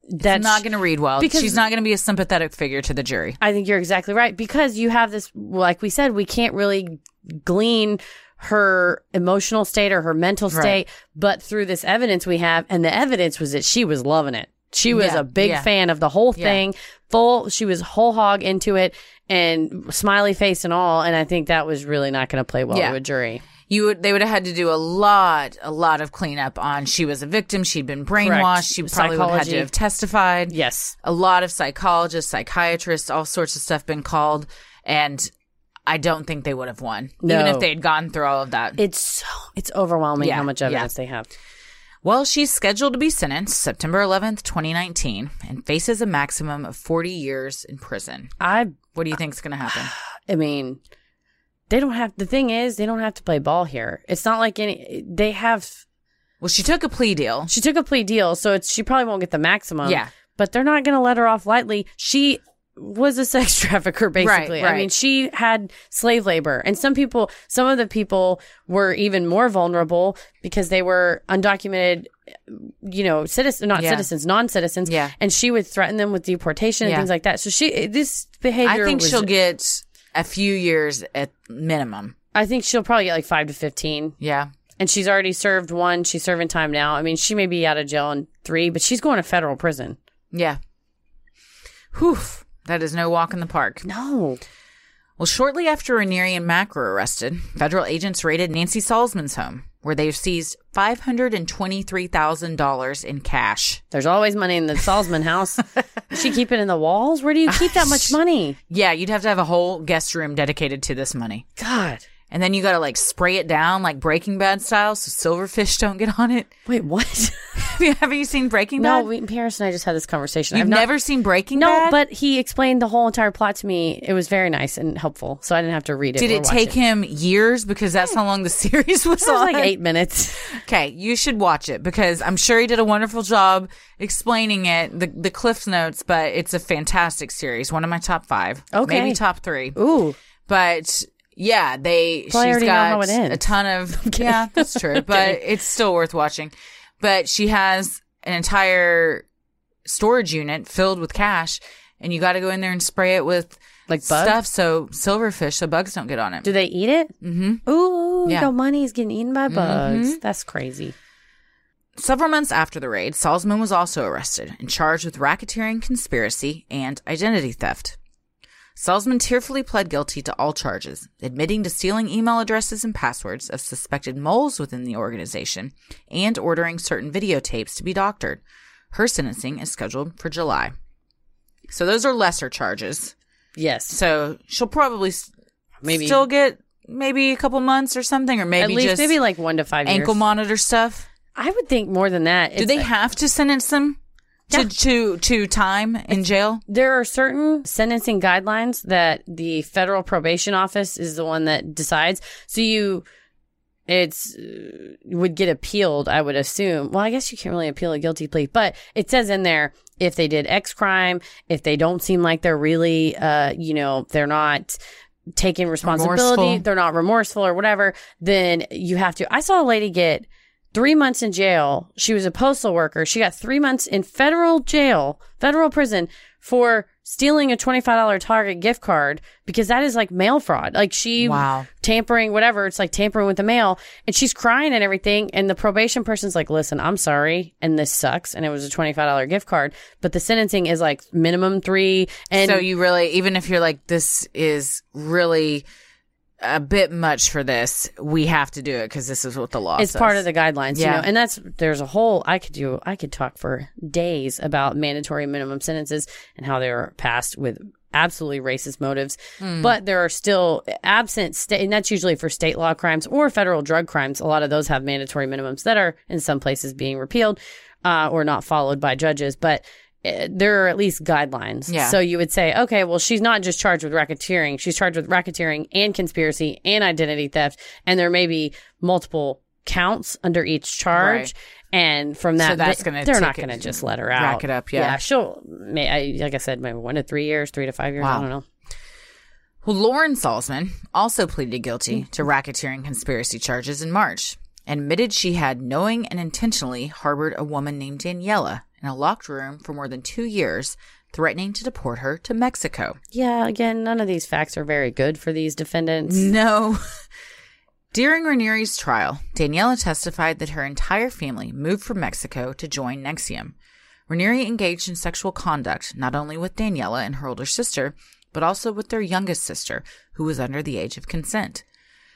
Speaker 1: that's
Speaker 2: That's not going to read well.
Speaker 1: because-
Speaker 2: She's not going to be a sympathetic figure to the jury.
Speaker 1: I think you're exactly right because you have this, like we said, we can't really glean her emotional state or her mental state,
Speaker 2: Right.
Speaker 1: but through this evidence we have, and the evidence was that she was loving it. She was
Speaker 2: Yeah,
Speaker 1: a big
Speaker 2: yeah.
Speaker 1: fan of the whole
Speaker 2: Yeah.
Speaker 1: thing, full. She was whole hog into it, and smiley face and all. And I think that was really not going to play well
Speaker 2: Yeah.
Speaker 1: to a jury.
Speaker 2: you would they would have had to do a lot a lot of cleanup on she was a victim she'd been brainwashed she probably would have had
Speaker 1: Psychology.
Speaker 2: to have testified
Speaker 1: Yes,
Speaker 2: a lot of psychologists psychiatrists all sorts of stuff been called and i don't think they would have won even
Speaker 1: No.
Speaker 2: if they had gone through all of that
Speaker 1: it's so it's overwhelming
Speaker 2: Yeah,
Speaker 1: how much
Speaker 2: yeah.
Speaker 1: evidence they have.
Speaker 2: well she's scheduled to be sentenced september 11th 2019 and faces a maximum of 40 years in prison
Speaker 1: I
Speaker 2: what do you think's going to happen
Speaker 1: I mean, they don't have the thing is they don't have to play ball here. It's not like any they have.
Speaker 2: well she took a plea deal
Speaker 1: She took a plea deal, so it's she probably won't get the maximum.
Speaker 2: Yeah.
Speaker 1: but they're not going to let her off lightly. She was a sex trafficker basically. I
Speaker 2: right.
Speaker 1: mean, she had slave labor, and some people, some of the people were even more vulnerable because they were undocumented. You know, citizens, not
Speaker 2: Yeah.
Speaker 1: citizens, non-citizens.
Speaker 2: Yeah.
Speaker 1: and she would threaten them with deportation and
Speaker 2: Yeah.
Speaker 1: things like that. So she, this behavior,
Speaker 2: i think
Speaker 1: was-
Speaker 2: she'll get a few years at minimum
Speaker 1: I think she'll probably get like five to fifteen.
Speaker 2: yeah
Speaker 1: and she's already served one. She's serving time now. I mean, she may be out of jail in three, but she's going to federal prison.
Speaker 2: Yeah. Whew. That is no walk in the park.
Speaker 1: No.
Speaker 2: Well, shortly after Ranieri and Mack were arrested, federal agents raided Nancy Salzman's home, where they seized $523,000 in cash.
Speaker 1: There's always money in the Salzman house. Does she keep it in the walls? Where do you keep that much money?
Speaker 2: Yeah, you'd have to have a whole guest room dedicated to this money.
Speaker 1: God.
Speaker 2: And then you gotta like spray it down like Breaking Bad style so silverfish don't get on it.
Speaker 1: Wait, what?
Speaker 2: have you seen Breaking
Speaker 1: no,
Speaker 2: Bad?
Speaker 1: we, Paris and I just had this conversation.
Speaker 2: You've
Speaker 1: I've not-
Speaker 2: never seen Breaking
Speaker 1: No,
Speaker 2: Bad?
Speaker 1: but he explained the whole entire plot to me. It was very nice and helpful, so I didn't have to read it.
Speaker 2: Did
Speaker 1: or
Speaker 2: it
Speaker 1: watch
Speaker 2: take him years? Because that's how long the series was
Speaker 1: It was
Speaker 2: on.
Speaker 1: like eight minutes.
Speaker 2: Okay, you should watch it because I'm sure he did a wonderful job explaining it, the the Cliff Notes, but it's a fantastic series, one of my top five,
Speaker 1: Okay.
Speaker 2: maybe top three.
Speaker 1: Ooh,
Speaker 2: But yeah, they
Speaker 1: Well, I
Speaker 2: she's
Speaker 1: already know how
Speaker 2: got
Speaker 1: it ends.
Speaker 2: a ton of yeah, that's true, but it's still worth watching. But she has an entire storage unit filled with cash, and you got to go in there and spray it with
Speaker 1: like bug.
Speaker 2: stuff so silverfish, so bugs don't get on it.
Speaker 1: Do they eat it? Mm-hmm. Ooh,
Speaker 2: Yeah. Mm-hmm.
Speaker 1: your money is getting eaten by bugs. That's crazy.
Speaker 2: Several months after the raid, Salzman was also arrested and charged with racketeering, conspiracy, and identity theft. Salzman tearfully pled guilty to all charges, admitting to stealing email addresses and passwords of suspected moles within the organization and ordering certain videotapes to be doctored. Her sentencing is scheduled for July. So those are lesser charges.
Speaker 1: Yes.
Speaker 2: So she'll probably s-
Speaker 1: Maybe-
Speaker 2: still get maybe a couple months or something, or maybe
Speaker 1: At least
Speaker 2: just
Speaker 1: maybe like one to five
Speaker 2: ankle
Speaker 1: years.
Speaker 2: monitor stuff.
Speaker 1: I would think more than that.
Speaker 2: Do
Speaker 1: It's-
Speaker 2: they have to sentence them to to to time in jail?
Speaker 1: there are certain sentencing guidelines that the federal probation office is the one that decides. So you, it's uh, would get appealed, I would assume. Well, I guess you can't really appeal a guilty plea, but it says in there if they did X crime, if they don't seem like they're really, uh, you know, they're not taking responsibility,
Speaker 2: Remorseful.
Speaker 1: they're not remorseful or whatever, then you have to. I saw a lady get three months in jail. She was a postal worker. She got three months in federal jail, federal prison for stealing a $25 Target gift card because that is like mail fraud. Like she
Speaker 2: Wow.
Speaker 1: tampering, whatever. It's like tampering with the mail. And she's crying and everything. And the probation person's like, listen, I'm sorry. And this sucks. And it was a $25 gift card. But the sentencing is like minimum three. And
Speaker 2: so you really, even if you're like, this is really a bit much for this, we have to do it because this is what the law
Speaker 1: it's
Speaker 2: says.
Speaker 1: part of the guidelines, you
Speaker 2: Yeah.
Speaker 1: know. And that's there's a whole I could do I could talk for days about mandatory minimum sentences and how they were passed with absolutely racist motives. But there are still absent state and that's usually for state law crimes or federal drug crimes. A lot of those have mandatory minimums that are in some places being repealed uh, or not followed by judges, but eh, there are at least guidelines.
Speaker 2: Yeah.
Speaker 1: So you would say, okay, well, she's not just charged with racketeering. She's charged with racketeering and conspiracy and identity theft. And there may be multiple counts under each charge.
Speaker 2: Right.
Speaker 1: And from that,
Speaker 2: that's
Speaker 1: they,
Speaker 2: gonna
Speaker 1: they're
Speaker 2: take
Speaker 1: not
Speaker 2: it-
Speaker 1: going to just let her out.
Speaker 2: rack it up, yeah.
Speaker 1: Yeah. She'll, may, I, like I said, maybe one to three years, three to five years.
Speaker 2: Wow.
Speaker 1: I don't know.
Speaker 2: Well, Lauren Salzman also pleaded guilty to racketeering conspiracy charges in March, admitted she had knowing and intentionally harbored a woman named Daniela in a locked room for more than two years, threatening to deport her to Mexico.
Speaker 1: Yeah. Again, none of these facts are very good for these defendants.
Speaker 2: No. During Ranieri's trial, Daniela testified that her entire family moved from Mexico to join Nexium. Ranieri engaged in sexual conduct not only with Daniela and her older sister, but also with their youngest sister, who was under the age of consent.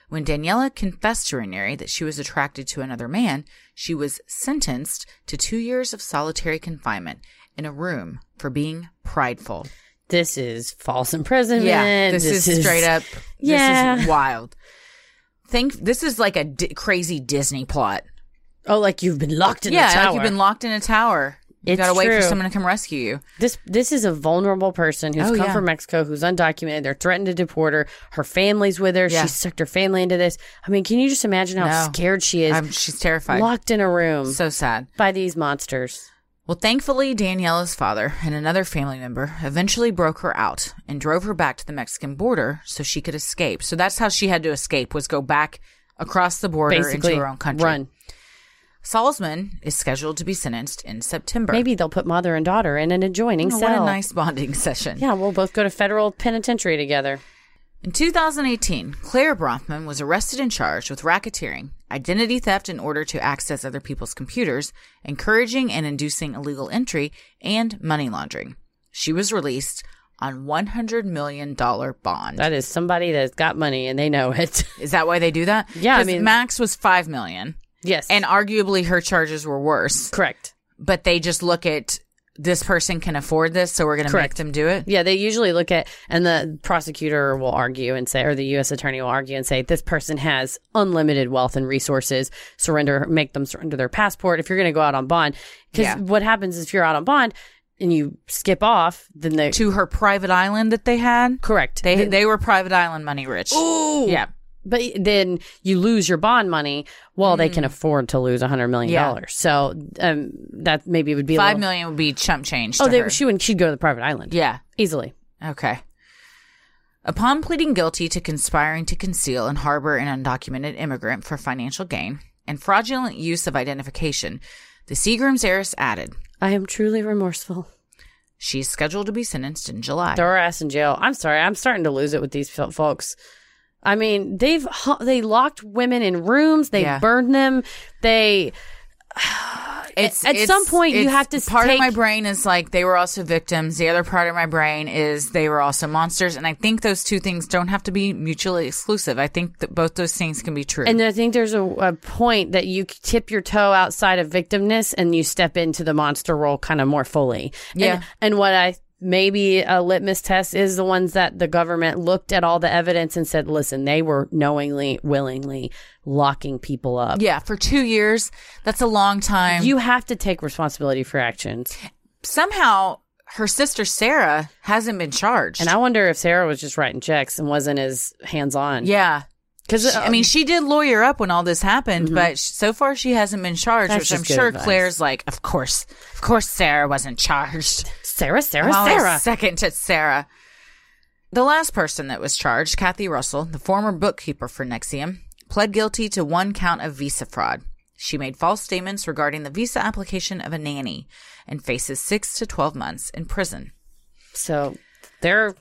Speaker 2: When Daniela confessed to Ranieri that she was attracted to another man, she was sentenced to two years of solitary confinement in a room for being prideful.
Speaker 1: This is false imprisonment.
Speaker 2: Yeah, this, is, straight up. This
Speaker 1: Yeah.
Speaker 2: is wild. Think this is like a di- crazy Disney plot.
Speaker 1: Oh, like you've been locked in
Speaker 2: yeah,
Speaker 1: the tower.
Speaker 2: like you've been locked in a tower. You
Speaker 1: It's
Speaker 2: gotta wait for
Speaker 1: true.
Speaker 2: someone to come rescue you.
Speaker 1: This this is a vulnerable person who's
Speaker 2: Oh,
Speaker 1: come
Speaker 2: yeah.
Speaker 1: from Mexico, who's undocumented. They're threatened to deport her. Her family's with her.
Speaker 2: Yeah.
Speaker 1: She sucked her family into this. I mean, can you just imagine how
Speaker 2: No.
Speaker 1: scared she is,
Speaker 2: I'm, she's terrified.
Speaker 1: locked in a room
Speaker 2: So sad.
Speaker 1: by these monsters?
Speaker 2: Well, thankfully, Daniela's father and another family member eventually broke her out and drove her back to the Mexican border so she could escape. So that's how she had to escape was go back across the border
Speaker 1: Basically,
Speaker 2: into her own country.
Speaker 1: run.
Speaker 2: Salzman is scheduled to be sentenced in September.
Speaker 1: Maybe they'll put mother and daughter in an adjoining
Speaker 2: Oh, what
Speaker 1: cell.
Speaker 2: a nice bonding session.
Speaker 1: yeah, we'll both go to federal penitentiary together.
Speaker 2: In 2018, Claire Bronfman was arrested and charged with racketeering, identity theft in order to access other people's computers, encouraging and inducing illegal entry, and money laundering. She was released on $100 million bond.
Speaker 1: That is somebody that's got money and they know it.
Speaker 2: Is that why they do that?
Speaker 1: Yeah, I
Speaker 2: 'Cause
Speaker 1: mean-
Speaker 2: max was 5 million,
Speaker 1: yes,
Speaker 2: and arguably her charges were worse,
Speaker 1: correct.
Speaker 2: but they just look at this person can afford this, so we're going to make
Speaker 1: Correct.
Speaker 2: them do it.
Speaker 1: Yeah, they usually look at, and the prosecutor will argue and say, or the U.S. attorney will argue and say, this person has unlimited wealth and resources. Surrender, make them surrender their passport if you're going to go out on bond. Because
Speaker 2: Yeah.
Speaker 1: what happens is if you're out on bond and you skip off, then they
Speaker 2: To her private island that they had.
Speaker 1: correct.
Speaker 2: They
Speaker 1: Then-
Speaker 2: they were private island money rich. Ooh. Yeah.
Speaker 1: but then you lose your bond money. Well, they can afford to lose a hundred million
Speaker 2: Hmm. Yeah.
Speaker 1: dollars. So um, that maybe would be a
Speaker 2: Five
Speaker 1: little-
Speaker 2: million would be chump change.
Speaker 1: Oh,
Speaker 2: to
Speaker 1: they,
Speaker 2: her.
Speaker 1: she would she'd go to the private island.
Speaker 2: yeah.
Speaker 1: easily.
Speaker 2: Okay. Upon pleading guilty to conspiring to conceal and harbor an undocumented immigrant for financial gain and fraudulent use of identification, the Seagram's heiress added,
Speaker 1: I am truly remorseful.
Speaker 2: she's scheduled to be sentenced in July.
Speaker 1: throw her ass in jail. I'm sorry, I'm starting to lose it with these fol- folks. I mean, they've hu- they locked women in rooms, they
Speaker 2: Yeah.
Speaker 1: burned them, they
Speaker 2: It's
Speaker 1: at some
Speaker 2: it's-
Speaker 1: point you
Speaker 2: it's-
Speaker 1: have to s-
Speaker 2: Part
Speaker 1: take
Speaker 2: of my brain is like they were also victims. The other part of my brain is they were also monsters, and I think those two things don't have to be mutually exclusive. I think that both those things can be true.
Speaker 1: And I think there's a, a point that you tip your toe outside of victimness and you step into the monster role kind of more fully.
Speaker 2: Yeah.
Speaker 1: And, and what I maybe a litmus test is the ones that the government looked at all the evidence and said, listen, they were knowingly, willingly locking people up.
Speaker 2: yeah, for two years, that's a long time.
Speaker 1: You have to take responsibility for actions.
Speaker 2: somehow her sister Sarah hasn't been charged.
Speaker 1: And I wonder if Sarah was just writing checks and wasn't as uh, hands on.
Speaker 2: yeah.
Speaker 1: Because,
Speaker 2: She- I mean, she did lawyer up when all this happened, but sh- so far she hasn't been charged,
Speaker 1: Mm-hmm. That's
Speaker 2: which I'm
Speaker 1: just good
Speaker 2: sure
Speaker 1: advice.
Speaker 2: Claire's like, of course, of course, Sarah wasn't charged.
Speaker 1: Sarah, Sarah,
Speaker 2: I'm always
Speaker 1: Sarah.
Speaker 2: second to Sarah. The last person that was charged, Kathy Russell, the former bookkeeper for Nexium, pled guilty to one count of visa fraud. She made false statements regarding the visa application of a nanny and faces six to 12 months in prison.
Speaker 1: So they're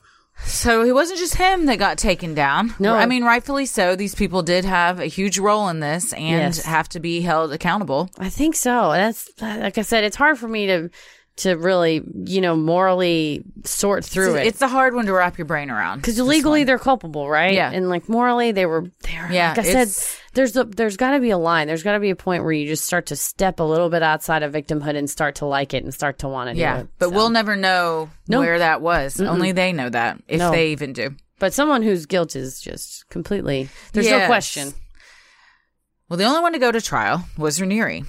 Speaker 2: So it wasn't just him that got taken down.
Speaker 1: No.
Speaker 2: I mean, rightfully so. These people did have a huge role in this and
Speaker 1: Yes.
Speaker 2: have to be held accountable.
Speaker 1: I think so. That's like I said, it's hard for me to to really, you know, morally sort through
Speaker 2: it's,
Speaker 1: it.
Speaker 2: it's a hard one to wrap your brain around.
Speaker 1: because legally they're culpable, right?
Speaker 2: Yeah.
Speaker 1: and like morally they were there.
Speaker 2: Yeah,
Speaker 1: like I said,
Speaker 2: it's-
Speaker 1: there's a, there's got to be a line. There's got to be a point where you just start to step a little bit outside of victimhood and start to like it and start to want to. do
Speaker 2: yeah,
Speaker 1: it.
Speaker 2: but
Speaker 1: So-
Speaker 2: we'll never know
Speaker 1: No.
Speaker 2: where that was. Only they know that, if
Speaker 1: No.
Speaker 2: they even do.
Speaker 1: but someone whose guilt is just completely there's no
Speaker 2: Yes.
Speaker 1: question.
Speaker 2: Well, the only one to go to trial was Ranieri.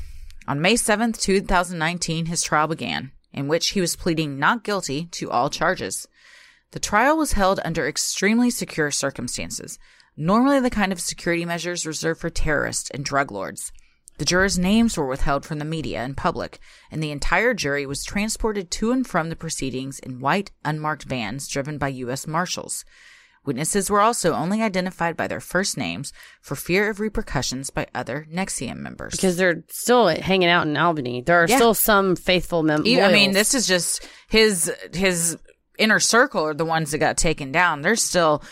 Speaker 2: On May 7th, 2019, his trial began, in which he was pleading not guilty to all charges. The trial was held under extremely secure circumstances, normally the kind of security measures reserved for terrorists and drug lords. The jurors' names were withheld from the media and public, and the entire jury was transported to and from the proceedings in white, unmarked vans driven by U.S. Marshals. Witnesses were also only identified by their first names for fear of repercussions by other Nexium members.
Speaker 1: Because they're still hanging out in Albany. There are
Speaker 2: Yeah.
Speaker 1: still some faithful members.
Speaker 2: E- I mean, this is just his his inner circle are the ones that got taken down. There's still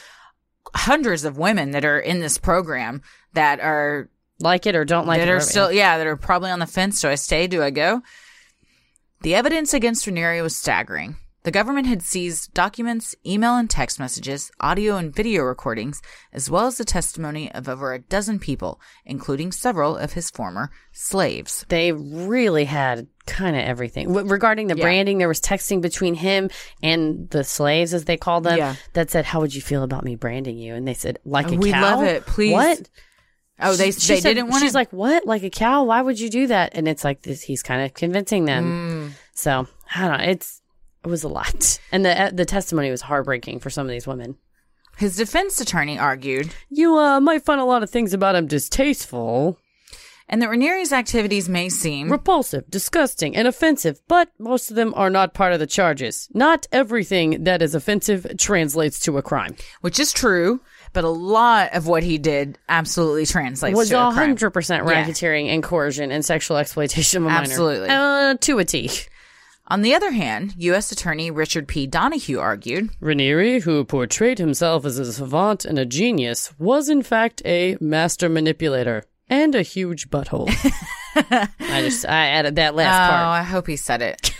Speaker 2: hundreds of women that are in this program that are
Speaker 1: like it or don't like
Speaker 2: that
Speaker 1: it.
Speaker 2: are
Speaker 1: whatever.
Speaker 2: still yeah that are probably on the fence. Do I stay? Do I go? The evidence against Ranieri was staggering. The government had seized documents, email and text messages, audio and video recordings, as well as the testimony of over a dozen people, including several of his former slaves.
Speaker 1: they really had kind of everything w- regarding the
Speaker 2: Yeah.
Speaker 1: branding there was texting between him and the slaves as they called them
Speaker 2: Yeah. Oh,
Speaker 1: that said how would you feel about me branding you and they said like a
Speaker 2: We
Speaker 1: cow
Speaker 2: love it. Please-
Speaker 1: what
Speaker 2: Oh, they
Speaker 1: She
Speaker 2: they
Speaker 1: said-
Speaker 2: didn't want
Speaker 1: she's
Speaker 2: to
Speaker 1: like what like a cow why would you do that and it's like this, he's kind of convincing them
Speaker 2: Mm.
Speaker 1: so i don't know it's it was a lot and the uh, the testimony was heartbreaking for some of these women
Speaker 2: His defense attorney argued,
Speaker 3: You uh, might find a lot of things about him distasteful,
Speaker 2: and that Ranieri's activities may seem
Speaker 3: repulsive, disgusting, and offensive, but most of them are not part of the charges. Not everything that is offensive translates to a crime.
Speaker 2: which is true, but a lot of what he did absolutely translates
Speaker 1: was
Speaker 2: to a
Speaker 1: all
Speaker 2: crime.
Speaker 1: 100% racketeering and coercion and sexual exploitation of a minor.
Speaker 2: Absolutely.
Speaker 1: uh, to a t
Speaker 2: On the other hand, U.S. Attorney Richard P. Donahue argued,
Speaker 3: Ranieri, who portrayed himself as a savant and a genius, was in fact a master manipulator and a huge butthole.
Speaker 1: I just I added that
Speaker 2: "Oh,
Speaker 1: last part.
Speaker 2: I hope he said it."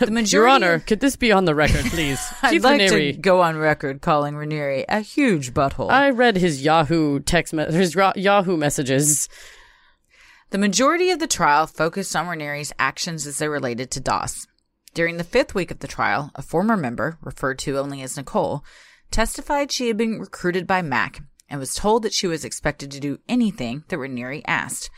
Speaker 2: the majority,
Speaker 3: Your Honor, could this be on the record, please?
Speaker 2: I'd
Speaker 3: Keith
Speaker 2: like
Speaker 3: Ranieri.
Speaker 2: to go on record calling Ranieri a huge butthole.
Speaker 3: I read his Yahoo text me- his ra- Yahoo messages.
Speaker 2: The majority of the trial focused on Ranieri's actions as they related to Doss. During the fifth week of the trial, a former member, referred to only as Nicole, testified she had been recruited by Mac and was told that she was expected to do anything that Ranieri asked,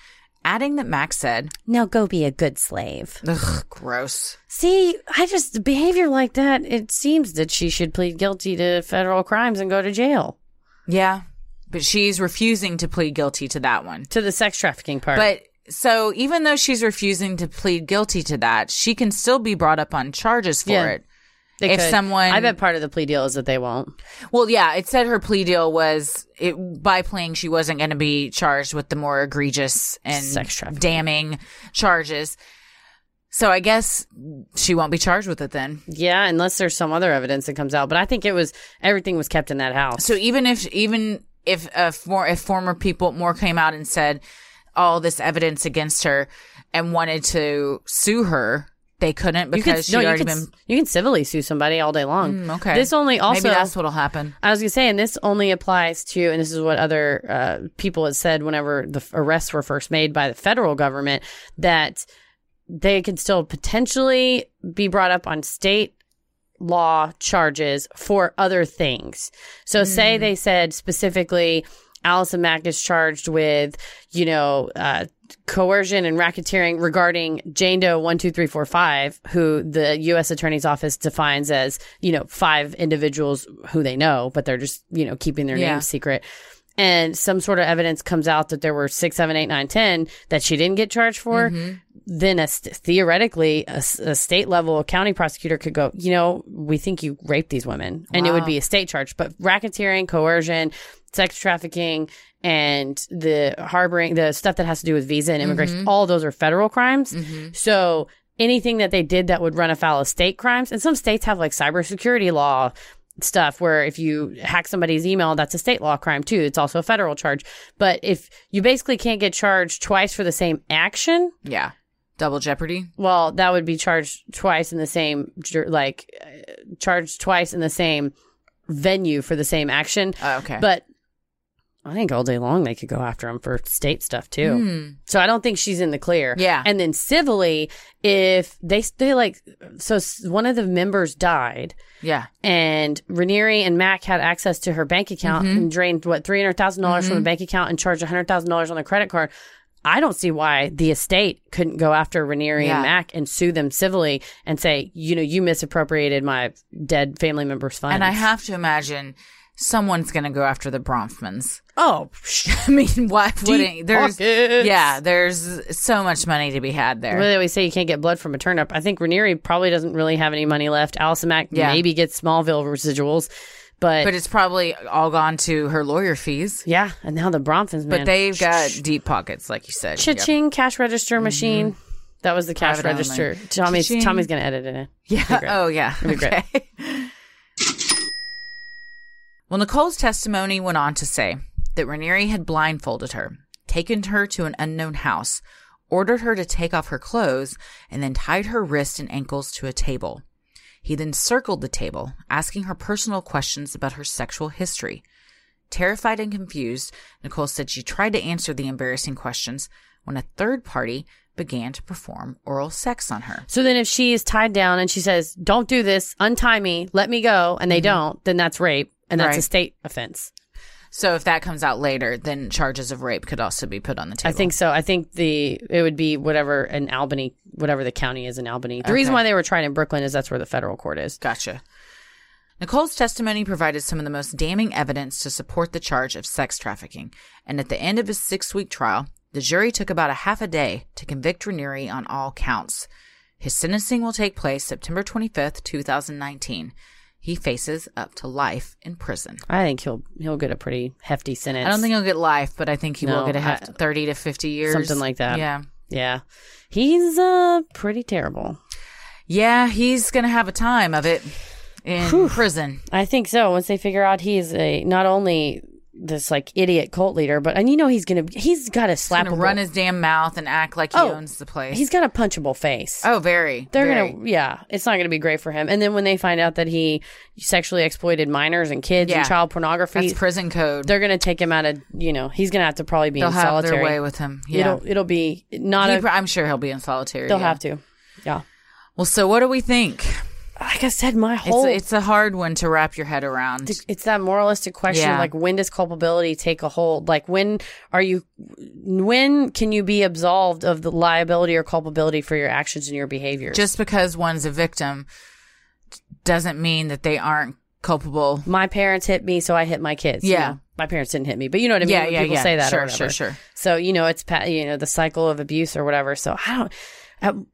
Speaker 2: adding that Mac said,
Speaker 1: Now go be a good slave.
Speaker 2: Ugh, gross.
Speaker 1: See, I just behavior like that. It seems that she should plead guilty to federal crimes and go to jail
Speaker 2: Yeah, but she's refusing to plead guilty to that one.
Speaker 1: to the sex trafficking part.
Speaker 2: But so even though she's refusing to plead guilty to that, she can still be brought up on charges for
Speaker 1: Yeah.
Speaker 2: it.
Speaker 1: They
Speaker 2: if someone-
Speaker 1: I bet part of the plea deal is that they won't.
Speaker 2: Well, yeah, it said her plea deal was it by playing she wasn't going to be charged with the more egregious and
Speaker 1: Sex trafficking.
Speaker 2: damning charges. So I guess she won't be charged with it then.
Speaker 1: Yeah, unless there's some other evidence that comes out. But I think it was everything was kept in that house.
Speaker 2: So even if even if uh, for, if former people more came out and said, all this evidence against her and wanted to sue her, they couldn't
Speaker 1: You can,
Speaker 2: because she'd
Speaker 1: no, you can,
Speaker 2: already been.
Speaker 1: you can civilly sue somebody all day long.
Speaker 2: Mm, okay.
Speaker 1: This only also
Speaker 2: Maybe that's what'll happen.
Speaker 1: I was gonna say, and this only applies to, and this is what other uh, people had said whenever the f- arrests were first made by the federal government, that they could still potentially be brought up on state law charges for other things. So, say they said specifically, Allison Mack is charged with, you know, uh, coercion and racketeering regarding Jane Doe 12345, who the U.S. Attorney's Office defines as, you know, five individuals who they know, but they're just, you know, keeping their
Speaker 2: Yeah.
Speaker 1: names secret. And some sort of evidence comes out that there were six, seven, eight, nine, ten that she didn't get charged for. Then a st- theoretically, a, s- a state level county prosecutor could go, you know, we think you raped these women, and it would be a state charge. But racketeering, coercion, sex trafficking and the harboring the stuff that has to do with visa and immigration all those are federal crimes so anything that they did that would run afoul of state crimes and some states have like cybersecurity law stuff where if you hack somebody's email that's a state law crime too it's also a federal charge but if you basically can't get charged twice for the same action
Speaker 2: Yeah. Double jeopardy.
Speaker 1: well that would be charged twice in the same jur- like uh, charged twice in the same venue for the same action
Speaker 2: Oh, okay.
Speaker 1: but I think all day long they could go after him for state stuff too. So I don't think she's in the clear.
Speaker 2: Hmm. Yeah.
Speaker 1: And then civilly, if they they like, so s- one of the members died,
Speaker 2: yeah.
Speaker 1: and Ranieri and Mac had access to her bank account
Speaker 2: Mm-hmm.
Speaker 1: and drained what three dollars from the bank account and charged hundred thousand dollars on the credit card. I don't see why the estate couldn't go after Ranieri
Speaker 2: Yeah.
Speaker 1: and Mac and sue them civilly and say, you know, you misappropriated my dead family member's funds.
Speaker 2: And I have to imagine someone's going to go after the Bronfmans.
Speaker 1: oh,
Speaker 2: I mean, why wouldn't there's
Speaker 3: pockets.
Speaker 2: yeah, there's so much money to be had there.
Speaker 1: Well, they always say you can't get blood from a turnip. I think Ranieri probably doesn't really have any money left. Allison Mack
Speaker 2: Yeah.
Speaker 1: maybe gets Smallville residuals, but,
Speaker 2: But it's probably all gone to her lawyer fees.
Speaker 1: yeah, and now the Bronfens, man.
Speaker 2: But they've got deep pockets, like you said. Yep.
Speaker 1: cha-ching cash register machine. That was the cash
Speaker 2: Mm-hmm. Private island.
Speaker 1: register. Tommy's
Speaker 2: Cha-ching.
Speaker 1: Tommy's gonna edit it in.
Speaker 2: Yeah. Oh, yeah.
Speaker 1: great.
Speaker 2: Okay. well, Nicole's testimony went on to say that Ranieri had blindfolded her, taken her to an unknown house, ordered her to take off her clothes, and then tied her wrists and ankles to a table. He then circled the table, asking her personal questions about her sexual history. Terrified and confused, Nicole said she tried to answer the embarrassing questions when a third party began to perform oral sex on her.
Speaker 1: So then if she is tied down and she says, Don't do this, untie me, let me go, and they don't, then that's rape and that's a
Speaker 2: Mm-hmm. Right.
Speaker 1: state offense.
Speaker 2: So if that comes out later, then charges of rape could also be put on the table.
Speaker 1: I think so. I think the it would be whatever in Albany, whatever the county is in Albany. The reason
Speaker 2: Okay.
Speaker 1: why they were tried in Brooklyn is that's where the federal court is.
Speaker 2: Gotcha. Nicole's testimony provided some of the most damning evidence to support the charge of sex trafficking, and at the end of his six week trial, the jury took about a half a day to convict Ranieri on all counts. His sentencing will take place September 25th, 2019. He faces up to life in prison.
Speaker 1: I think he'll he'll get a pretty hefty sentence.
Speaker 2: I don't think he'll get life, but I think he
Speaker 1: No,
Speaker 2: will get a half,
Speaker 1: I-
Speaker 2: 30 to 50 years.
Speaker 1: Something like that.
Speaker 2: Yeah.
Speaker 1: yeah, he's uh pretty terrible.
Speaker 2: Yeah, he's going to have a time of it in prison.
Speaker 1: I think so. Once they figure out he is a not only this like idiot cult leader, but and you know he's gonna he's got a slap
Speaker 2: gonna run
Speaker 1: his
Speaker 2: his damn mouth and act like he
Speaker 1: Oh,
Speaker 2: owns the place.
Speaker 1: he's got a punchable face.
Speaker 2: oh, very.
Speaker 1: They're
Speaker 2: very.
Speaker 1: gonna yeah, it's not gonna be great for him. And then when they find out that he sexually exploited minors and kids
Speaker 2: Yeah.
Speaker 1: and child pornography,
Speaker 2: That's prison code.
Speaker 1: they're gonna take him out of you know he's gonna have to probably be
Speaker 2: They'll
Speaker 1: in
Speaker 2: have
Speaker 1: solitary.
Speaker 2: their way with him. Yeah,
Speaker 1: It'll it'll be not
Speaker 2: He
Speaker 1: a,
Speaker 2: pro- I'm sure he'll be in solitary.
Speaker 1: they'll
Speaker 2: yeah.
Speaker 1: have to. Yeah,
Speaker 2: Well, so what do we think?
Speaker 1: like I said, my
Speaker 2: It's
Speaker 1: whole
Speaker 2: a, it's a hard one to wrap your head around.
Speaker 1: it's that moralistic question
Speaker 2: Yeah.
Speaker 1: like when does culpability take a hold like when are you when can you be absolved of the liability or culpability for your actions and your behaviors
Speaker 2: Just because one's a victim doesn't mean that they aren't culpable.
Speaker 1: my parents hit me so i hit my kids you
Speaker 2: Yeah.
Speaker 1: know? my parents didn't hit me but you know what i mean
Speaker 2: Yeah,
Speaker 1: when
Speaker 2: yeah,
Speaker 1: people
Speaker 2: yeah.
Speaker 1: say that or
Speaker 2: Sure,
Speaker 1: whatever.
Speaker 2: sure, sure.
Speaker 1: so you know it's pa- you know the cycle of abuse or whatever so i don't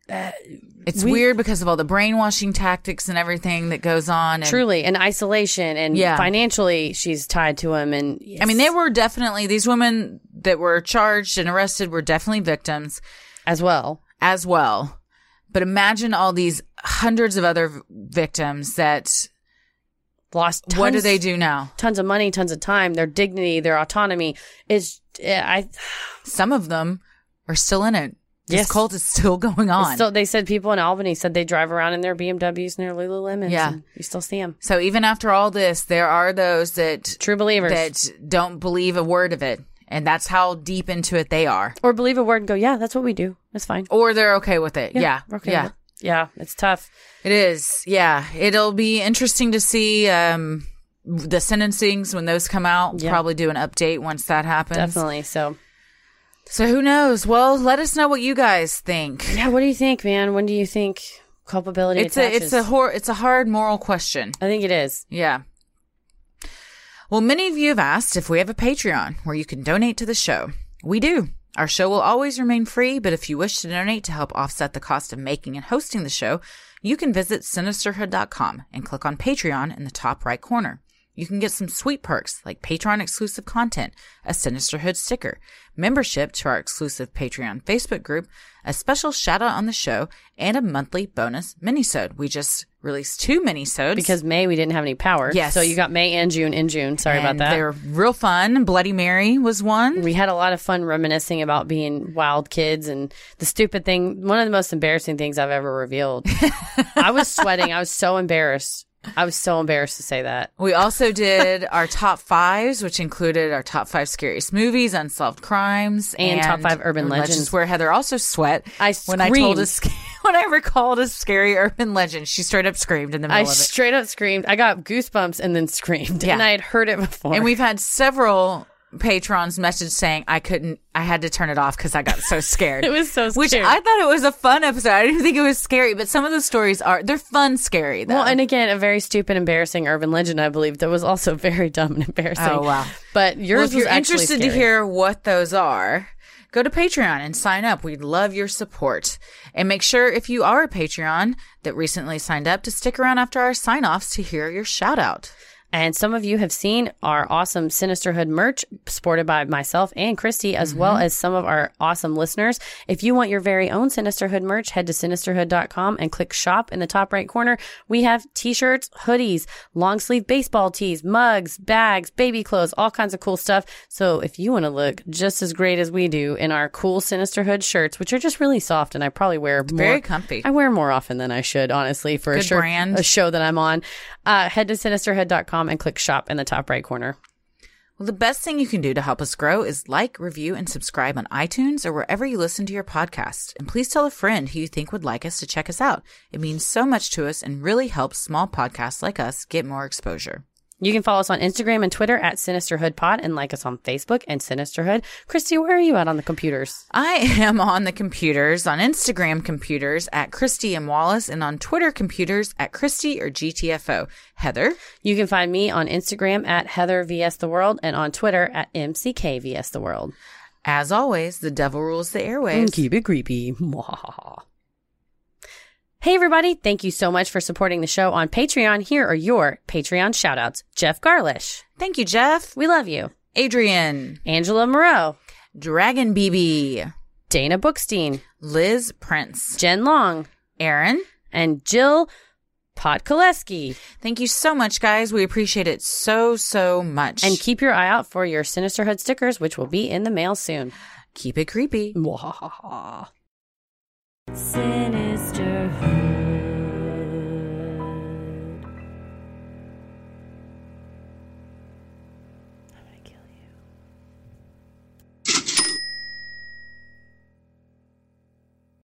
Speaker 2: It's weird because of all the brainwashing tactics and everything that goes on. And,
Speaker 1: truly and isolation and
Speaker 2: Yeah.
Speaker 1: financially she's tied to him and
Speaker 2: I mean, they were definitely these women that were charged and arrested were definitely victims.
Speaker 1: as well
Speaker 2: as well. But imagine all these hundreds of other v- victims that
Speaker 1: lost tons,
Speaker 2: what do they do now?
Speaker 1: tons of money tons of time their dignity their autonomy is eh, i
Speaker 2: Some of them are still in it. This
Speaker 1: Yes.
Speaker 2: cult is still going on.
Speaker 1: So they said people in Albany said they drive around in their BMWs and their Lululemons.
Speaker 2: Yeah.
Speaker 1: and you still see them.
Speaker 2: so even after all this, there are those that
Speaker 1: True believers,
Speaker 2: that don't believe a word of it, and that's how deep into it they are.
Speaker 1: or believe a word and go, yeah, that's what we do. That's fine.
Speaker 2: Or they're okay with it. Yeah.
Speaker 1: we're okay
Speaker 2: yeah.
Speaker 1: with it. yeah, it's tough.
Speaker 2: It is. Yeah. It'll be interesting to see um, the sentencings when those come out.
Speaker 1: Yeah.
Speaker 2: Probably do an update once that happens.
Speaker 1: Definitely. So,
Speaker 2: So who knows? Well, let us know what you guys think.
Speaker 1: yeah. What do you think, man? When do you think culpability?
Speaker 2: It's a it's a
Speaker 1: attaches?
Speaker 2: hor- it's a hard moral question.
Speaker 1: I think it is.
Speaker 2: Yeah. Well, many of you have asked if we have a Patreon where you can donate to the show. We do. Our show will always remain free, but if you wish to donate to help offset the cost of making and hosting the show, you can visit sinisterhood.com and click on Patreon in the top right corner. You can get some sweet perks like Patreon exclusive content, a Sinisterhood sticker, membership to our exclusive Patreon Facebook group, a special shout out on the show, and a monthly bonus minisode. We just released two minisodes.
Speaker 1: Because May we didn't have any power.
Speaker 2: Yes.
Speaker 1: So you got May and June in June. Sorry about
Speaker 2: And
Speaker 1: that.
Speaker 2: They're real fun. Bloody Mary was one.
Speaker 1: we had a lot of fun reminiscing about being wild kids and the stupid thing. One of the most embarrassing things I've ever revealed. I was sweating. I was so embarrassed. I was so embarrassed to say that.
Speaker 2: We also did our top fives, which included our top five scariest movies, unsolved crimes,
Speaker 1: And top five urban legends.
Speaker 2: where Heather also sweat.
Speaker 1: I
Speaker 2: when I told
Speaker 1: screamed.
Speaker 2: us when I recalled a scary urban legend, she straight up screamed in the middle
Speaker 1: I
Speaker 2: of it.
Speaker 1: straight up screamed. I got goosebumps and then screamed.
Speaker 2: Yeah.
Speaker 1: And I had heard it before.
Speaker 2: And we've had several patrons message saying I couldn't, I had to turn it off because I got so scared.
Speaker 1: It was so
Speaker 2: Which
Speaker 1: scary.
Speaker 2: I thought it was a fun episode. I didn't think it was scary, but some of those stories are they're fun scary though.
Speaker 1: Well, and again, a very stupid, embarrassing urban legend, I believe, that was also very dumb and embarrassing.
Speaker 2: Oh, wow.
Speaker 1: But yours
Speaker 2: Well, if
Speaker 1: was
Speaker 2: you're
Speaker 1: actually
Speaker 2: interested to
Speaker 1: scary.
Speaker 2: hear what those are, go to Patreon and sign up. We'd love your support. And make sure if you are a Patreon that recently signed up to stick around after our sign offs to hear your shout out.
Speaker 1: And some of you have seen our awesome Sinisterhood merch sported by myself and Christy,
Speaker 2: Mm-hmm.
Speaker 1: as well as some of our awesome listeners. If you want your very own Sinisterhood merch, head to sinisterhood.com and click shop in the top right corner. We have t shirts, hoodies, long sleeve baseball tees, mugs, bags, baby clothes, all kinds of cool stuff. So if you want to look just as great as we do in our cool Sinisterhood shirts, which are just really soft and I probably wear more,
Speaker 2: very comfy.
Speaker 1: I wear more often than I should, honestly, for a
Speaker 2: Good
Speaker 1: shirt,
Speaker 2: brand.
Speaker 1: a show that I'm on. Uh, head to sinisterhood.com and click shop in the top right corner.
Speaker 2: Well, the best thing you can do to help us grow is like, review, and subscribe on iTunes or wherever you listen to your podcast. And please tell a friend who you think would like us to check us out. It means so much to us and really helps small podcasts like us get more exposure.
Speaker 1: You can follow us on Instagram and Twitter at sinisterhoodpod and like us on Facebook and sinisterhood. Christy, where are you at on the computers?
Speaker 2: I am on the computers, on Instagram computers at Christy and Wallace, and on Twitter computers at Christy or GTFO. Heather,
Speaker 1: You can find me on Instagram at Heather VS The World and on Twitter at MCK VS The World.
Speaker 2: as always, the devil rules the airwaves.
Speaker 3: And keep it creepy. Mwahaha.
Speaker 1: Hey everybody, thank you so much for supporting the show on Patreon. Here are your Patreon shoutouts. Jeff Garlish,
Speaker 2: Thank you, Jeff.
Speaker 1: we love you.
Speaker 2: Adrian,
Speaker 1: Angela Moreau,
Speaker 2: Dragon BB,
Speaker 1: Dana Bookstein,
Speaker 2: Liz Prince,
Speaker 1: Jen Long,
Speaker 2: Aaron.
Speaker 1: and Jill Podkoleski.
Speaker 2: Thank you so much, guys. We appreciate it so, so much.
Speaker 1: And keep your eye out for your Sinisterhood stickers, which will be in the mail soon.
Speaker 2: keep it creepy.
Speaker 4: Sinisterhood.